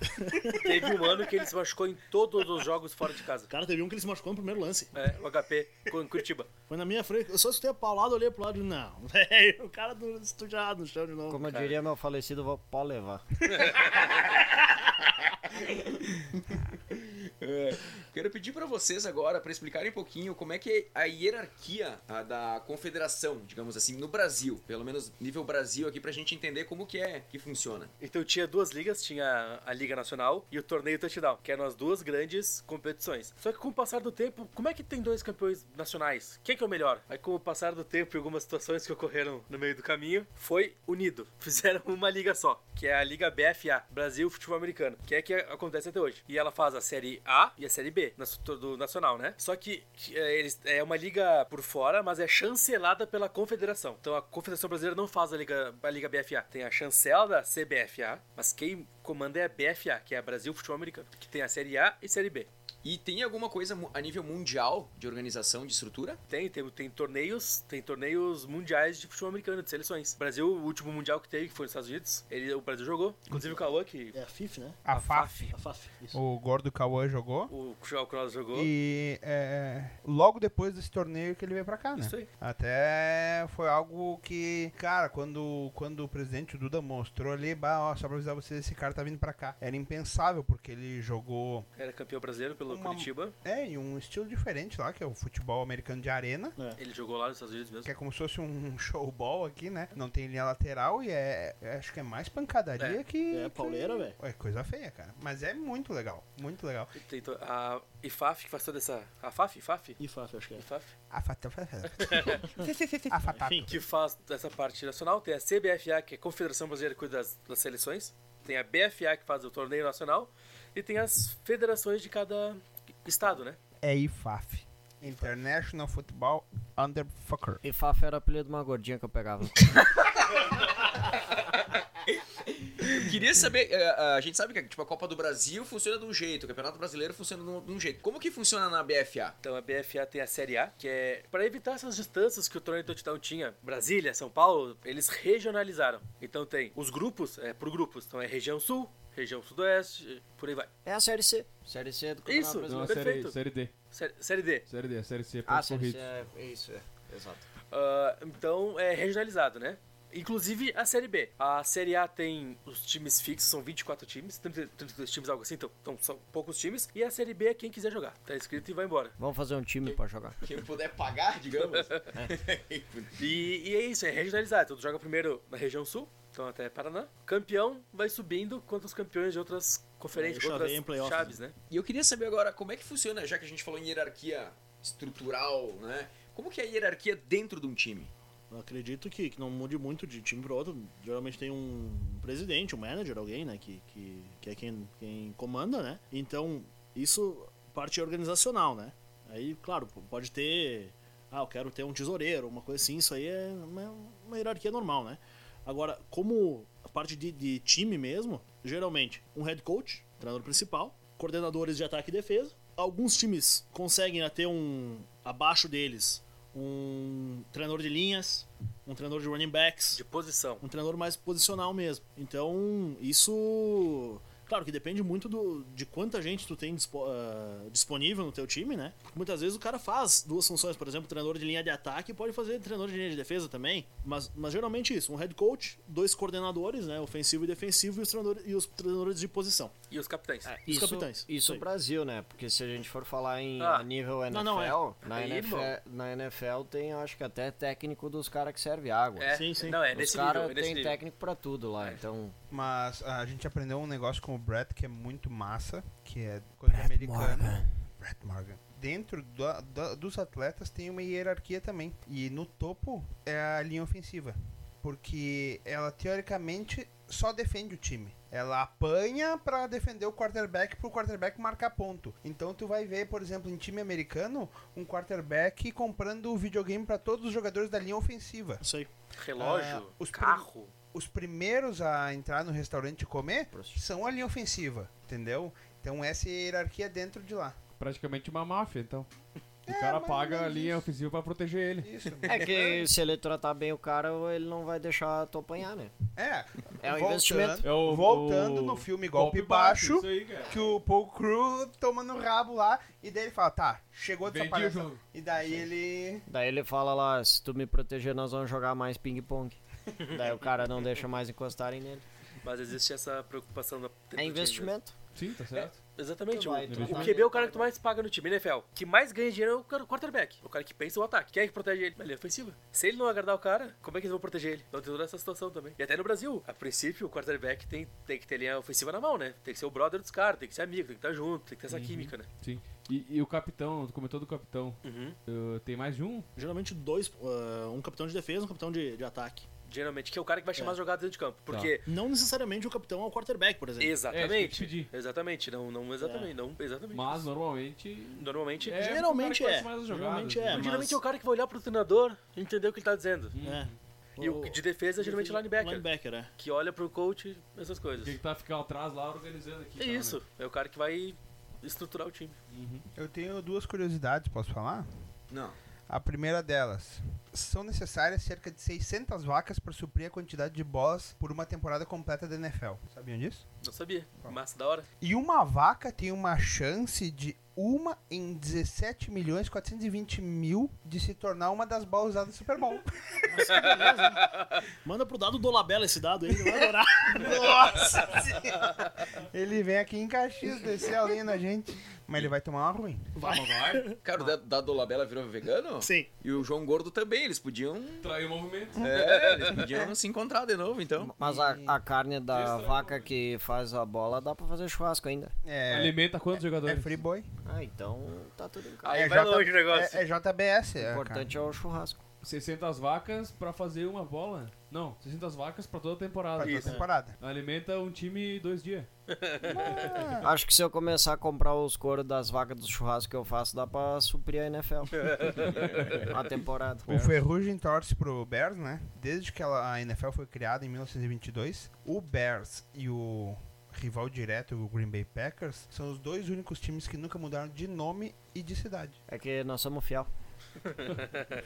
[SPEAKER 6] Teve um ano que ele se machucou em todos os jogos fora de casa.
[SPEAKER 5] Cara, teve um que ele se machucou no primeiro lance.
[SPEAKER 6] É, o HP, com- em Curitiba.
[SPEAKER 5] Foi na minha frente, eu só escutei a paulada, olhei pro lado e não, velho, o cara do estujado no chão de novo.
[SPEAKER 7] Como eu diria meu falecido, vou pode levar.
[SPEAKER 1] É, Quero pedir para vocês agora para explicarem um pouquinho como é que é a hierarquia a da confederação, digamos assim, no Brasil, pelo menos nível Brasil aqui pra gente entender como que é que funciona.
[SPEAKER 6] Então tinha duas ligas, tinha a Liga Nacional e o Torneio Touchdown, que eram as duas grandes competições. Só que com o passar do tempo, como é que tem dois campeões nacionais? Quem é que é o melhor? Aí com o passar do tempo e algumas situações que ocorreram no meio do caminho, foi unido. Fizeram uma liga só, que é a Liga BFA, Brasil Futebol Americano, que é que acontece até hoje. E ela faz a Série A e a Série B na- do Nacional, né? Só que é, eles, é uma liga por fora, mas é chancelada pela Confederação. Então a Confederação Brasileira não faz a liga, a liga BFA. Tem a chancela da CBFA, mas quem comanda é a BFA, que é a Brasil Futebol Americano, que tem a Série A e Série B.
[SPEAKER 1] E tem alguma coisa mu- a nível mundial de organização, de estrutura?
[SPEAKER 6] Tem, tem, tem torneios, tem torneios mundiais de futebol americano, de seleções. Brasil, o último mundial que teve, que foi nos Estados Unidos, ele, o Brasil jogou. Inclusive o Cauã, que
[SPEAKER 5] É a FIF, né?
[SPEAKER 3] A FAF.
[SPEAKER 5] A FAF, isso.
[SPEAKER 3] O gordo Cauã jogou.
[SPEAKER 6] o João Cross jogou.
[SPEAKER 3] Uhum. E é, logo depois desse torneio que ele veio pra cá, né?
[SPEAKER 6] Isso aí.
[SPEAKER 3] Até foi algo que, cara, quando, quando o presidente Duda mostrou ali, bah, ó, só pra avisar vocês, esse cara tá vindo pra cá. Era impensável, porque ele jogou
[SPEAKER 6] Era campeão brasileiro pelo
[SPEAKER 3] Uma-
[SPEAKER 6] Curitiba.
[SPEAKER 3] é, em um estilo diferente lá, que é o futebol americano de arena.
[SPEAKER 6] Ele jogou lá nos Estados Unidos mesmo.
[SPEAKER 3] Que é como se fosse um showball aqui, né? Não tem linha lateral e é. é- Acho que é mais pancadaria que.
[SPEAKER 5] É, pauleira, velho.
[SPEAKER 3] É coisa feia, cara. Mas é muito legal. Muito legal.
[SPEAKER 6] Tem to- a IFAF que faz toda essa. A FAF? IFAF?
[SPEAKER 5] E FAF, acho que é.
[SPEAKER 6] IFAF?
[SPEAKER 3] A fata- A fatata.
[SPEAKER 5] Enfim.
[SPEAKER 6] Que faz essa parte nacional. Tem a CBFA, que é a Confederação Brasileira que cuida das, das seleções. Tem a BFA, que faz o torneio nacional. E tem as federações de cada estado, né?
[SPEAKER 3] É IFAF. International Football Underfucker.
[SPEAKER 7] E Fafa era apelido de uma gordinha que eu pegava.
[SPEAKER 1] Eu queria saber, eh, a gente sabe que tipo, a Copa do Brasil funciona de um jeito, o Campeonato Brasileiro funciona de um- de um jeito. Como que funciona na BFA?
[SPEAKER 6] Então a BFA tem a Série A, que é para evitar essas distâncias que o torneio touchdown tinha, Brasília, São Paulo, eles regionalizaram. Então tem os grupos, é por grupos, então é região sul, região sudoeste, eh, por aí vai.
[SPEAKER 7] É a Série C. Série C é do Campeonato
[SPEAKER 6] Isso.
[SPEAKER 7] Brasileiro.
[SPEAKER 2] Não, a
[SPEAKER 6] Perfeito.
[SPEAKER 2] série, série D.
[SPEAKER 6] Série, série D.
[SPEAKER 2] Série D, a série C é
[SPEAKER 7] Ah,
[SPEAKER 2] pontos
[SPEAKER 7] Série C
[SPEAKER 2] corridos.
[SPEAKER 7] é é isso, é. Exato.
[SPEAKER 6] Ah, então é regionalizado, né? Inclusive a Série B. A Série A tem os times fixos, são 24 times, 30 32 times, algo assim, então, então são poucos times. E a Série B é quem quiser jogar. Tá inscrito e vai embora.
[SPEAKER 7] Vamos fazer um time pra jogar.
[SPEAKER 1] Quem puder pagar, digamos.
[SPEAKER 6] E, e é isso, é regionalizado. Então, tu joga primeiro na região sul, então até Paraná. Campeão vai subindo contra os campeões de outras conferências,
[SPEAKER 5] É, chave em
[SPEAKER 6] outras
[SPEAKER 5] playoffs,
[SPEAKER 6] chaves, né?
[SPEAKER 1] E eu queria saber agora como é que funciona, já que a gente falou em hierarquia estrutural, né? Como que é a hierarquia dentro de um time?
[SPEAKER 5] Eu acredito que, que não mude muito de time para outro. Geralmente tem um presidente, um manager, alguém, né? Que, que, que é quem, quem comanda, né? Então, isso parte organizacional, né? Aí, claro, p- pode ter. Ah, eu quero ter um tesoureiro, uma coisa assim. Isso aí é uma, uma hierarquia normal, né? Agora, como a parte de, de time mesmo, geralmente um head coach, treinador principal, coordenadores de ataque e defesa. Alguns times conseguem até um abaixo deles um treinador de linhas, um treinador de running backs,
[SPEAKER 6] De posição.
[SPEAKER 5] um treinador mais posicional mesmo. Então, isso Claro que depende muito do, de quanta gente tu tem dispo- ah, disponível no teu time, né? Porque muitas vezes o cara faz duas funções, por exemplo, treinador de linha de ataque pode fazer treinador de linha de defesa também. Mas, mas geralmente isso, um head coach, dois coordenadores, né? Ofensivo e defensivo, e os treinadores, e os treinadores de posição.
[SPEAKER 6] E os capitães.
[SPEAKER 7] É,
[SPEAKER 5] Os
[SPEAKER 7] isso,
[SPEAKER 5] capitães,
[SPEAKER 7] Isso
[SPEAKER 5] isso
[SPEAKER 7] no
[SPEAKER 5] aí.
[SPEAKER 7] Brasil, né? Porque se a gente for falar em
[SPEAKER 6] Ah, é.
[SPEAKER 7] a nível NFL,
[SPEAKER 5] não, não,
[SPEAKER 7] na,
[SPEAKER 6] Aí,
[SPEAKER 7] NFL na NFL tem, acho que até técnico dos caras que serve água.
[SPEAKER 6] É,
[SPEAKER 5] sim, sim.
[SPEAKER 6] Não, é
[SPEAKER 7] Os
[SPEAKER 6] nesse nível.
[SPEAKER 7] caras
[SPEAKER 6] É nesse
[SPEAKER 7] têm
[SPEAKER 6] nível. É.
[SPEAKER 7] técnico pra tudo lá, então.
[SPEAKER 3] Mas a gente aprendeu um negócio com o Brett que é muito massa, que é coisa de americana. Brett Morgan. Dentro da- da- dos atletas tem uma hierarquia também. E no topo é a linha ofensiva. Porque ela teoricamente só defende o time. Ela apanha pra defender o quarterback pro quarterback marcar ponto. Então tu vai ver, por exemplo, em time americano, um quarterback comprando o videogame pra todos os jogadores da linha ofensiva.
[SPEAKER 5] Isso aí.
[SPEAKER 6] Relógio,
[SPEAKER 3] Ah, os
[SPEAKER 6] carro.
[SPEAKER 3] os primeiros a entrar no restaurante e comer
[SPEAKER 7] Prost.
[SPEAKER 3] são a linha ofensiva, entendeu? Então essa é a hierarquia dentro de lá.
[SPEAKER 2] Praticamente uma máfia, então. O
[SPEAKER 3] É,
[SPEAKER 2] cara
[SPEAKER 3] mais ou
[SPEAKER 2] paga a
[SPEAKER 3] menos
[SPEAKER 2] linha
[SPEAKER 3] isso.
[SPEAKER 2] ofensiva pra proteger ele.
[SPEAKER 3] Isso.
[SPEAKER 7] É que se ele tratar bem o cara, ele não vai deixar tu apanhar, né?
[SPEAKER 3] É,
[SPEAKER 7] É um
[SPEAKER 3] voltando,
[SPEAKER 7] investimento.
[SPEAKER 2] É o-
[SPEAKER 3] voltando
[SPEAKER 2] o-
[SPEAKER 3] no filme Golpe,
[SPEAKER 2] golpe
[SPEAKER 3] Baixo,
[SPEAKER 2] baixo, isso aí, cara.
[SPEAKER 3] que o Paul Crew toma no rabo lá, e daí ele fala, tá, chegou dessa
[SPEAKER 2] Vendi o
[SPEAKER 3] palhaça.
[SPEAKER 2] jogo.
[SPEAKER 3] E daí ele...
[SPEAKER 7] Daí ele fala lá, se tu me proteger, nós vamos jogar mais ping-pong. Daí o cara não deixa mais encostarem nele.
[SPEAKER 6] Mas existe essa preocupação da. do
[SPEAKER 7] É
[SPEAKER 6] time mesmo.
[SPEAKER 7] investimento.
[SPEAKER 2] Sim, tá certo.
[SPEAKER 6] Exatamente.
[SPEAKER 7] Tu
[SPEAKER 6] O,
[SPEAKER 7] vai, tu
[SPEAKER 6] o
[SPEAKER 7] vai.
[SPEAKER 6] QB é o cara que tu mais paga no time, né, NFL? O que mais ganha dinheiro é o cara- o quarterback. O cara que pensa o ataque. Quem é que protege ele? Mas ele é ofensiva. Se ele não agradar o cara, como é que eles vão proteger ele? Então tem toda essa situação também. E até no Brasil, a princípio, o quarterback tem, tem que ter linha ofensiva na mão, né? Tem que ser o brother dos caras, tem que ser amigo, tem que estar junto, tem que ter
[SPEAKER 2] Uhum.
[SPEAKER 6] essa química, né?
[SPEAKER 2] Sim. E, e o capitão, tu comentou do capitão.
[SPEAKER 6] Uhum.
[SPEAKER 2] Uh, tem mais de um?
[SPEAKER 5] Geralmente dois, ah, um capitão de defesa, um capitão de, de ataque.
[SPEAKER 6] Geralmente, que é o cara que vai chamar as jogadas dentro de campo. Porque.
[SPEAKER 5] Não necessariamente o capitão é o quarterback, por exemplo.
[SPEAKER 2] É, isso
[SPEAKER 6] Exatamente.
[SPEAKER 2] Tá. É, que eu te pedi. É.
[SPEAKER 6] exatamente. Não, não exatamente. Não, exatamente.
[SPEAKER 2] Mas normalmente.
[SPEAKER 6] Normalmente.
[SPEAKER 2] É,
[SPEAKER 5] Geralmente
[SPEAKER 2] o cara que
[SPEAKER 5] é.
[SPEAKER 2] faz mais as
[SPEAKER 5] Geralmente
[SPEAKER 2] jogadas,
[SPEAKER 5] é,
[SPEAKER 2] né?
[SPEAKER 5] mas-
[SPEAKER 6] Geralmente é o cara que vai olhar pro treinador e entender o que ele tá dizendo.
[SPEAKER 5] É.
[SPEAKER 2] Uhum.
[SPEAKER 6] E o de defesa, geralmente é linebacker.
[SPEAKER 5] Linebacker, é.
[SPEAKER 6] Que olha pro coach, essas coisas.
[SPEAKER 2] Tem que tá ficando atrás lá organizando aqui.
[SPEAKER 6] É
[SPEAKER 2] tá, né?
[SPEAKER 6] isso, é o cara que vai estruturar o time.
[SPEAKER 3] Eu tenho duas curiosidades, posso falar?
[SPEAKER 1] Não.
[SPEAKER 3] A primeira delas, são necessárias cerca de 600 vacas para suprir a quantidade de bolas por uma temporada completa da NFL. Sabiam disso?
[SPEAKER 6] Não sabia. Massa da hora.
[SPEAKER 3] E uma vaca tem uma chance de uma em 17 milhões 420 mil de se tornar uma das bolas usadas do Super Bowl.
[SPEAKER 5] Manda pro dado do Dolabella esse dado aí, ele vai adorar.
[SPEAKER 3] Nossa senhora. Ele vem aqui em Caxias descer a linha na gente. Mas ele vai tomar uma ruim.
[SPEAKER 5] Vai.
[SPEAKER 1] Cara, o da- da Dolabella virou vegano?
[SPEAKER 5] Sim.
[SPEAKER 1] E o João Gordo também, eles podiam.
[SPEAKER 2] Traiu o movimento.
[SPEAKER 1] É, eles podiam se encontrar de novo, então.
[SPEAKER 7] Mas a, a carne da vaca que faz a bola dá pra fazer churrasco ainda.
[SPEAKER 3] É,
[SPEAKER 2] Alimenta quantos
[SPEAKER 3] é
[SPEAKER 2] jogadores?
[SPEAKER 3] free boy.
[SPEAKER 7] Ah, então tá tudo em casa.
[SPEAKER 6] Aí
[SPEAKER 3] é
[SPEAKER 6] vai
[SPEAKER 3] J-
[SPEAKER 6] longe o negócio.
[SPEAKER 3] É, é JBS.
[SPEAKER 7] O
[SPEAKER 3] É, cara.
[SPEAKER 7] importante é o churrasco.
[SPEAKER 2] 600 vacas pra fazer uma bola. Não, 600 vacas pra toda a temporada.
[SPEAKER 3] Pra toda temporada.
[SPEAKER 2] Alimenta um time dois dias.
[SPEAKER 3] É.
[SPEAKER 7] Acho que se eu começar a comprar os coros das vacas do churrasco que eu faço, dá pra suprir a NFL. a temporada.
[SPEAKER 3] O Ferrugem torce pro Bears, né? Desde que ela- a NFL foi criada em 1922, o Bears e o rival direto, o Green Bay Packers, são os dois únicos times que nunca mudaram de nome e de cidade.
[SPEAKER 7] É que nós somos fiel.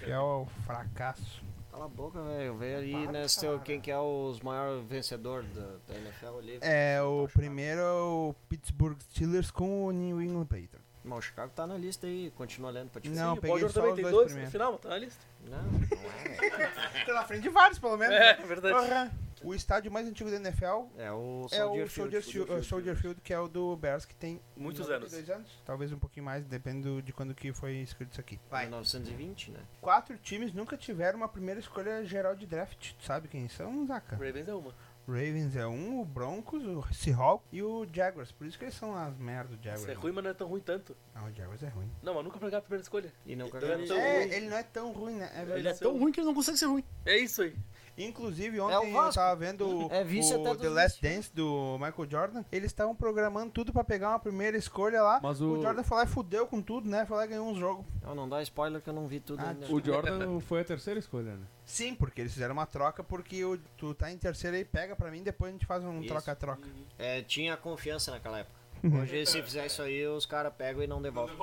[SPEAKER 3] Que é o fracasso.
[SPEAKER 7] Cala a boca, velho. Vê aí
[SPEAKER 3] Para,
[SPEAKER 7] nesse teu,
[SPEAKER 3] cara.
[SPEAKER 7] quem que é os maiores vencedores da, da NFL ali.
[SPEAKER 3] É, o primeiro é o Pittsburgh Steelers com o New England Patriots.
[SPEAKER 7] Mas o Chicago tá na lista aí, continua lendo pra te ver.
[SPEAKER 3] Não,
[SPEAKER 6] Sim, o
[SPEAKER 3] peguei
[SPEAKER 6] Baldur
[SPEAKER 3] só
[SPEAKER 6] também
[SPEAKER 3] os
[SPEAKER 6] tem
[SPEAKER 3] dois
[SPEAKER 6] dois no
[SPEAKER 3] primeiros.
[SPEAKER 6] final, tá na lista.
[SPEAKER 7] Não, não é. velho.
[SPEAKER 3] Pela Tá frente de vários, pelo menos.
[SPEAKER 6] É, verdade.
[SPEAKER 3] Porra. O estádio mais antigo da NFL
[SPEAKER 7] É o
[SPEAKER 3] é
[SPEAKER 7] Soldier
[SPEAKER 3] o
[SPEAKER 7] Field.
[SPEAKER 3] Soldier, Field, uh, Soldier Field, que é o do Bears, que tem
[SPEAKER 6] Muitos
[SPEAKER 3] 92
[SPEAKER 6] anos.
[SPEAKER 3] anos. Talvez um pouquinho mais, dependendo de quando que foi escrito isso aqui. Vai.
[SPEAKER 7] 1920, né?
[SPEAKER 3] Quatro times nunca tiveram uma primeira escolha geral de draft. Tu sabe quem são, Zaca?
[SPEAKER 6] Ravens é uma.
[SPEAKER 3] Ravens Tá. é um, o Broncos, o Seahawks e o Jaguars. Por isso que eles são as merdas do Jaguars.
[SPEAKER 6] Isso é ruim, mas não é tão ruim tanto.
[SPEAKER 3] Não, o Jaguars é ruim.
[SPEAKER 6] Não, mas nunca pegar a primeira escolha.
[SPEAKER 7] E não
[SPEAKER 6] Então
[SPEAKER 7] cagamos.
[SPEAKER 6] é tão
[SPEAKER 3] é,
[SPEAKER 6] ruim.
[SPEAKER 3] ele não é tão ruim, né? É
[SPEAKER 5] Ele é
[SPEAKER 3] verdade.
[SPEAKER 5] tão ruim que ele não consegue ser ruim.
[SPEAKER 6] É isso aí.
[SPEAKER 3] Inclusive,
[SPEAKER 7] É
[SPEAKER 3] ontem
[SPEAKER 7] o
[SPEAKER 3] eu
[SPEAKER 7] Vasco.
[SPEAKER 3] tava vendo o-
[SPEAKER 7] É vice
[SPEAKER 3] o
[SPEAKER 7] até dos
[SPEAKER 3] The Last Dance do Michael Jordan. Eles estavam programando tudo pra pegar uma primeira escolha lá.
[SPEAKER 2] Mas
[SPEAKER 3] o...
[SPEAKER 2] o-
[SPEAKER 3] Jordan foi lá e fudeu com tudo, né? Foi lá e ganhou uns jogos.
[SPEAKER 7] Não, não dá spoiler que eu não vi tudo
[SPEAKER 3] Ah,
[SPEAKER 7] ainda.
[SPEAKER 2] O Jordan foi a terceira escolha, né?
[SPEAKER 3] Sim, porque eles fizeram uma troca porque o- tu tá em terceira e pega pra mim, depois a gente faz um
[SPEAKER 7] Isso.
[SPEAKER 3] troca-troca.
[SPEAKER 7] É, tinha
[SPEAKER 3] Uhum.
[SPEAKER 7] confiança naquela época. Hoje, se fizer isso aí, os caras pegam e não devolvem.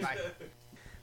[SPEAKER 3] Vai.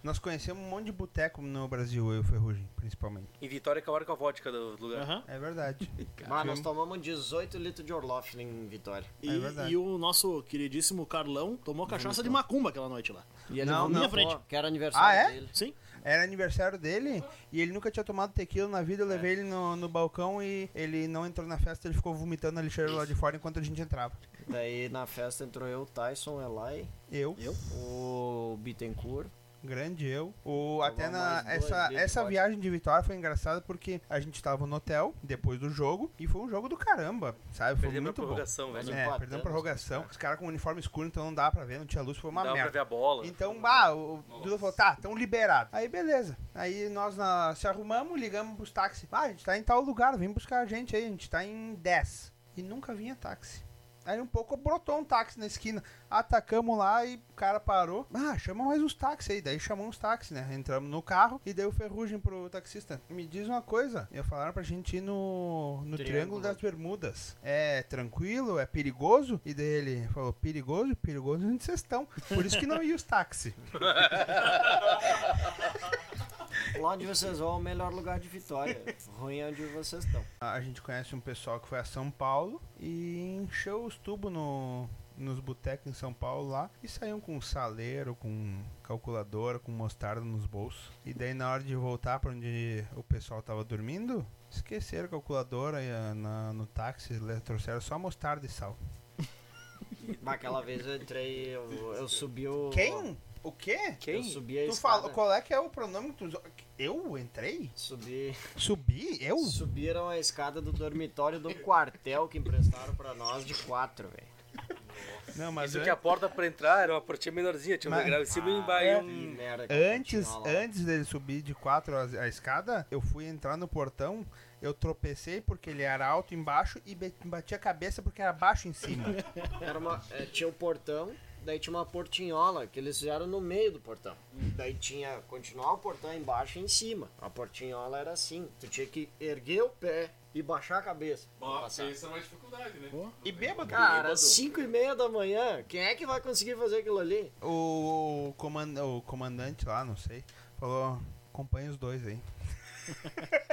[SPEAKER 3] Nós conhecemos um monte de boteco no Brasil, eu e o Ferrugem, principalmente.
[SPEAKER 6] Em Vitória que é a hora com a vodka do do lugar.
[SPEAKER 5] Aham.
[SPEAKER 3] É verdade.
[SPEAKER 7] Mas nós tomamos 18 litros de Orloff em Vitória.
[SPEAKER 3] É
[SPEAKER 5] E,
[SPEAKER 3] verdade.
[SPEAKER 5] e o nosso queridíssimo Carlão tomou cachaça de macumba aquela noite lá.
[SPEAKER 7] E ele
[SPEAKER 3] Não,
[SPEAKER 7] vomitou,
[SPEAKER 5] não. Minha frente.
[SPEAKER 7] que era aniversário
[SPEAKER 3] Ah, é?
[SPEAKER 7] dele.
[SPEAKER 5] Sim.
[SPEAKER 3] Era aniversário dele e ele nunca tinha tomado tequila na vida. Eu
[SPEAKER 7] É.
[SPEAKER 3] levei ele no, no balcão e ele não entrou na festa, ele ficou vomitando na lixeira lá de fora enquanto a gente entrava.
[SPEAKER 7] Daí na festa entrou eu, Tyson, Eli,
[SPEAKER 3] Eu,
[SPEAKER 7] o Bittencourt.
[SPEAKER 3] grande eu. O, até na,
[SPEAKER 7] mais dois
[SPEAKER 3] essa,
[SPEAKER 7] litros de
[SPEAKER 3] essa
[SPEAKER 7] vodka.
[SPEAKER 3] viagem de Vitória foi engraçada porque a gente tava no hotel depois do jogo e foi um jogo do caramba, sabe? Foi
[SPEAKER 6] Perdemos a
[SPEAKER 3] muito bom.
[SPEAKER 6] prorrogação, velho.
[SPEAKER 7] Mas
[SPEAKER 3] É,
[SPEAKER 7] empatamos,
[SPEAKER 3] perdemos a prorrogação. Os caras com uniforme escuro, então não dava pra ver, não tinha luz, foi uma
[SPEAKER 6] Dá pra
[SPEAKER 3] merda.
[SPEAKER 6] ver a bola. né?
[SPEAKER 3] Então, bah, o o Duda falou, tá, estão liberados. Aí, beleza. Aí nós na- se arrumamos, ligamos pros táxis. Ah, a gente tá em tal lugar, vem buscar a gente aí, a gente tá em 10. E nunca vinha táxi. Aí um pouco brotou um táxi na esquina. Atacamos lá e o cara parou. Ah, chama mais uns táxis aí. Daí chamou uns táxis, né? Entramos no carro e deu ferrugem pro taxista. Me diz uma coisa. Eu falaram pra gente ir no, no Triângulo
[SPEAKER 7] Triângulo.
[SPEAKER 3] das Bermudas. É tranquilo? É perigoso? E daí ele falou, perigoso? Perigoso onde vocês estão. Por isso que não ia os táxis.
[SPEAKER 7] Lá onde vocês vão é o melhor lugar de Vitória. Ruim é onde vocês estão.
[SPEAKER 3] A gente conhece um pessoal que foi a São Paulo e encheu os tubos no, nos botecos em São Paulo lá e saíam com um saleiro, com calculadora, com mostarda nos bolsos. E daí na hora de voltar pra onde o pessoal tava dormindo, esqueceram a calculadora e a- na- no táxi, le- trouxeram só mostarda e sal.
[SPEAKER 7] Mas aquela vez eu entrei, eu, eu subi o.
[SPEAKER 3] Quem? O quê?
[SPEAKER 7] Eu
[SPEAKER 6] Quem?
[SPEAKER 7] subi a
[SPEAKER 3] Tu
[SPEAKER 7] escada.
[SPEAKER 3] fala, qual é que é o pronome que tu usou? Eu entrei?
[SPEAKER 7] Subi,
[SPEAKER 3] Subi? Eu?
[SPEAKER 7] subiram a escada do dormitório do quartel que emprestaram pra nós de quatro, velho.
[SPEAKER 3] Não, mas é.
[SPEAKER 7] é
[SPEAKER 6] Isso que a porta pra entrar era uma portinha menorzinha, tinha um
[SPEAKER 3] Mas- Ah,
[SPEAKER 6] degrau em cima e embaixo.
[SPEAKER 7] é.
[SPEAKER 6] um...
[SPEAKER 7] merda, que
[SPEAKER 3] Antes,
[SPEAKER 7] continua lá.
[SPEAKER 3] antes dele subir de quatro a, a escada, eu fui entrar no portão, eu tropecei porque ele era alto embaixo e be- bati a cabeça porque era baixo em cima.
[SPEAKER 7] Era uma, é, tinha o portão, daí tinha uma portinhola que eles fizeram no meio do portão. Daí tinha continuar o portão embaixo e em cima. A portinhola era assim, tu tinha que erguer o pé e baixar a cabeça. pra
[SPEAKER 2] Bom,
[SPEAKER 7] passar.
[SPEAKER 2] essa é uma dificuldade, né?
[SPEAKER 3] e bêbado.
[SPEAKER 7] Cara, 5 e meia da manhã, quem é que vai conseguir fazer aquilo ali?
[SPEAKER 3] O, coman- o comandante lá, não sei, falou, acompanha os dois aí.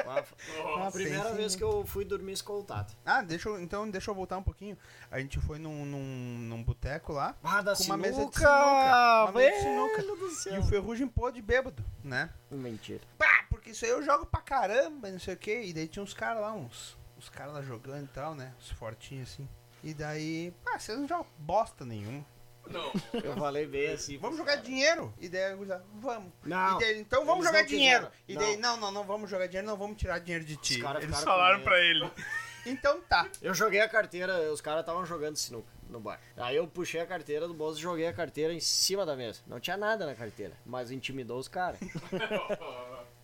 [SPEAKER 7] Ah, Foi a primeira
[SPEAKER 3] sim,
[SPEAKER 7] vez
[SPEAKER 3] sim.
[SPEAKER 7] que eu fui dormir escoltado.
[SPEAKER 3] Ah, deixa eu, então deixa eu voltar um pouquinho. A gente foi num, num, num boteco lá.
[SPEAKER 7] Ah, da
[SPEAKER 3] Com uma mesa de
[SPEAKER 7] sinuca!
[SPEAKER 3] sinuca, uma mesa de
[SPEAKER 7] Velho
[SPEAKER 3] sinuca.
[SPEAKER 7] do
[SPEAKER 3] E
[SPEAKER 7] céu.
[SPEAKER 3] o Ferrugem pô de bêbado, né?
[SPEAKER 7] Mentira.
[SPEAKER 3] pá, porque isso aí eu jogo pra caramba, não sei o que. E daí tinha uns caras lá, uns, uns caras lá jogando e tal, né? Uns fortinhos assim. E daí, pá, vocês não jogam bosta nenhuma.
[SPEAKER 7] Eu falei bem assim.
[SPEAKER 3] Vamos jogar dinheiro? E daí a gurizada, vamos.
[SPEAKER 7] Não.
[SPEAKER 3] E daí, então vamos
[SPEAKER 7] Eles
[SPEAKER 3] jogar
[SPEAKER 7] não
[SPEAKER 3] dinheiro.
[SPEAKER 7] quiseram.
[SPEAKER 3] E daí, não, não, não vamos jogar dinheiro, não vamos tirar dinheiro de ti.
[SPEAKER 7] caras
[SPEAKER 3] Eles
[SPEAKER 7] ficaram
[SPEAKER 3] falaram
[SPEAKER 7] com
[SPEAKER 3] pra ele. Então tá.
[SPEAKER 7] Eu joguei a carteira, os caras estavam jogando sinuca no bar. Aí eu puxei a carteira do bolso e joguei a carteira em cima da mesa. Não tinha nada na carteira, mas intimidou os caras.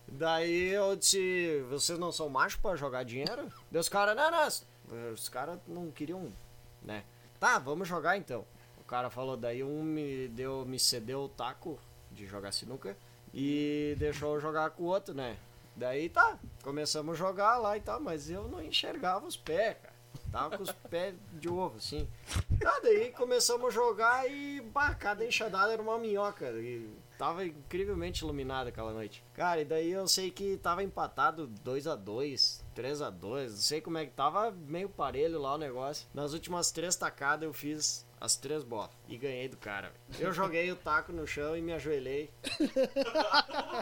[SPEAKER 7] Daí eu disse, vocês não são macho pra jogar dinheiro? Daí os caras, não, não. Os caras não queriam, né? Tá, vamos jogar então. O cara falou, daí um me deu, me cedeu o taco de jogar sinuca e deixou eu jogar com o outro, né? Daí tá, começamos a jogar lá e tal, mas eu não enxergava os pés, cara. Tava com os pés de ovo, assim. Tá, daí começamos a jogar e, bah, cada enxadada era uma minhoca. E tava incrivelmente iluminada aquela noite. Cara, e daí eu sei que tava empatado 2 a 2 3 a 2 não sei como é que tava meio parelho lá o negócio. Nas últimas três tacadas eu fiz as três bolas e ganhei do cara. velho. Eu joguei o taco no chão e me ajoelhei.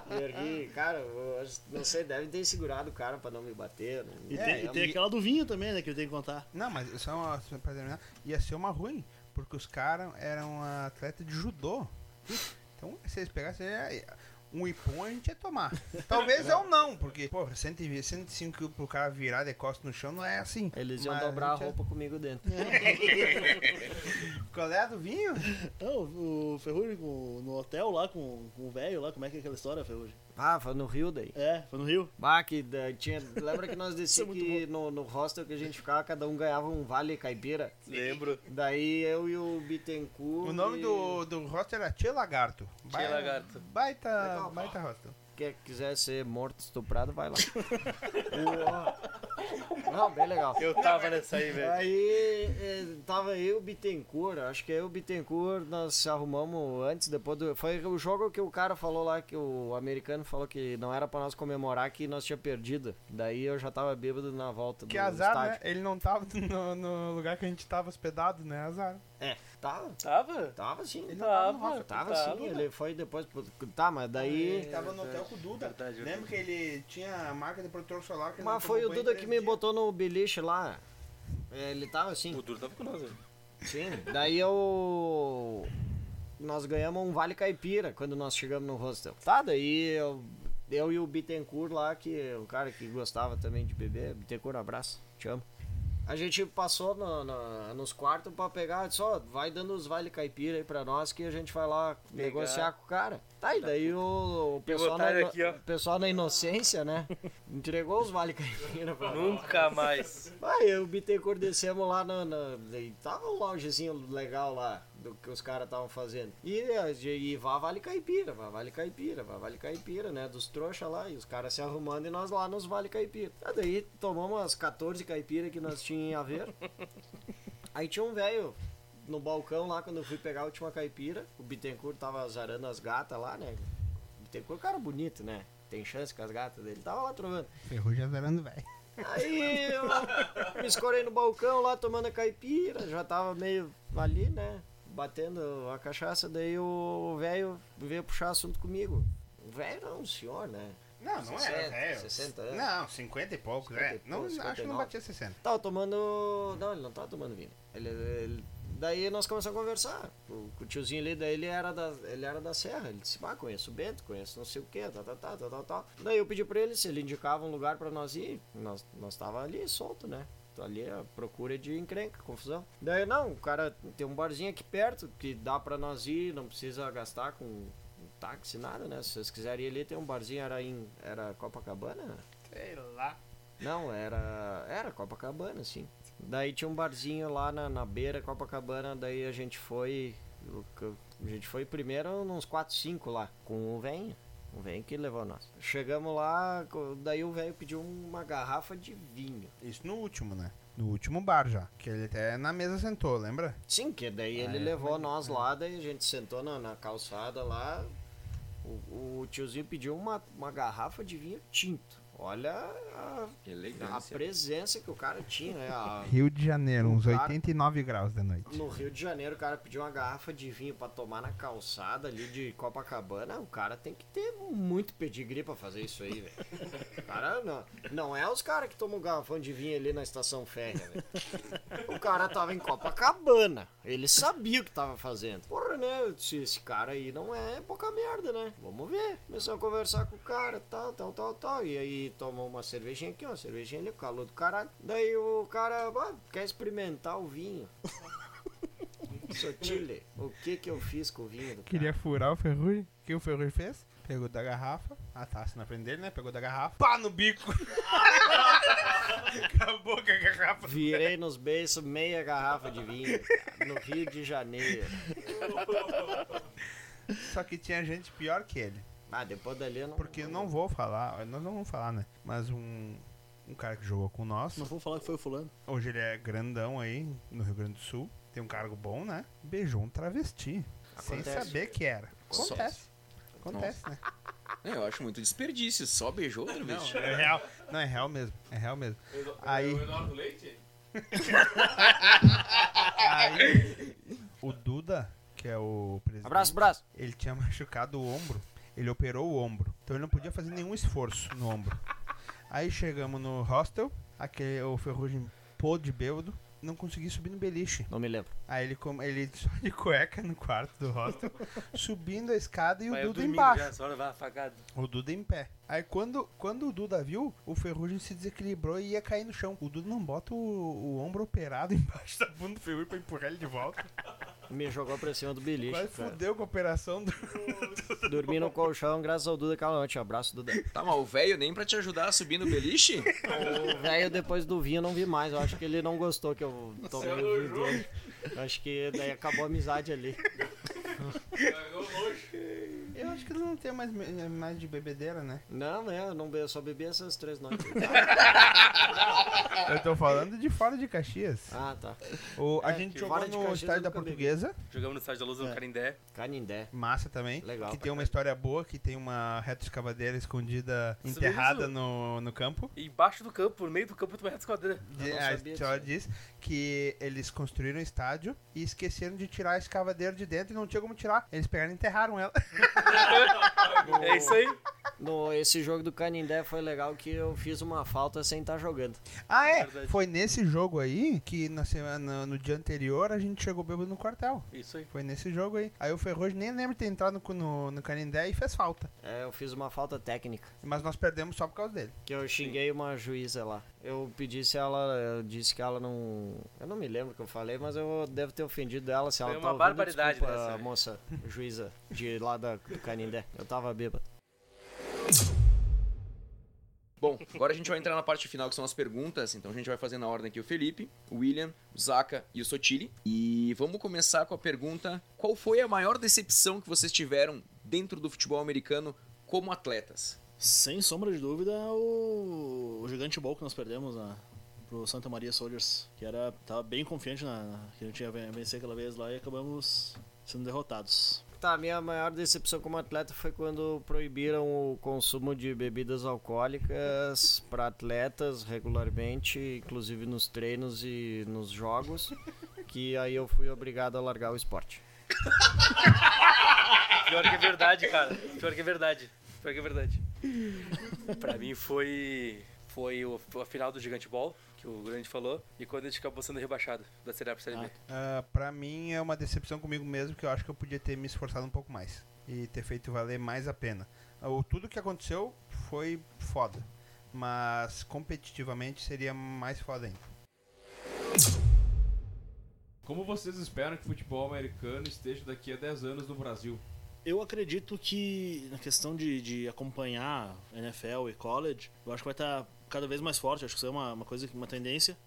[SPEAKER 7] Me ergui, cara, eu acho- não sei, deve ter segurado o cara pra não me bater. né? não-
[SPEAKER 5] E,
[SPEAKER 3] É,
[SPEAKER 5] tem, e
[SPEAKER 3] é
[SPEAKER 5] tem
[SPEAKER 3] um-
[SPEAKER 5] aquela do vinho também, né? Que eu tenho que contar.
[SPEAKER 3] Não, mas só uma, só pra terminar, ia ser uma ruim, porque os caras eram atleta de judô. Então, se eles pegassem, ia- um ipon a gente ia tomar. Talvez eu não, porque, pô, 120, 105 quilos pro cara virar de costas no chão não é assim.
[SPEAKER 7] Eles iam
[SPEAKER 3] Mas
[SPEAKER 7] dobrar a
[SPEAKER 3] gente ia-
[SPEAKER 7] roupa comigo dentro.
[SPEAKER 3] Qual é a do vinho?
[SPEAKER 5] Não, o o Ferrugem com- no hotel lá com, com o velho lá, como é que é aquela história, Ferrugem?
[SPEAKER 7] Ah, foi no Rio daí.
[SPEAKER 5] É, foi no Rio.
[SPEAKER 7] Bah, que da- tinha. Lembra que nós
[SPEAKER 5] Isso é
[SPEAKER 7] descíamos
[SPEAKER 5] muito
[SPEAKER 7] que no, no hostel que a gente ficava, cada um ganhava um vale caipira.
[SPEAKER 6] Lembro.
[SPEAKER 7] Daí eu e o Bittencourt.
[SPEAKER 3] O nome
[SPEAKER 7] e
[SPEAKER 3] do, do roster era Tia Lagarto. Bai-
[SPEAKER 6] Lagarto.
[SPEAKER 3] Baita,
[SPEAKER 7] Legal.
[SPEAKER 3] baita roster.
[SPEAKER 7] Quem quiser ser morto, estuprado, vai lá. Não, bem legal.
[SPEAKER 6] Eu tava nessa aí, velho.
[SPEAKER 7] Aí eh, tava eu e o Bittencourt, acho que eu e o Bittencourt, nós se arrumamos antes, depois do. Foi o jogo que o cara falou lá, que o americano falou que não era pra nós comemorar que nós tinha perdido. Daí eu já tava bêbado na volta
[SPEAKER 3] Que
[SPEAKER 7] do
[SPEAKER 3] azar, né?
[SPEAKER 7] estádio.
[SPEAKER 3] Ele não tava no, no lugar que a gente tava hospedado, né? Azar.
[SPEAKER 7] É, tava.
[SPEAKER 6] Tava?
[SPEAKER 7] Tava sim.
[SPEAKER 6] não tava no
[SPEAKER 7] tava,
[SPEAKER 6] Rafa,
[SPEAKER 7] tava
[SPEAKER 6] tava.
[SPEAKER 7] sim. Ele foi depois. pro- Tá, mas daí.
[SPEAKER 3] Ele tava no hotel com o Duda.
[SPEAKER 6] É Verdade,
[SPEAKER 3] Lembra que ele tinha a marca de protetor solar que ele não
[SPEAKER 7] Mas foi o
[SPEAKER 3] tomou banho
[SPEAKER 7] Duda
[SPEAKER 3] três
[SPEAKER 7] que me
[SPEAKER 3] dias?
[SPEAKER 7] botou no beliche lá. É, Ele tava assim.
[SPEAKER 6] O Duro tava com nós, velho.
[SPEAKER 7] Sim, daí eu. Nós ganhamos um Vale Caipira quando nós chegamos no hostel. Tá, daí eu, eu e o Bittencourt lá, que é o cara que gostava também de beber. Bittencourt, abraço, te amo. A gente passou no- no- nos quartos pra pegar, só vai dando os Vale Caipira aí pra nós que a gente vai lá negociar com o cara. Tá, e daí o, o pessoal, na,
[SPEAKER 6] otário
[SPEAKER 7] ino-
[SPEAKER 6] aqui, ó.
[SPEAKER 7] o pessoal na inocência, né? Entregou os Vale Caipira pra nós.
[SPEAKER 6] Nunca mais.
[SPEAKER 7] Ah, eu e o Bittencourt descemos lá na. na e tava um loungezinho legal lá do que os caras estavam fazendo. E, eh, e vá vale caipira, vá vale caipira, vá vale caipira, né? Dos trouxa lá, e os caras se arrumando e nós lá nos vale caipira. Ah, daí tomamos as 14 caipiras que nós tínhamos em haver. Aí tinha um velho no balcão lá quando eu fui pegar a última caipira. O Bittencourt tava azarando as gatas lá, né? O Bittencourt é um cara bonito, né? Tem chance com as gatas dele. Tava lá trovando.
[SPEAKER 3] Ferrugem azarando, velho.
[SPEAKER 7] Aí eu me escorei no balcão lá tomando a caipira, já tava meio ali, né? Batendo a cachaça, daí o velho veio puxar assunto comigo. O velho não, o senhor, né?
[SPEAKER 3] Não, é, não era,
[SPEAKER 7] 60,
[SPEAKER 3] velho.
[SPEAKER 7] 60 anos.
[SPEAKER 3] Não, 50 e poucos,
[SPEAKER 7] 50
[SPEAKER 3] é.
[SPEAKER 7] e
[SPEAKER 3] Não, acho
[SPEAKER 7] poucos,
[SPEAKER 3] que não
[SPEAKER 7] 59.
[SPEAKER 3] batia 60.
[SPEAKER 7] Tava tomando. Não, ele não tava tomando vinho. Ele, ele- Daí nós começamos a conversar. O, o tiozinho ali, daí ele era da, ele era da Serra. Ele disse, ah, conheço o Bento, conheço não sei o quê, tá, tal, tal, tal, tal, tal, tal. Daí eu pedi pra ele se ele indicava um lugar pra nós ir. Nós, nós tava ali solto, né? Ali é a procura de encrenca, confusão. Daí não, o cara tem um barzinho aqui perto que dá pra nós ir, não precisa gastar com táxi, nada, né? Se vocês quiserem ir ali, tem um barzinho, era em. Era Copacabana?
[SPEAKER 3] Sei lá.
[SPEAKER 7] Não, era. Era Copacabana, sim. Daí tinha um barzinho lá na, na beira Copacabana, daí a gente foi. o que- A gente foi primeiro uns 4, 5 lá, com um o velho. O velho que levou nós. Chegamos lá, co- daí o velho pediu uma garrafa de vinho.
[SPEAKER 3] Isso no último, né? No último bar já. Que ele até na mesa sentou, lembra?
[SPEAKER 7] Sim, que daí ele levou nós lá, daí a gente sentou na, na calçada lá. O, o tiozinho pediu uma, uma garrafa de vinho tinto. Olha a,
[SPEAKER 1] Que
[SPEAKER 7] a
[SPEAKER 1] elegância.
[SPEAKER 7] presença que o cara tinha, né? A-
[SPEAKER 3] Rio de Janeiro, uns
[SPEAKER 7] Cara.
[SPEAKER 3] 89 graus da noite.
[SPEAKER 7] No Rio de Janeiro, o cara pediu uma garrafa de vinho pra tomar na calçada ali de Copacabana. O cara tem que ter muito pedigree pra fazer isso aí, velho. O cara não, não é os caras que tomam um garrafão de vinho ali na estação férrea, velho. O cara tava em Copacabana. Ele sabia o que tava fazendo. Porra, né? Eu disse, esse cara aí não é pouca merda, né? Vamos ver. Começou a conversar com o cara, tal, tal, tal, tal. E aí tomou uma cervejinha aqui, uma cervejinha ali, o calor do caralho. Daí o cara, "Ah, quer experimentar o vinho? Sotile, o que que eu fiz com o vinho do cara?
[SPEAKER 3] Queria furar o Ferrugem. O que o Ferrugem fez? Pegou da garrafa, a taça na frente dele, né? Pegou da garrafa, pá no bico! Acabou com a garrafa.
[SPEAKER 7] Virei nos beiços meia garrafa de vinho cara, no Rio de Janeiro.
[SPEAKER 3] Só que tinha gente pior que ele.
[SPEAKER 7] Ah, depois dali eu não.
[SPEAKER 3] Porque eu não vou falar, nós não vamos falar, né? Mas um, um cara que jogou com nós,
[SPEAKER 5] Não vou falar que foi o fulano.
[SPEAKER 3] hoje ele é grandão aí no Rio Grande do Sul, tem um cargo bom, né? Beijou um travesti. Sem
[SPEAKER 7] Acontece.
[SPEAKER 3] saber que era.
[SPEAKER 1] Só-
[SPEAKER 3] Acontece. Acontece, né?
[SPEAKER 1] É, eu acho muito desperdício, só beijou outra vez.
[SPEAKER 3] É real. Não, é real mesmo. É real mesmo. Aí.
[SPEAKER 2] O Eduardo Leite?
[SPEAKER 3] Aí, o Duda, que é o presidente,
[SPEAKER 7] Abraço, abraço.
[SPEAKER 3] ele tinha machucado o ombro. Ele operou o ombro. Então ele não podia fazer nenhum esforço no ombro. Aí chegamos no hostel, aquele, o Ferrugem pô de bêbado, não conseguia subir no beliche.
[SPEAKER 7] Não me lembro.
[SPEAKER 3] Aí ele, com- ele só de cueca no quarto do hostel, subindo a escada e o
[SPEAKER 6] Mas eu
[SPEAKER 3] Duda
[SPEAKER 6] dormindo
[SPEAKER 3] embaixo.
[SPEAKER 6] já, essa hora vai afagado.
[SPEAKER 3] O Duda em pé. Aí quando, quando o Duda viu, o Ferrugem se desequilibrou e ia cair no chão. O Duda não bota o, o ombro operado embaixo da bunda do Ferrugem pra empurrar ele de volta.
[SPEAKER 7] Me jogou pra cima do beliche.
[SPEAKER 3] Quase
[SPEAKER 7] cara.
[SPEAKER 3] fudeu com a operação do.
[SPEAKER 7] Dormi no colchão, graças ao Duda Calante. Abraço, Duda.
[SPEAKER 1] Tá mal, velho, nem pra te ajudar a subir no beliche?
[SPEAKER 7] O velho, depois do vinho, eu não vi mais. Eu acho que ele não gostou que eu tomei o vinho dele. Eu acho que daí acabou a amizade ali.
[SPEAKER 2] Pegou hoje.
[SPEAKER 7] Eu
[SPEAKER 3] acho que ele não tem mais, me- é, mais de bebedeira, né?
[SPEAKER 7] Não, né? Eu não be- eu só bebi essas três noites.
[SPEAKER 3] Eu tô falando de fora de Caxias.
[SPEAKER 7] ah, tá.
[SPEAKER 3] O, a
[SPEAKER 7] É,
[SPEAKER 3] gente
[SPEAKER 7] que
[SPEAKER 3] jogou
[SPEAKER 7] fora de
[SPEAKER 3] no
[SPEAKER 7] Caxias
[SPEAKER 3] estádio
[SPEAKER 7] eu
[SPEAKER 3] da
[SPEAKER 7] nunca bebi.
[SPEAKER 3] Portuguesa,
[SPEAKER 6] Jogamos no estádio da luz do
[SPEAKER 5] É.
[SPEAKER 6] Carindé.
[SPEAKER 7] Canindé.
[SPEAKER 3] massa também.
[SPEAKER 7] Legal
[SPEAKER 3] que
[SPEAKER 7] pra
[SPEAKER 3] tem uma história boa, que tem uma retroescavadeira escondida,
[SPEAKER 6] Isso
[SPEAKER 3] enterrada
[SPEAKER 6] mesmo.
[SPEAKER 3] no, no campo.
[SPEAKER 6] E embaixo do campo, no meio do campo, tem uma né? reta esquadrilha.
[SPEAKER 3] E
[SPEAKER 7] não
[SPEAKER 3] É, a
[SPEAKER 7] sabia
[SPEAKER 3] história
[SPEAKER 7] disso
[SPEAKER 3] diz que eles construíram o estádio e esqueceram de tirar a escavadeira de dentro e não tinha como tirar. Eles pegaram e enterraram ela.
[SPEAKER 6] É isso aí.
[SPEAKER 7] No, esse jogo do Canindé foi legal que eu fiz uma falta sem estar jogando.
[SPEAKER 3] Ah, é?
[SPEAKER 6] Verdade.
[SPEAKER 3] Foi nesse jogo aí que na semana, no dia anterior a gente chegou bêbado no quartel.
[SPEAKER 6] Isso aí.
[SPEAKER 3] Foi nesse jogo aí. Aí o Ferrojo nem lembra de ter entrado no, no, no Canindé e fez falta.
[SPEAKER 7] É, eu fiz uma falta técnica.
[SPEAKER 3] Mas nós perdemos só por causa dele.
[SPEAKER 7] Que eu xinguei uma juíza lá. Eu pedi se ela. Eu disse que ela não. Eu não me lembro o que eu falei, mas eu devo ter ofendido ela se
[SPEAKER 6] Foi
[SPEAKER 7] ela tá
[SPEAKER 6] uma
[SPEAKER 7] ouvindo,
[SPEAKER 6] barbaridade
[SPEAKER 7] desculpa,
[SPEAKER 6] dessa, né?
[SPEAKER 7] moça juíza de lá da, do Canindé. Eu tava bêbado.
[SPEAKER 1] Bom, agora a gente vai entrar na parte final, que são as perguntas. Então a gente vai fazer na ordem aqui o Felipe, o William, o Zaka e o Sotile. E vamos começar com a pergunta: qual foi a maior decepção que vocês tiveram dentro do futebol americano como atletas?
[SPEAKER 5] Sem sombra de dúvida, o, o gigante ball que nós perdemos na, pro Santa Maria Soldiers, que era tava bem confiante na, na- que a gente ia ven- vencer aquela vez lá e acabamos sendo derrotados.
[SPEAKER 7] Tá, a minha maior decepção como atleta foi quando proibiram o consumo de bebidas alcoólicas para atletas regularmente, inclusive nos treinos e nos jogos, que aí eu fui obrigado a largar o esporte.
[SPEAKER 6] Pior que é verdade, cara. Pior que é verdade. Pior que é verdade. pra mim foi. Foi o, a final do Gigante Ball, que o Grande falou, e quando a gente acabou sendo rebaixado da Série A pra Série B.
[SPEAKER 3] Ah, pra mim é uma decepção comigo mesmo, que eu acho que eu podia ter me esforçado um pouco mais e ter feito valer mais a pena. Ah, O, tudo que aconteceu foi foda, mas competitivamente seria mais foda ainda.
[SPEAKER 2] Como vocês esperam que o futebol americano esteja daqui a 10 anos no Brasil?
[SPEAKER 5] Eu acredito que na questão de, de acompanhar NFL e college, eu acho que vai estar cada vez mais forte, acho que isso é uma, uma coisa, que- uma tendência.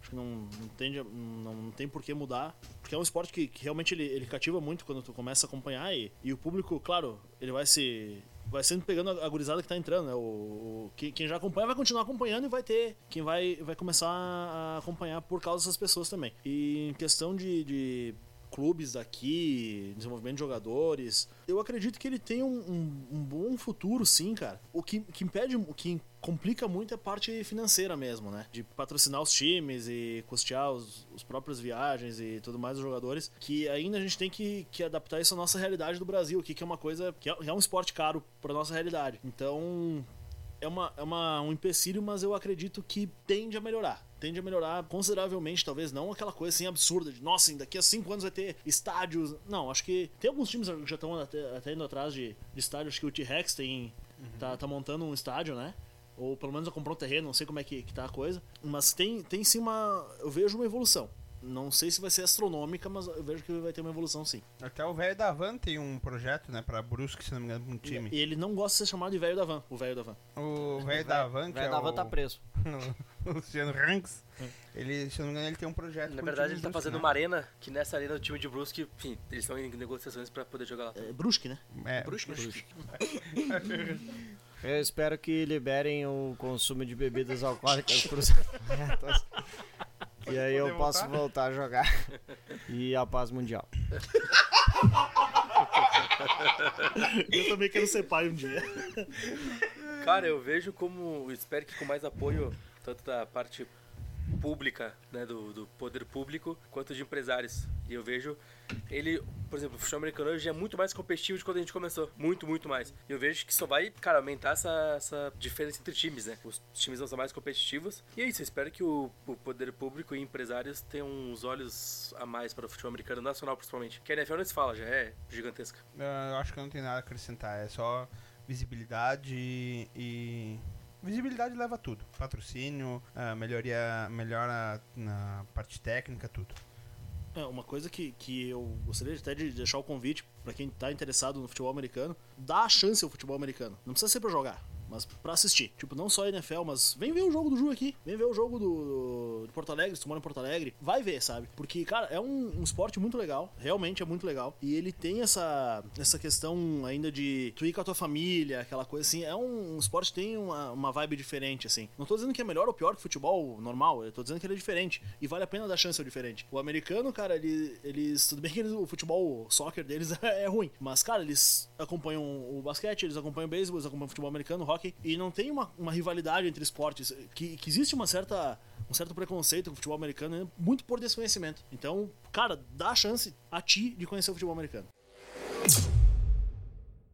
[SPEAKER 5] Acho que não, não, tende a- não, não tem por que mudar. Porque é um esporte que, que realmente ele, ele cativa muito quando tu começa a acompanhar e, e o público, claro, ele vai se. Vai sempre pegando a a gurizada que tá entrando, né? O, o- quem, quem já acompanha vai continuar acompanhando e vai ter. Quem vai, vai começar a acompanhar por causa dessas pessoas também. E em questão de- de clubes daqui, desenvolvimento de jogadores. Eu acredito que ele tem um, um- um bom futuro, sim, cara. O que, que impede, o que complica muito é a parte financeira mesmo, né? De patrocinar os times e custear os, os próprias viagens e tudo mais os jogadores. Que ainda a gente tem que, que adaptar isso à nossa realidade do Brasil, aqui, que é uma coisa que é, que é um esporte caro para nossa realidade. Então é, uma, é uma, um empecilho, mas eu acredito que tende a melhorar. Tende a melhorar consideravelmente, talvez não aquela coisa assim absurda de nossa, daqui a cinco anos vai ter estádios. Não, acho que tem alguns times que já estão até, até indo atrás de, de estádio. Acho que o T-Rex tem.
[SPEAKER 3] Uhum.
[SPEAKER 5] Tá, tá montando um estádio, né? Ou pelo menos já comprou um terreno, não sei como é que, que tá a coisa. Mas tem, tem sim uma. Eu vejo uma evolução. Não sei se vai ser astronômica, mas eu vejo que vai ter uma evolução sim.
[SPEAKER 3] Até o velho da Van tem um projeto, né, pra Brusque, se não me engano, pra um time.
[SPEAKER 5] E ele não gosta de ser chamado de velho da van, o velho da van.
[SPEAKER 3] O velho da Van,
[SPEAKER 7] O
[SPEAKER 3] que
[SPEAKER 7] velho
[SPEAKER 3] é
[SPEAKER 7] da van
[SPEAKER 3] o
[SPEAKER 7] tá preso.
[SPEAKER 3] Luciano Ranks, ele, se não me engano, ele tem um projeto
[SPEAKER 6] Na
[SPEAKER 3] com o
[SPEAKER 6] verdade,
[SPEAKER 3] time
[SPEAKER 6] ele tá
[SPEAKER 3] Brusque,
[SPEAKER 6] fazendo
[SPEAKER 3] né?
[SPEAKER 6] uma arena, que nessa arena o time de Brusque, enfim, eles estão em negociações pra poder jogar lá.
[SPEAKER 5] É Brusque, né?
[SPEAKER 3] É,
[SPEAKER 1] Bruxo,
[SPEAKER 7] Eu espero que liberem o consumo de bebidas alcoólicas pros atletas. E aí eu
[SPEAKER 3] poder
[SPEAKER 7] posso
[SPEAKER 3] voltar?
[SPEAKER 7] voltar a jogar. E a paz mundial.
[SPEAKER 5] Eu também quero ser pai um dia.
[SPEAKER 6] Cara, eu vejo como, eu espero que com mais apoio, tanto da parte pública, né, do, do poder público, quanto de empresários. E eu vejo ele, por exemplo, o futebol americano hoje é muito mais competitivo de quando a gente começou. Muito, muito mais. E eu vejo que só vai, cara, aumentar essa, essa diferença entre times, né? Os times vão ser mais competitivos. E é isso, eu espero que o, o poder público e empresários tenham uns olhos a mais para o futebol americano nacional, principalmente. Que a NFL não se fala, já é gigantesca.
[SPEAKER 3] Ah, Eu acho que eu não tenho nada a acrescentar, é só visibilidade e. e- Visibilidade leva a tudo. Patrocínio, ah, melhoria, melhora na parte técnica, tudo.
[SPEAKER 5] É, uma coisa que, que eu gostaria até de deixar o convite pra quem tá interessado no futebol americano, dá a chance ao futebol americano. Não precisa ser pra jogar, mas pra assistir. Tipo, não só a NFL, mas vem ver o jogo do Ju aqui, vem ver o jogo do, do Porto Alegre, se tu mora em Porto Alegre, vai ver, sabe? Porque, cara, é um, um esporte muito legal, realmente é muito legal. E ele tem essa, essa questão ainda de tu ir com a tua família, aquela coisa assim. É um, um esporte que tem uma, uma vibe diferente, assim. Não tô dizendo que é melhor ou pior que futebol normal, eu tô dizendo que ele é diferente. E vale a pena dar chance ao diferente. O americano, cara, ele, eles. Tudo bem que eles, o futebol, o soccer deles é ruim. Mas, cara, eles acompanham o basquete, eles acompanham o beisebol, eles acompanham o futebol americano, o hockey. E não tem uma, uma rivalidade entre esportes. Que, que existe uma certa. Um certo preconceito com o futebol americano, né? muito por desconhecimento. Então, cara, dá a chance a ti de conhecer o futebol americano.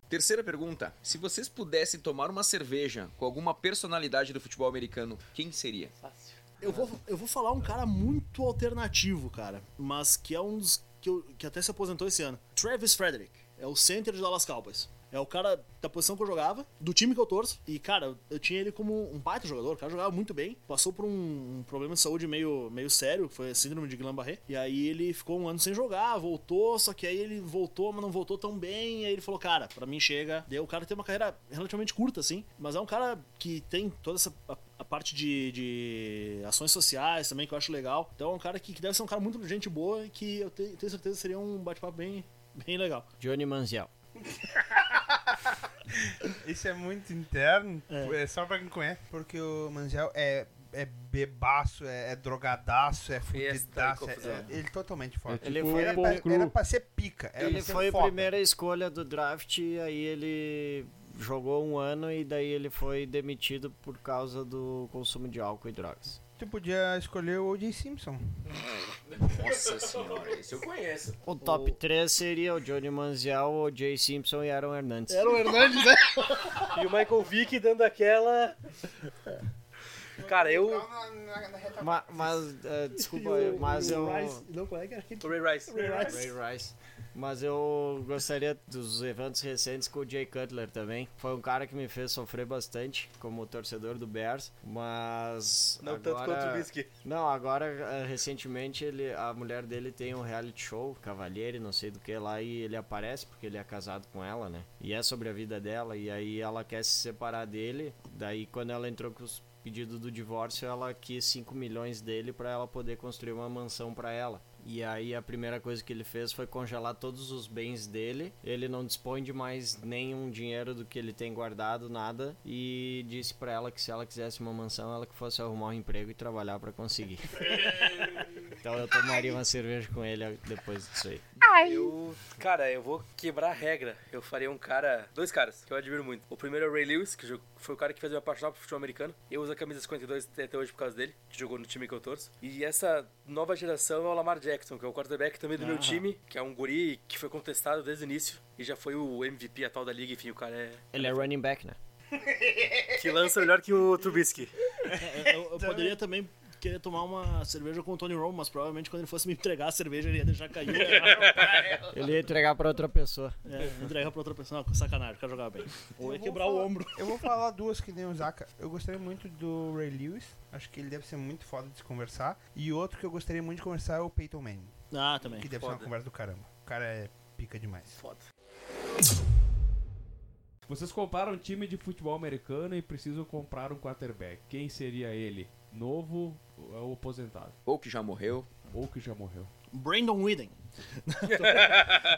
[SPEAKER 1] Terceira pergunta: se vocês pudessem tomar uma cerveja com alguma personalidade do futebol americano, quem seria?
[SPEAKER 6] Fácil.
[SPEAKER 5] Eu vou, eu vou falar um cara muito alternativo, cara, mas que é um dos que, eu- que até se aposentou esse ano. Travis Frederick, é o center de Dallas Cowboys. É o cara da posição que eu jogava, do time que eu torço. E, cara, eu- eu tinha ele como um baita jogador. O cara jogava muito bem. Passou por um, um problema de saúde meio, meio sério, que foi a síndrome de Guillain-Barré. E aí ele ficou um ano sem jogar, voltou, só que aí ele voltou, mas não voltou tão bem. E aí ele falou, cara, pra mim chega. Daí o cara tem uma carreira relativamente curta, assim. Mas é um cara que tem toda essa... a- a parte de, de ações sociais também, que eu acho legal. Então é um cara que, que deve ser um cara muito gente boa e que eu te- tenho certeza seria um bate-papo bem, bem legal.
[SPEAKER 7] Johnny Manziel.
[SPEAKER 3] Isso é muito interno,
[SPEAKER 5] É.
[SPEAKER 3] é. só pra quem conhece, porque o Manziel é, é bebaço, é, é drogadaço, é
[SPEAKER 6] Festa e
[SPEAKER 3] fudidaço, é,
[SPEAKER 6] confusão.
[SPEAKER 3] é- ele totalmente fora.
[SPEAKER 7] Ele foi
[SPEAKER 3] era,
[SPEAKER 7] um
[SPEAKER 3] pra,
[SPEAKER 2] pouco cru.
[SPEAKER 3] era pra ser pica, era
[SPEAKER 7] Ele
[SPEAKER 3] pra ser
[SPEAKER 7] foi a
[SPEAKER 3] foda.
[SPEAKER 7] primeira escolha do draft e aí ele jogou um ano e daí ele foi demitido por causa do consumo de álcool e drogas.
[SPEAKER 3] Tu podia escolher o O.J. Simpson.
[SPEAKER 1] Nossa senhora, esse é eu conheço.
[SPEAKER 7] O top 3 seria o Johnny Manziel, o Jay Simpson e Aaron Hernandes.
[SPEAKER 5] Era o Hernandes, né?
[SPEAKER 6] E o Michael Vick dando aquela. Cara, eu.
[SPEAKER 7] Ma- mas, eh, desculpa, mas eu...
[SPEAKER 5] Não, como é que era aquele?
[SPEAKER 6] O Ray Rice.
[SPEAKER 7] Ray Rice. Mas eu gostaria dos eventos recentes com o Jay Cutler também. Foi um cara que me fez sofrer bastante como torcedor do Bears, mas
[SPEAKER 6] Não tanto
[SPEAKER 7] agora-
[SPEAKER 6] quanto o Whisky.
[SPEAKER 7] Não, agora eh, recentemente ele, a mulher dele tem um reality show, Cavalieri, não sei do que lá, e ele aparece porque ele é casado com ela, né? E é sobre a vida dela, e aí ela quer se separar dele. Daí quando ela entrou com os pedidos do divórcio, ela quis 5 milhões dele pra ela poder construir uma mansão pra ela. E aí a primeira coisa que ele fez foi congelar todos os bens dele. Ele não dispõe de mais nenhum dinheiro do que ele tem guardado, nada. E disse pra ela que se ela quisesse uma mansão, ela que fosse arrumar um emprego e trabalhar pra conseguir. então eu tomaria uma cerveja com ele depois disso aí.
[SPEAKER 6] Eu, cara, eu vou quebrar a regra. Eu faria um cara. Dois caras que eu admiro muito. O primeiro é o Ray Lewis, que jo- foi o cara que fez eu me apaixonar por futebol americano. Eu uso a camisa 52 até até hoje por causa dele, que jogou no time que eu torço. E essa nova geração é o Lamar Jackson, que é o quarterback também do meu time, que é um guri que foi contestado desde o início e já foi o MVP atual da liga. Enfim, o cara é.
[SPEAKER 7] Ele é running back, né?
[SPEAKER 6] que lança melhor que o Trubisky.
[SPEAKER 5] Eu, eu poderia também querer tomar uma cerveja com o Tony Romo, mas provavelmente quando ele fosse me entregar a cerveja, ele ia deixar cair. né?
[SPEAKER 7] Ele ia entregar pra outra pessoa.
[SPEAKER 5] é, entregar pra outra pessoa. Não, sacanagem, o cara jogava bem. Ou ia
[SPEAKER 3] Eu vou
[SPEAKER 5] quebrar o
[SPEAKER 3] falar-
[SPEAKER 5] ombro.
[SPEAKER 3] Eu vou falar duas que nem o Zaka. Eu gostaria muito do Ray Lewis. Acho que ele deve ser muito foda de se conversar. E outro que eu gostaria muito de conversar é o Peyton Manning.
[SPEAKER 5] Ah, também.
[SPEAKER 3] Que deve ser
[SPEAKER 6] Foda.
[SPEAKER 3] uma conversa do caramba. O cara é pica demais.
[SPEAKER 6] Foda.
[SPEAKER 2] Vocês compraram um time de futebol americano e precisam comprar um quarterback. Quem seria ele? Novo ou aposentado?
[SPEAKER 1] Ou que já morreu.
[SPEAKER 2] Ou que já morreu?
[SPEAKER 5] Brandon Whedon.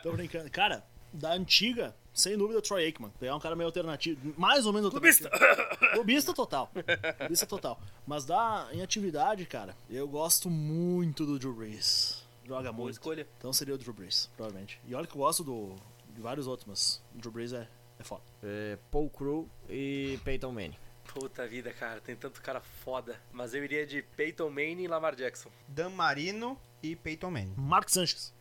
[SPEAKER 5] tô, tô brincando. Cara, da antiga, sem dúvida, o Troy Aikman. É um cara meio alternativo. Mais ou menos alternativo. Clubista! Clubista total. Clubista total. Mas da, em atividade, cara, eu gosto muito do Drew Brees. Joga
[SPEAKER 6] Boa
[SPEAKER 5] muito.
[SPEAKER 6] escolha.
[SPEAKER 5] Então seria o Drew Brees, provavelmente. E olha que eu gosto do, de vários outros, mas o Drew Brees é, é foda.
[SPEAKER 7] É, Paul Crew e Peyton Manning.
[SPEAKER 6] Puta vida, cara, tem tanto cara foda. Mas eu iria de Peyton Manning e Lamar Jackson.
[SPEAKER 3] Dan Marino e Peyton Manning.
[SPEAKER 5] Marco Sanches.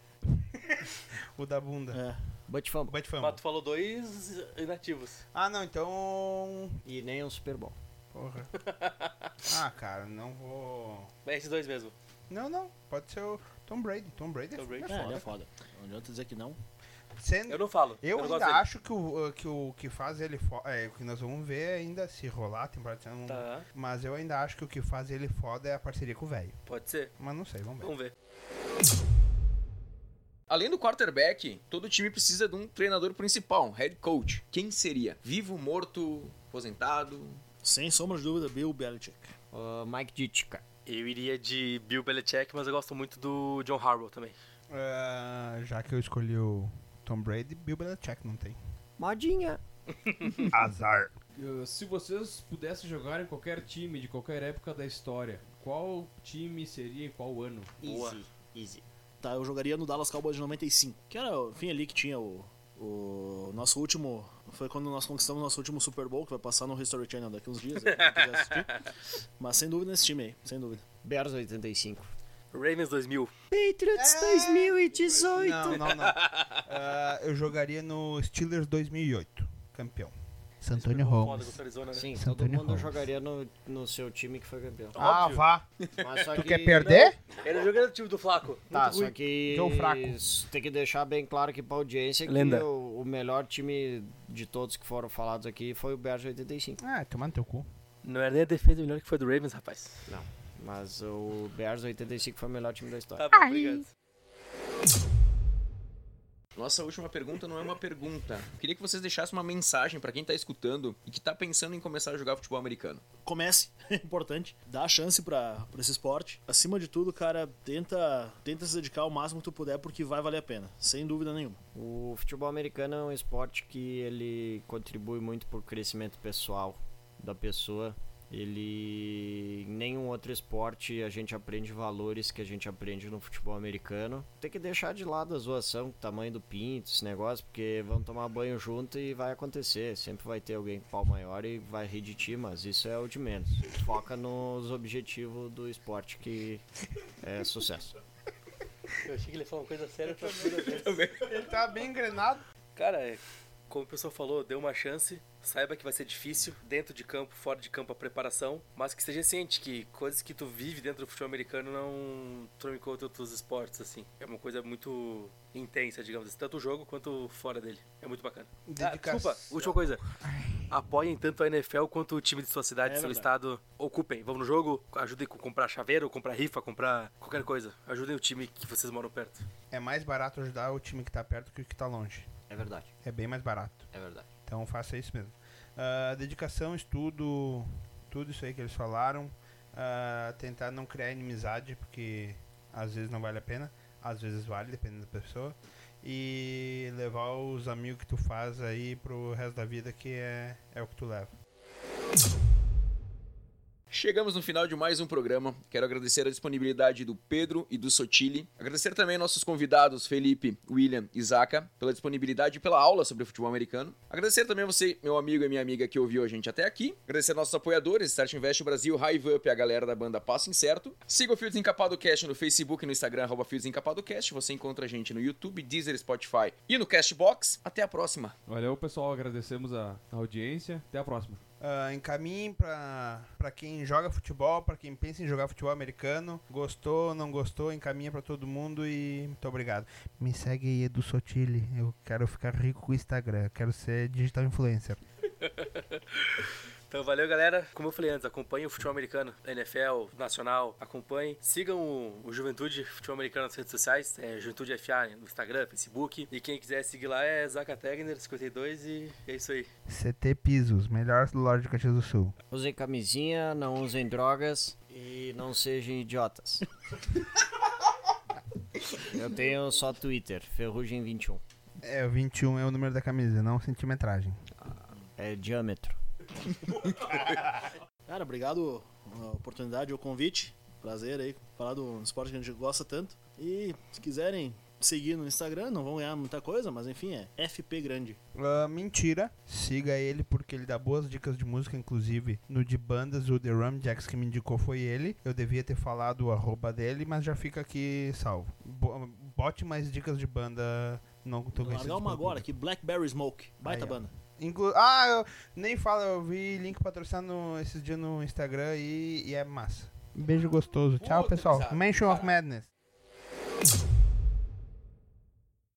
[SPEAKER 3] O da bunda.
[SPEAKER 5] É.
[SPEAKER 7] But
[SPEAKER 3] O
[SPEAKER 7] fumble.
[SPEAKER 3] Bat Fama.
[SPEAKER 6] Mas tu falou dois inativos.
[SPEAKER 3] Ah, não, então.
[SPEAKER 7] E nem um Super Bowl.
[SPEAKER 3] Porra. ah, cara, não vou.
[SPEAKER 6] É esses dois mesmo.
[SPEAKER 3] Não, não. Pode ser o Tom Brady. Tom Brady é
[SPEAKER 6] Tom Brady.
[SPEAKER 3] foda.
[SPEAKER 5] É, ele é foda. Não adianta dizer que não.
[SPEAKER 3] Sendo-
[SPEAKER 6] Eu não falo.
[SPEAKER 3] Eu,
[SPEAKER 6] não
[SPEAKER 3] ainda
[SPEAKER 6] gosto dele.
[SPEAKER 3] acho que o, que o que faz ele foda. É, o que nós vamos ver ainda se rolar a temporada. se não-
[SPEAKER 6] Tá,
[SPEAKER 3] Mas eu ainda acho que o que faz ele foda é a parceria com o velho.
[SPEAKER 6] pode ser.
[SPEAKER 3] Mas não sei, vamos ver.
[SPEAKER 6] Vamos ver.
[SPEAKER 1] Além do quarterback, todo time precisa de um treinador principal, um head coach. Quem seria? Vivo, morto, aposentado?
[SPEAKER 5] Sem sombra de dúvida, Bill Belichick.
[SPEAKER 7] Ah, Mike Ditka.
[SPEAKER 6] Eu iria de Bill Belichick, mas eu gosto muito do John Harbaugh também.
[SPEAKER 3] Ah, já que eu escolhi o Tom Brady, Bill Belichick não tem.
[SPEAKER 7] Modinha.
[SPEAKER 3] Azar.
[SPEAKER 2] Uh, Se vocês pudessem jogar em qualquer time de qualquer época da história, qual time seria e qual ano?
[SPEAKER 6] Boa.
[SPEAKER 7] Easy, easy.
[SPEAKER 5] Tá, eu jogaria no Dallas Cowboys de 95. Que era, enfim, ali que tinha o. O nosso último. Foi quando nós conquistamos o nosso último Super Bowl, que vai passar no History Channel daqui uns dias. né, quem quiser assistir. Mas sem dúvida nesse time aí, sem dúvida.
[SPEAKER 7] Bears 85.
[SPEAKER 6] Ravens 2000.
[SPEAKER 7] Patriots 2018.
[SPEAKER 3] Não, não, não. Ah, eu jogaria no Steelers 2008, campeão. Santônio
[SPEAKER 6] Foda com o Arizona, né?
[SPEAKER 7] Sim, todo
[SPEAKER 3] Antonio
[SPEAKER 7] mundo
[SPEAKER 3] Holmes.
[SPEAKER 7] jogaria no, no seu time que foi campeão.
[SPEAKER 3] Ah,
[SPEAKER 6] Óbvio.
[SPEAKER 3] vá.
[SPEAKER 7] Mas só
[SPEAKER 3] Tu
[SPEAKER 7] que-
[SPEAKER 3] quer perder?
[SPEAKER 6] Ele joga no time do Flaco.
[SPEAKER 7] Tá,
[SPEAKER 6] Muito
[SPEAKER 7] só
[SPEAKER 6] ruim.
[SPEAKER 7] que
[SPEAKER 3] Joe Fraco.
[SPEAKER 7] tem que deixar bem claro aqui pra audiência
[SPEAKER 6] Lenda.
[SPEAKER 7] que o, o melhor time de todos que foram falados aqui foi o Bears 85.
[SPEAKER 3] Ah, tomar no teu cu.
[SPEAKER 6] Não era nem a defesa melhor que foi do Ravens, rapaz.
[SPEAKER 7] Mas o Bears 85 foi o melhor time da história.
[SPEAKER 6] Tá bom, obrigado.
[SPEAKER 1] Nossa última pergunta não é uma pergunta. Queria que vocês deixassem uma mensagem pra quem tá escutando e que tá pensando em começar a jogar futebol americano.
[SPEAKER 5] comece, é importante, dá a chance pra pra esse esporte. Acima de tudo, cara, tenta, tenta se dedicar o máximo que tu puder porque vai valer a pena, sem dúvida nenhuma.
[SPEAKER 7] O futebol americano é um esporte que ele contribui muito pro crescimento pessoal da pessoa. Ele em nenhum outro esporte a gente aprende valores que a gente aprende no futebol americano. Tem que deixar de lado a zoação, o tamanho do pinto, esse negócio, porque vão tomar banho junto e vai acontecer. Sempre vai ter alguém com pau maior e vai rir de ti, mas isso é o de menos. Foca nos objetivos do esporte que é sucesso.
[SPEAKER 6] Eu achei que ele ia falar uma coisa séria pra toda vez.
[SPEAKER 3] Ele tá bem engrenado.
[SPEAKER 6] Cara, é- como o pessoal falou, dê uma chance. Saiba que vai ser difícil, dentro de campo, fora de campo, a preparação. Mas que seja ciente que coisas que tu vive dentro do futebol americano não troncou outros esportes, assim. É uma coisa muito intensa, digamos assim. Tanto o jogo quanto fora dele. É muito bacana. Ah,
[SPEAKER 3] Dedicação.
[SPEAKER 6] desculpa, última coisa. Apoiem tanto a NFL quanto o time de sua cidade,
[SPEAKER 5] É
[SPEAKER 6] seu
[SPEAKER 5] verdade.
[SPEAKER 6] estado. Ocupem, vão no jogo, ajudem com comprar chaveiro, comprar rifa, comprar qualquer coisa. Ajudem o time que vocês moram perto.
[SPEAKER 3] É mais barato ajudar o time que tá perto que o que tá longe.
[SPEAKER 7] É verdade,
[SPEAKER 3] É bem mais barato.
[SPEAKER 7] é verdade.
[SPEAKER 3] Então faça isso mesmo. Ah, dedicação, estudo, tudo isso aí que eles falaram. Ah, tentar não criar inimizade, porque às vezes não vale a pena, às vezes vale, dependendo da pessoa. E levar os amigos que tu faz aí pro resto da vida, que é, é o que tu leva.
[SPEAKER 1] Chegamos no final de mais um programa. Quero agradecer a disponibilidade do Pedro e do Sotile. Agradecer também nossos convidados Felipe, William e Zaca pela disponibilidade e pela aula sobre futebol americano. Agradecer também a você, meu amigo e minha amiga que ouviu a gente até aqui. Agradecer nossos apoiadores, Start Invest Brasil, Hive Up, a galera da banda Passo Incerto. Siga o Fio Desencapado Cast no Facebook e no Instagram, arroba Fio Desencapado Cast. Você encontra a gente no YouTube, Deezer, Spotify e no Castbox. Até a próxima.
[SPEAKER 2] Valeu, pessoal. Agradecemos a a audiência. Até a próxima.
[SPEAKER 3] Ah, encaminhe pra pra quem joga futebol, pra quem pensa em jogar futebol americano. Gostou, não gostou, encaminha pra todo mundo e muito obrigado. Me segue aí, Edu Sotile. Eu quero ficar rico com o Instagram. Quero ser digital influencer.
[SPEAKER 6] Então valeu, galera. Como eu falei antes, acompanhe o futebol americano, NFL, Nacional, acompanhe. Sigam o, o Juventude Futebol Americano nas redes sociais, é Juventude FA no Instagram, Facebook. E quem quiser seguir lá é Zaca Tegner 52 e é isso aí.
[SPEAKER 3] CT Pisos, melhor loja de Caxias do Sul.
[SPEAKER 7] Usem camisinha, não usem drogas e não sejam idiotas. Eu tenho só Twitter, Ferrugem21.
[SPEAKER 3] É, o 21 é o número da camisa, não centimetragem.
[SPEAKER 7] É diâmetro.
[SPEAKER 5] Cara, obrigado a oportunidade, o convite. Prazer aí falar do esporte que a gente gosta tanto. E se quiserem seguir no Instagram, não vão ganhar muita coisa, mas enfim, é FP Grande.
[SPEAKER 3] Ah, mentira. Siga ele porque ele dá boas dicas de música, inclusive no de bandas, o The Ram Jacks que me indicou foi ele. Eu devia ter falado o arroba dele, mas já fica aqui salvo. Bo- bote mais dicas de banda. Não tô
[SPEAKER 5] Vou largar
[SPEAKER 3] conhecido
[SPEAKER 5] uma
[SPEAKER 3] pelo
[SPEAKER 5] agora
[SPEAKER 3] público.
[SPEAKER 5] aqui, Blackberry Smoke. Baita
[SPEAKER 3] Aí, ó.
[SPEAKER 5] banda.
[SPEAKER 3] Inclu- ah, eu nem falo, eu vi link patrocinado esses dias no Instagram e, e é massa. Beijo gostoso. Tchau,
[SPEAKER 1] Puta,
[SPEAKER 3] pessoal.
[SPEAKER 1] pesado,
[SPEAKER 3] Mention of
[SPEAKER 1] cara.
[SPEAKER 3] Madness.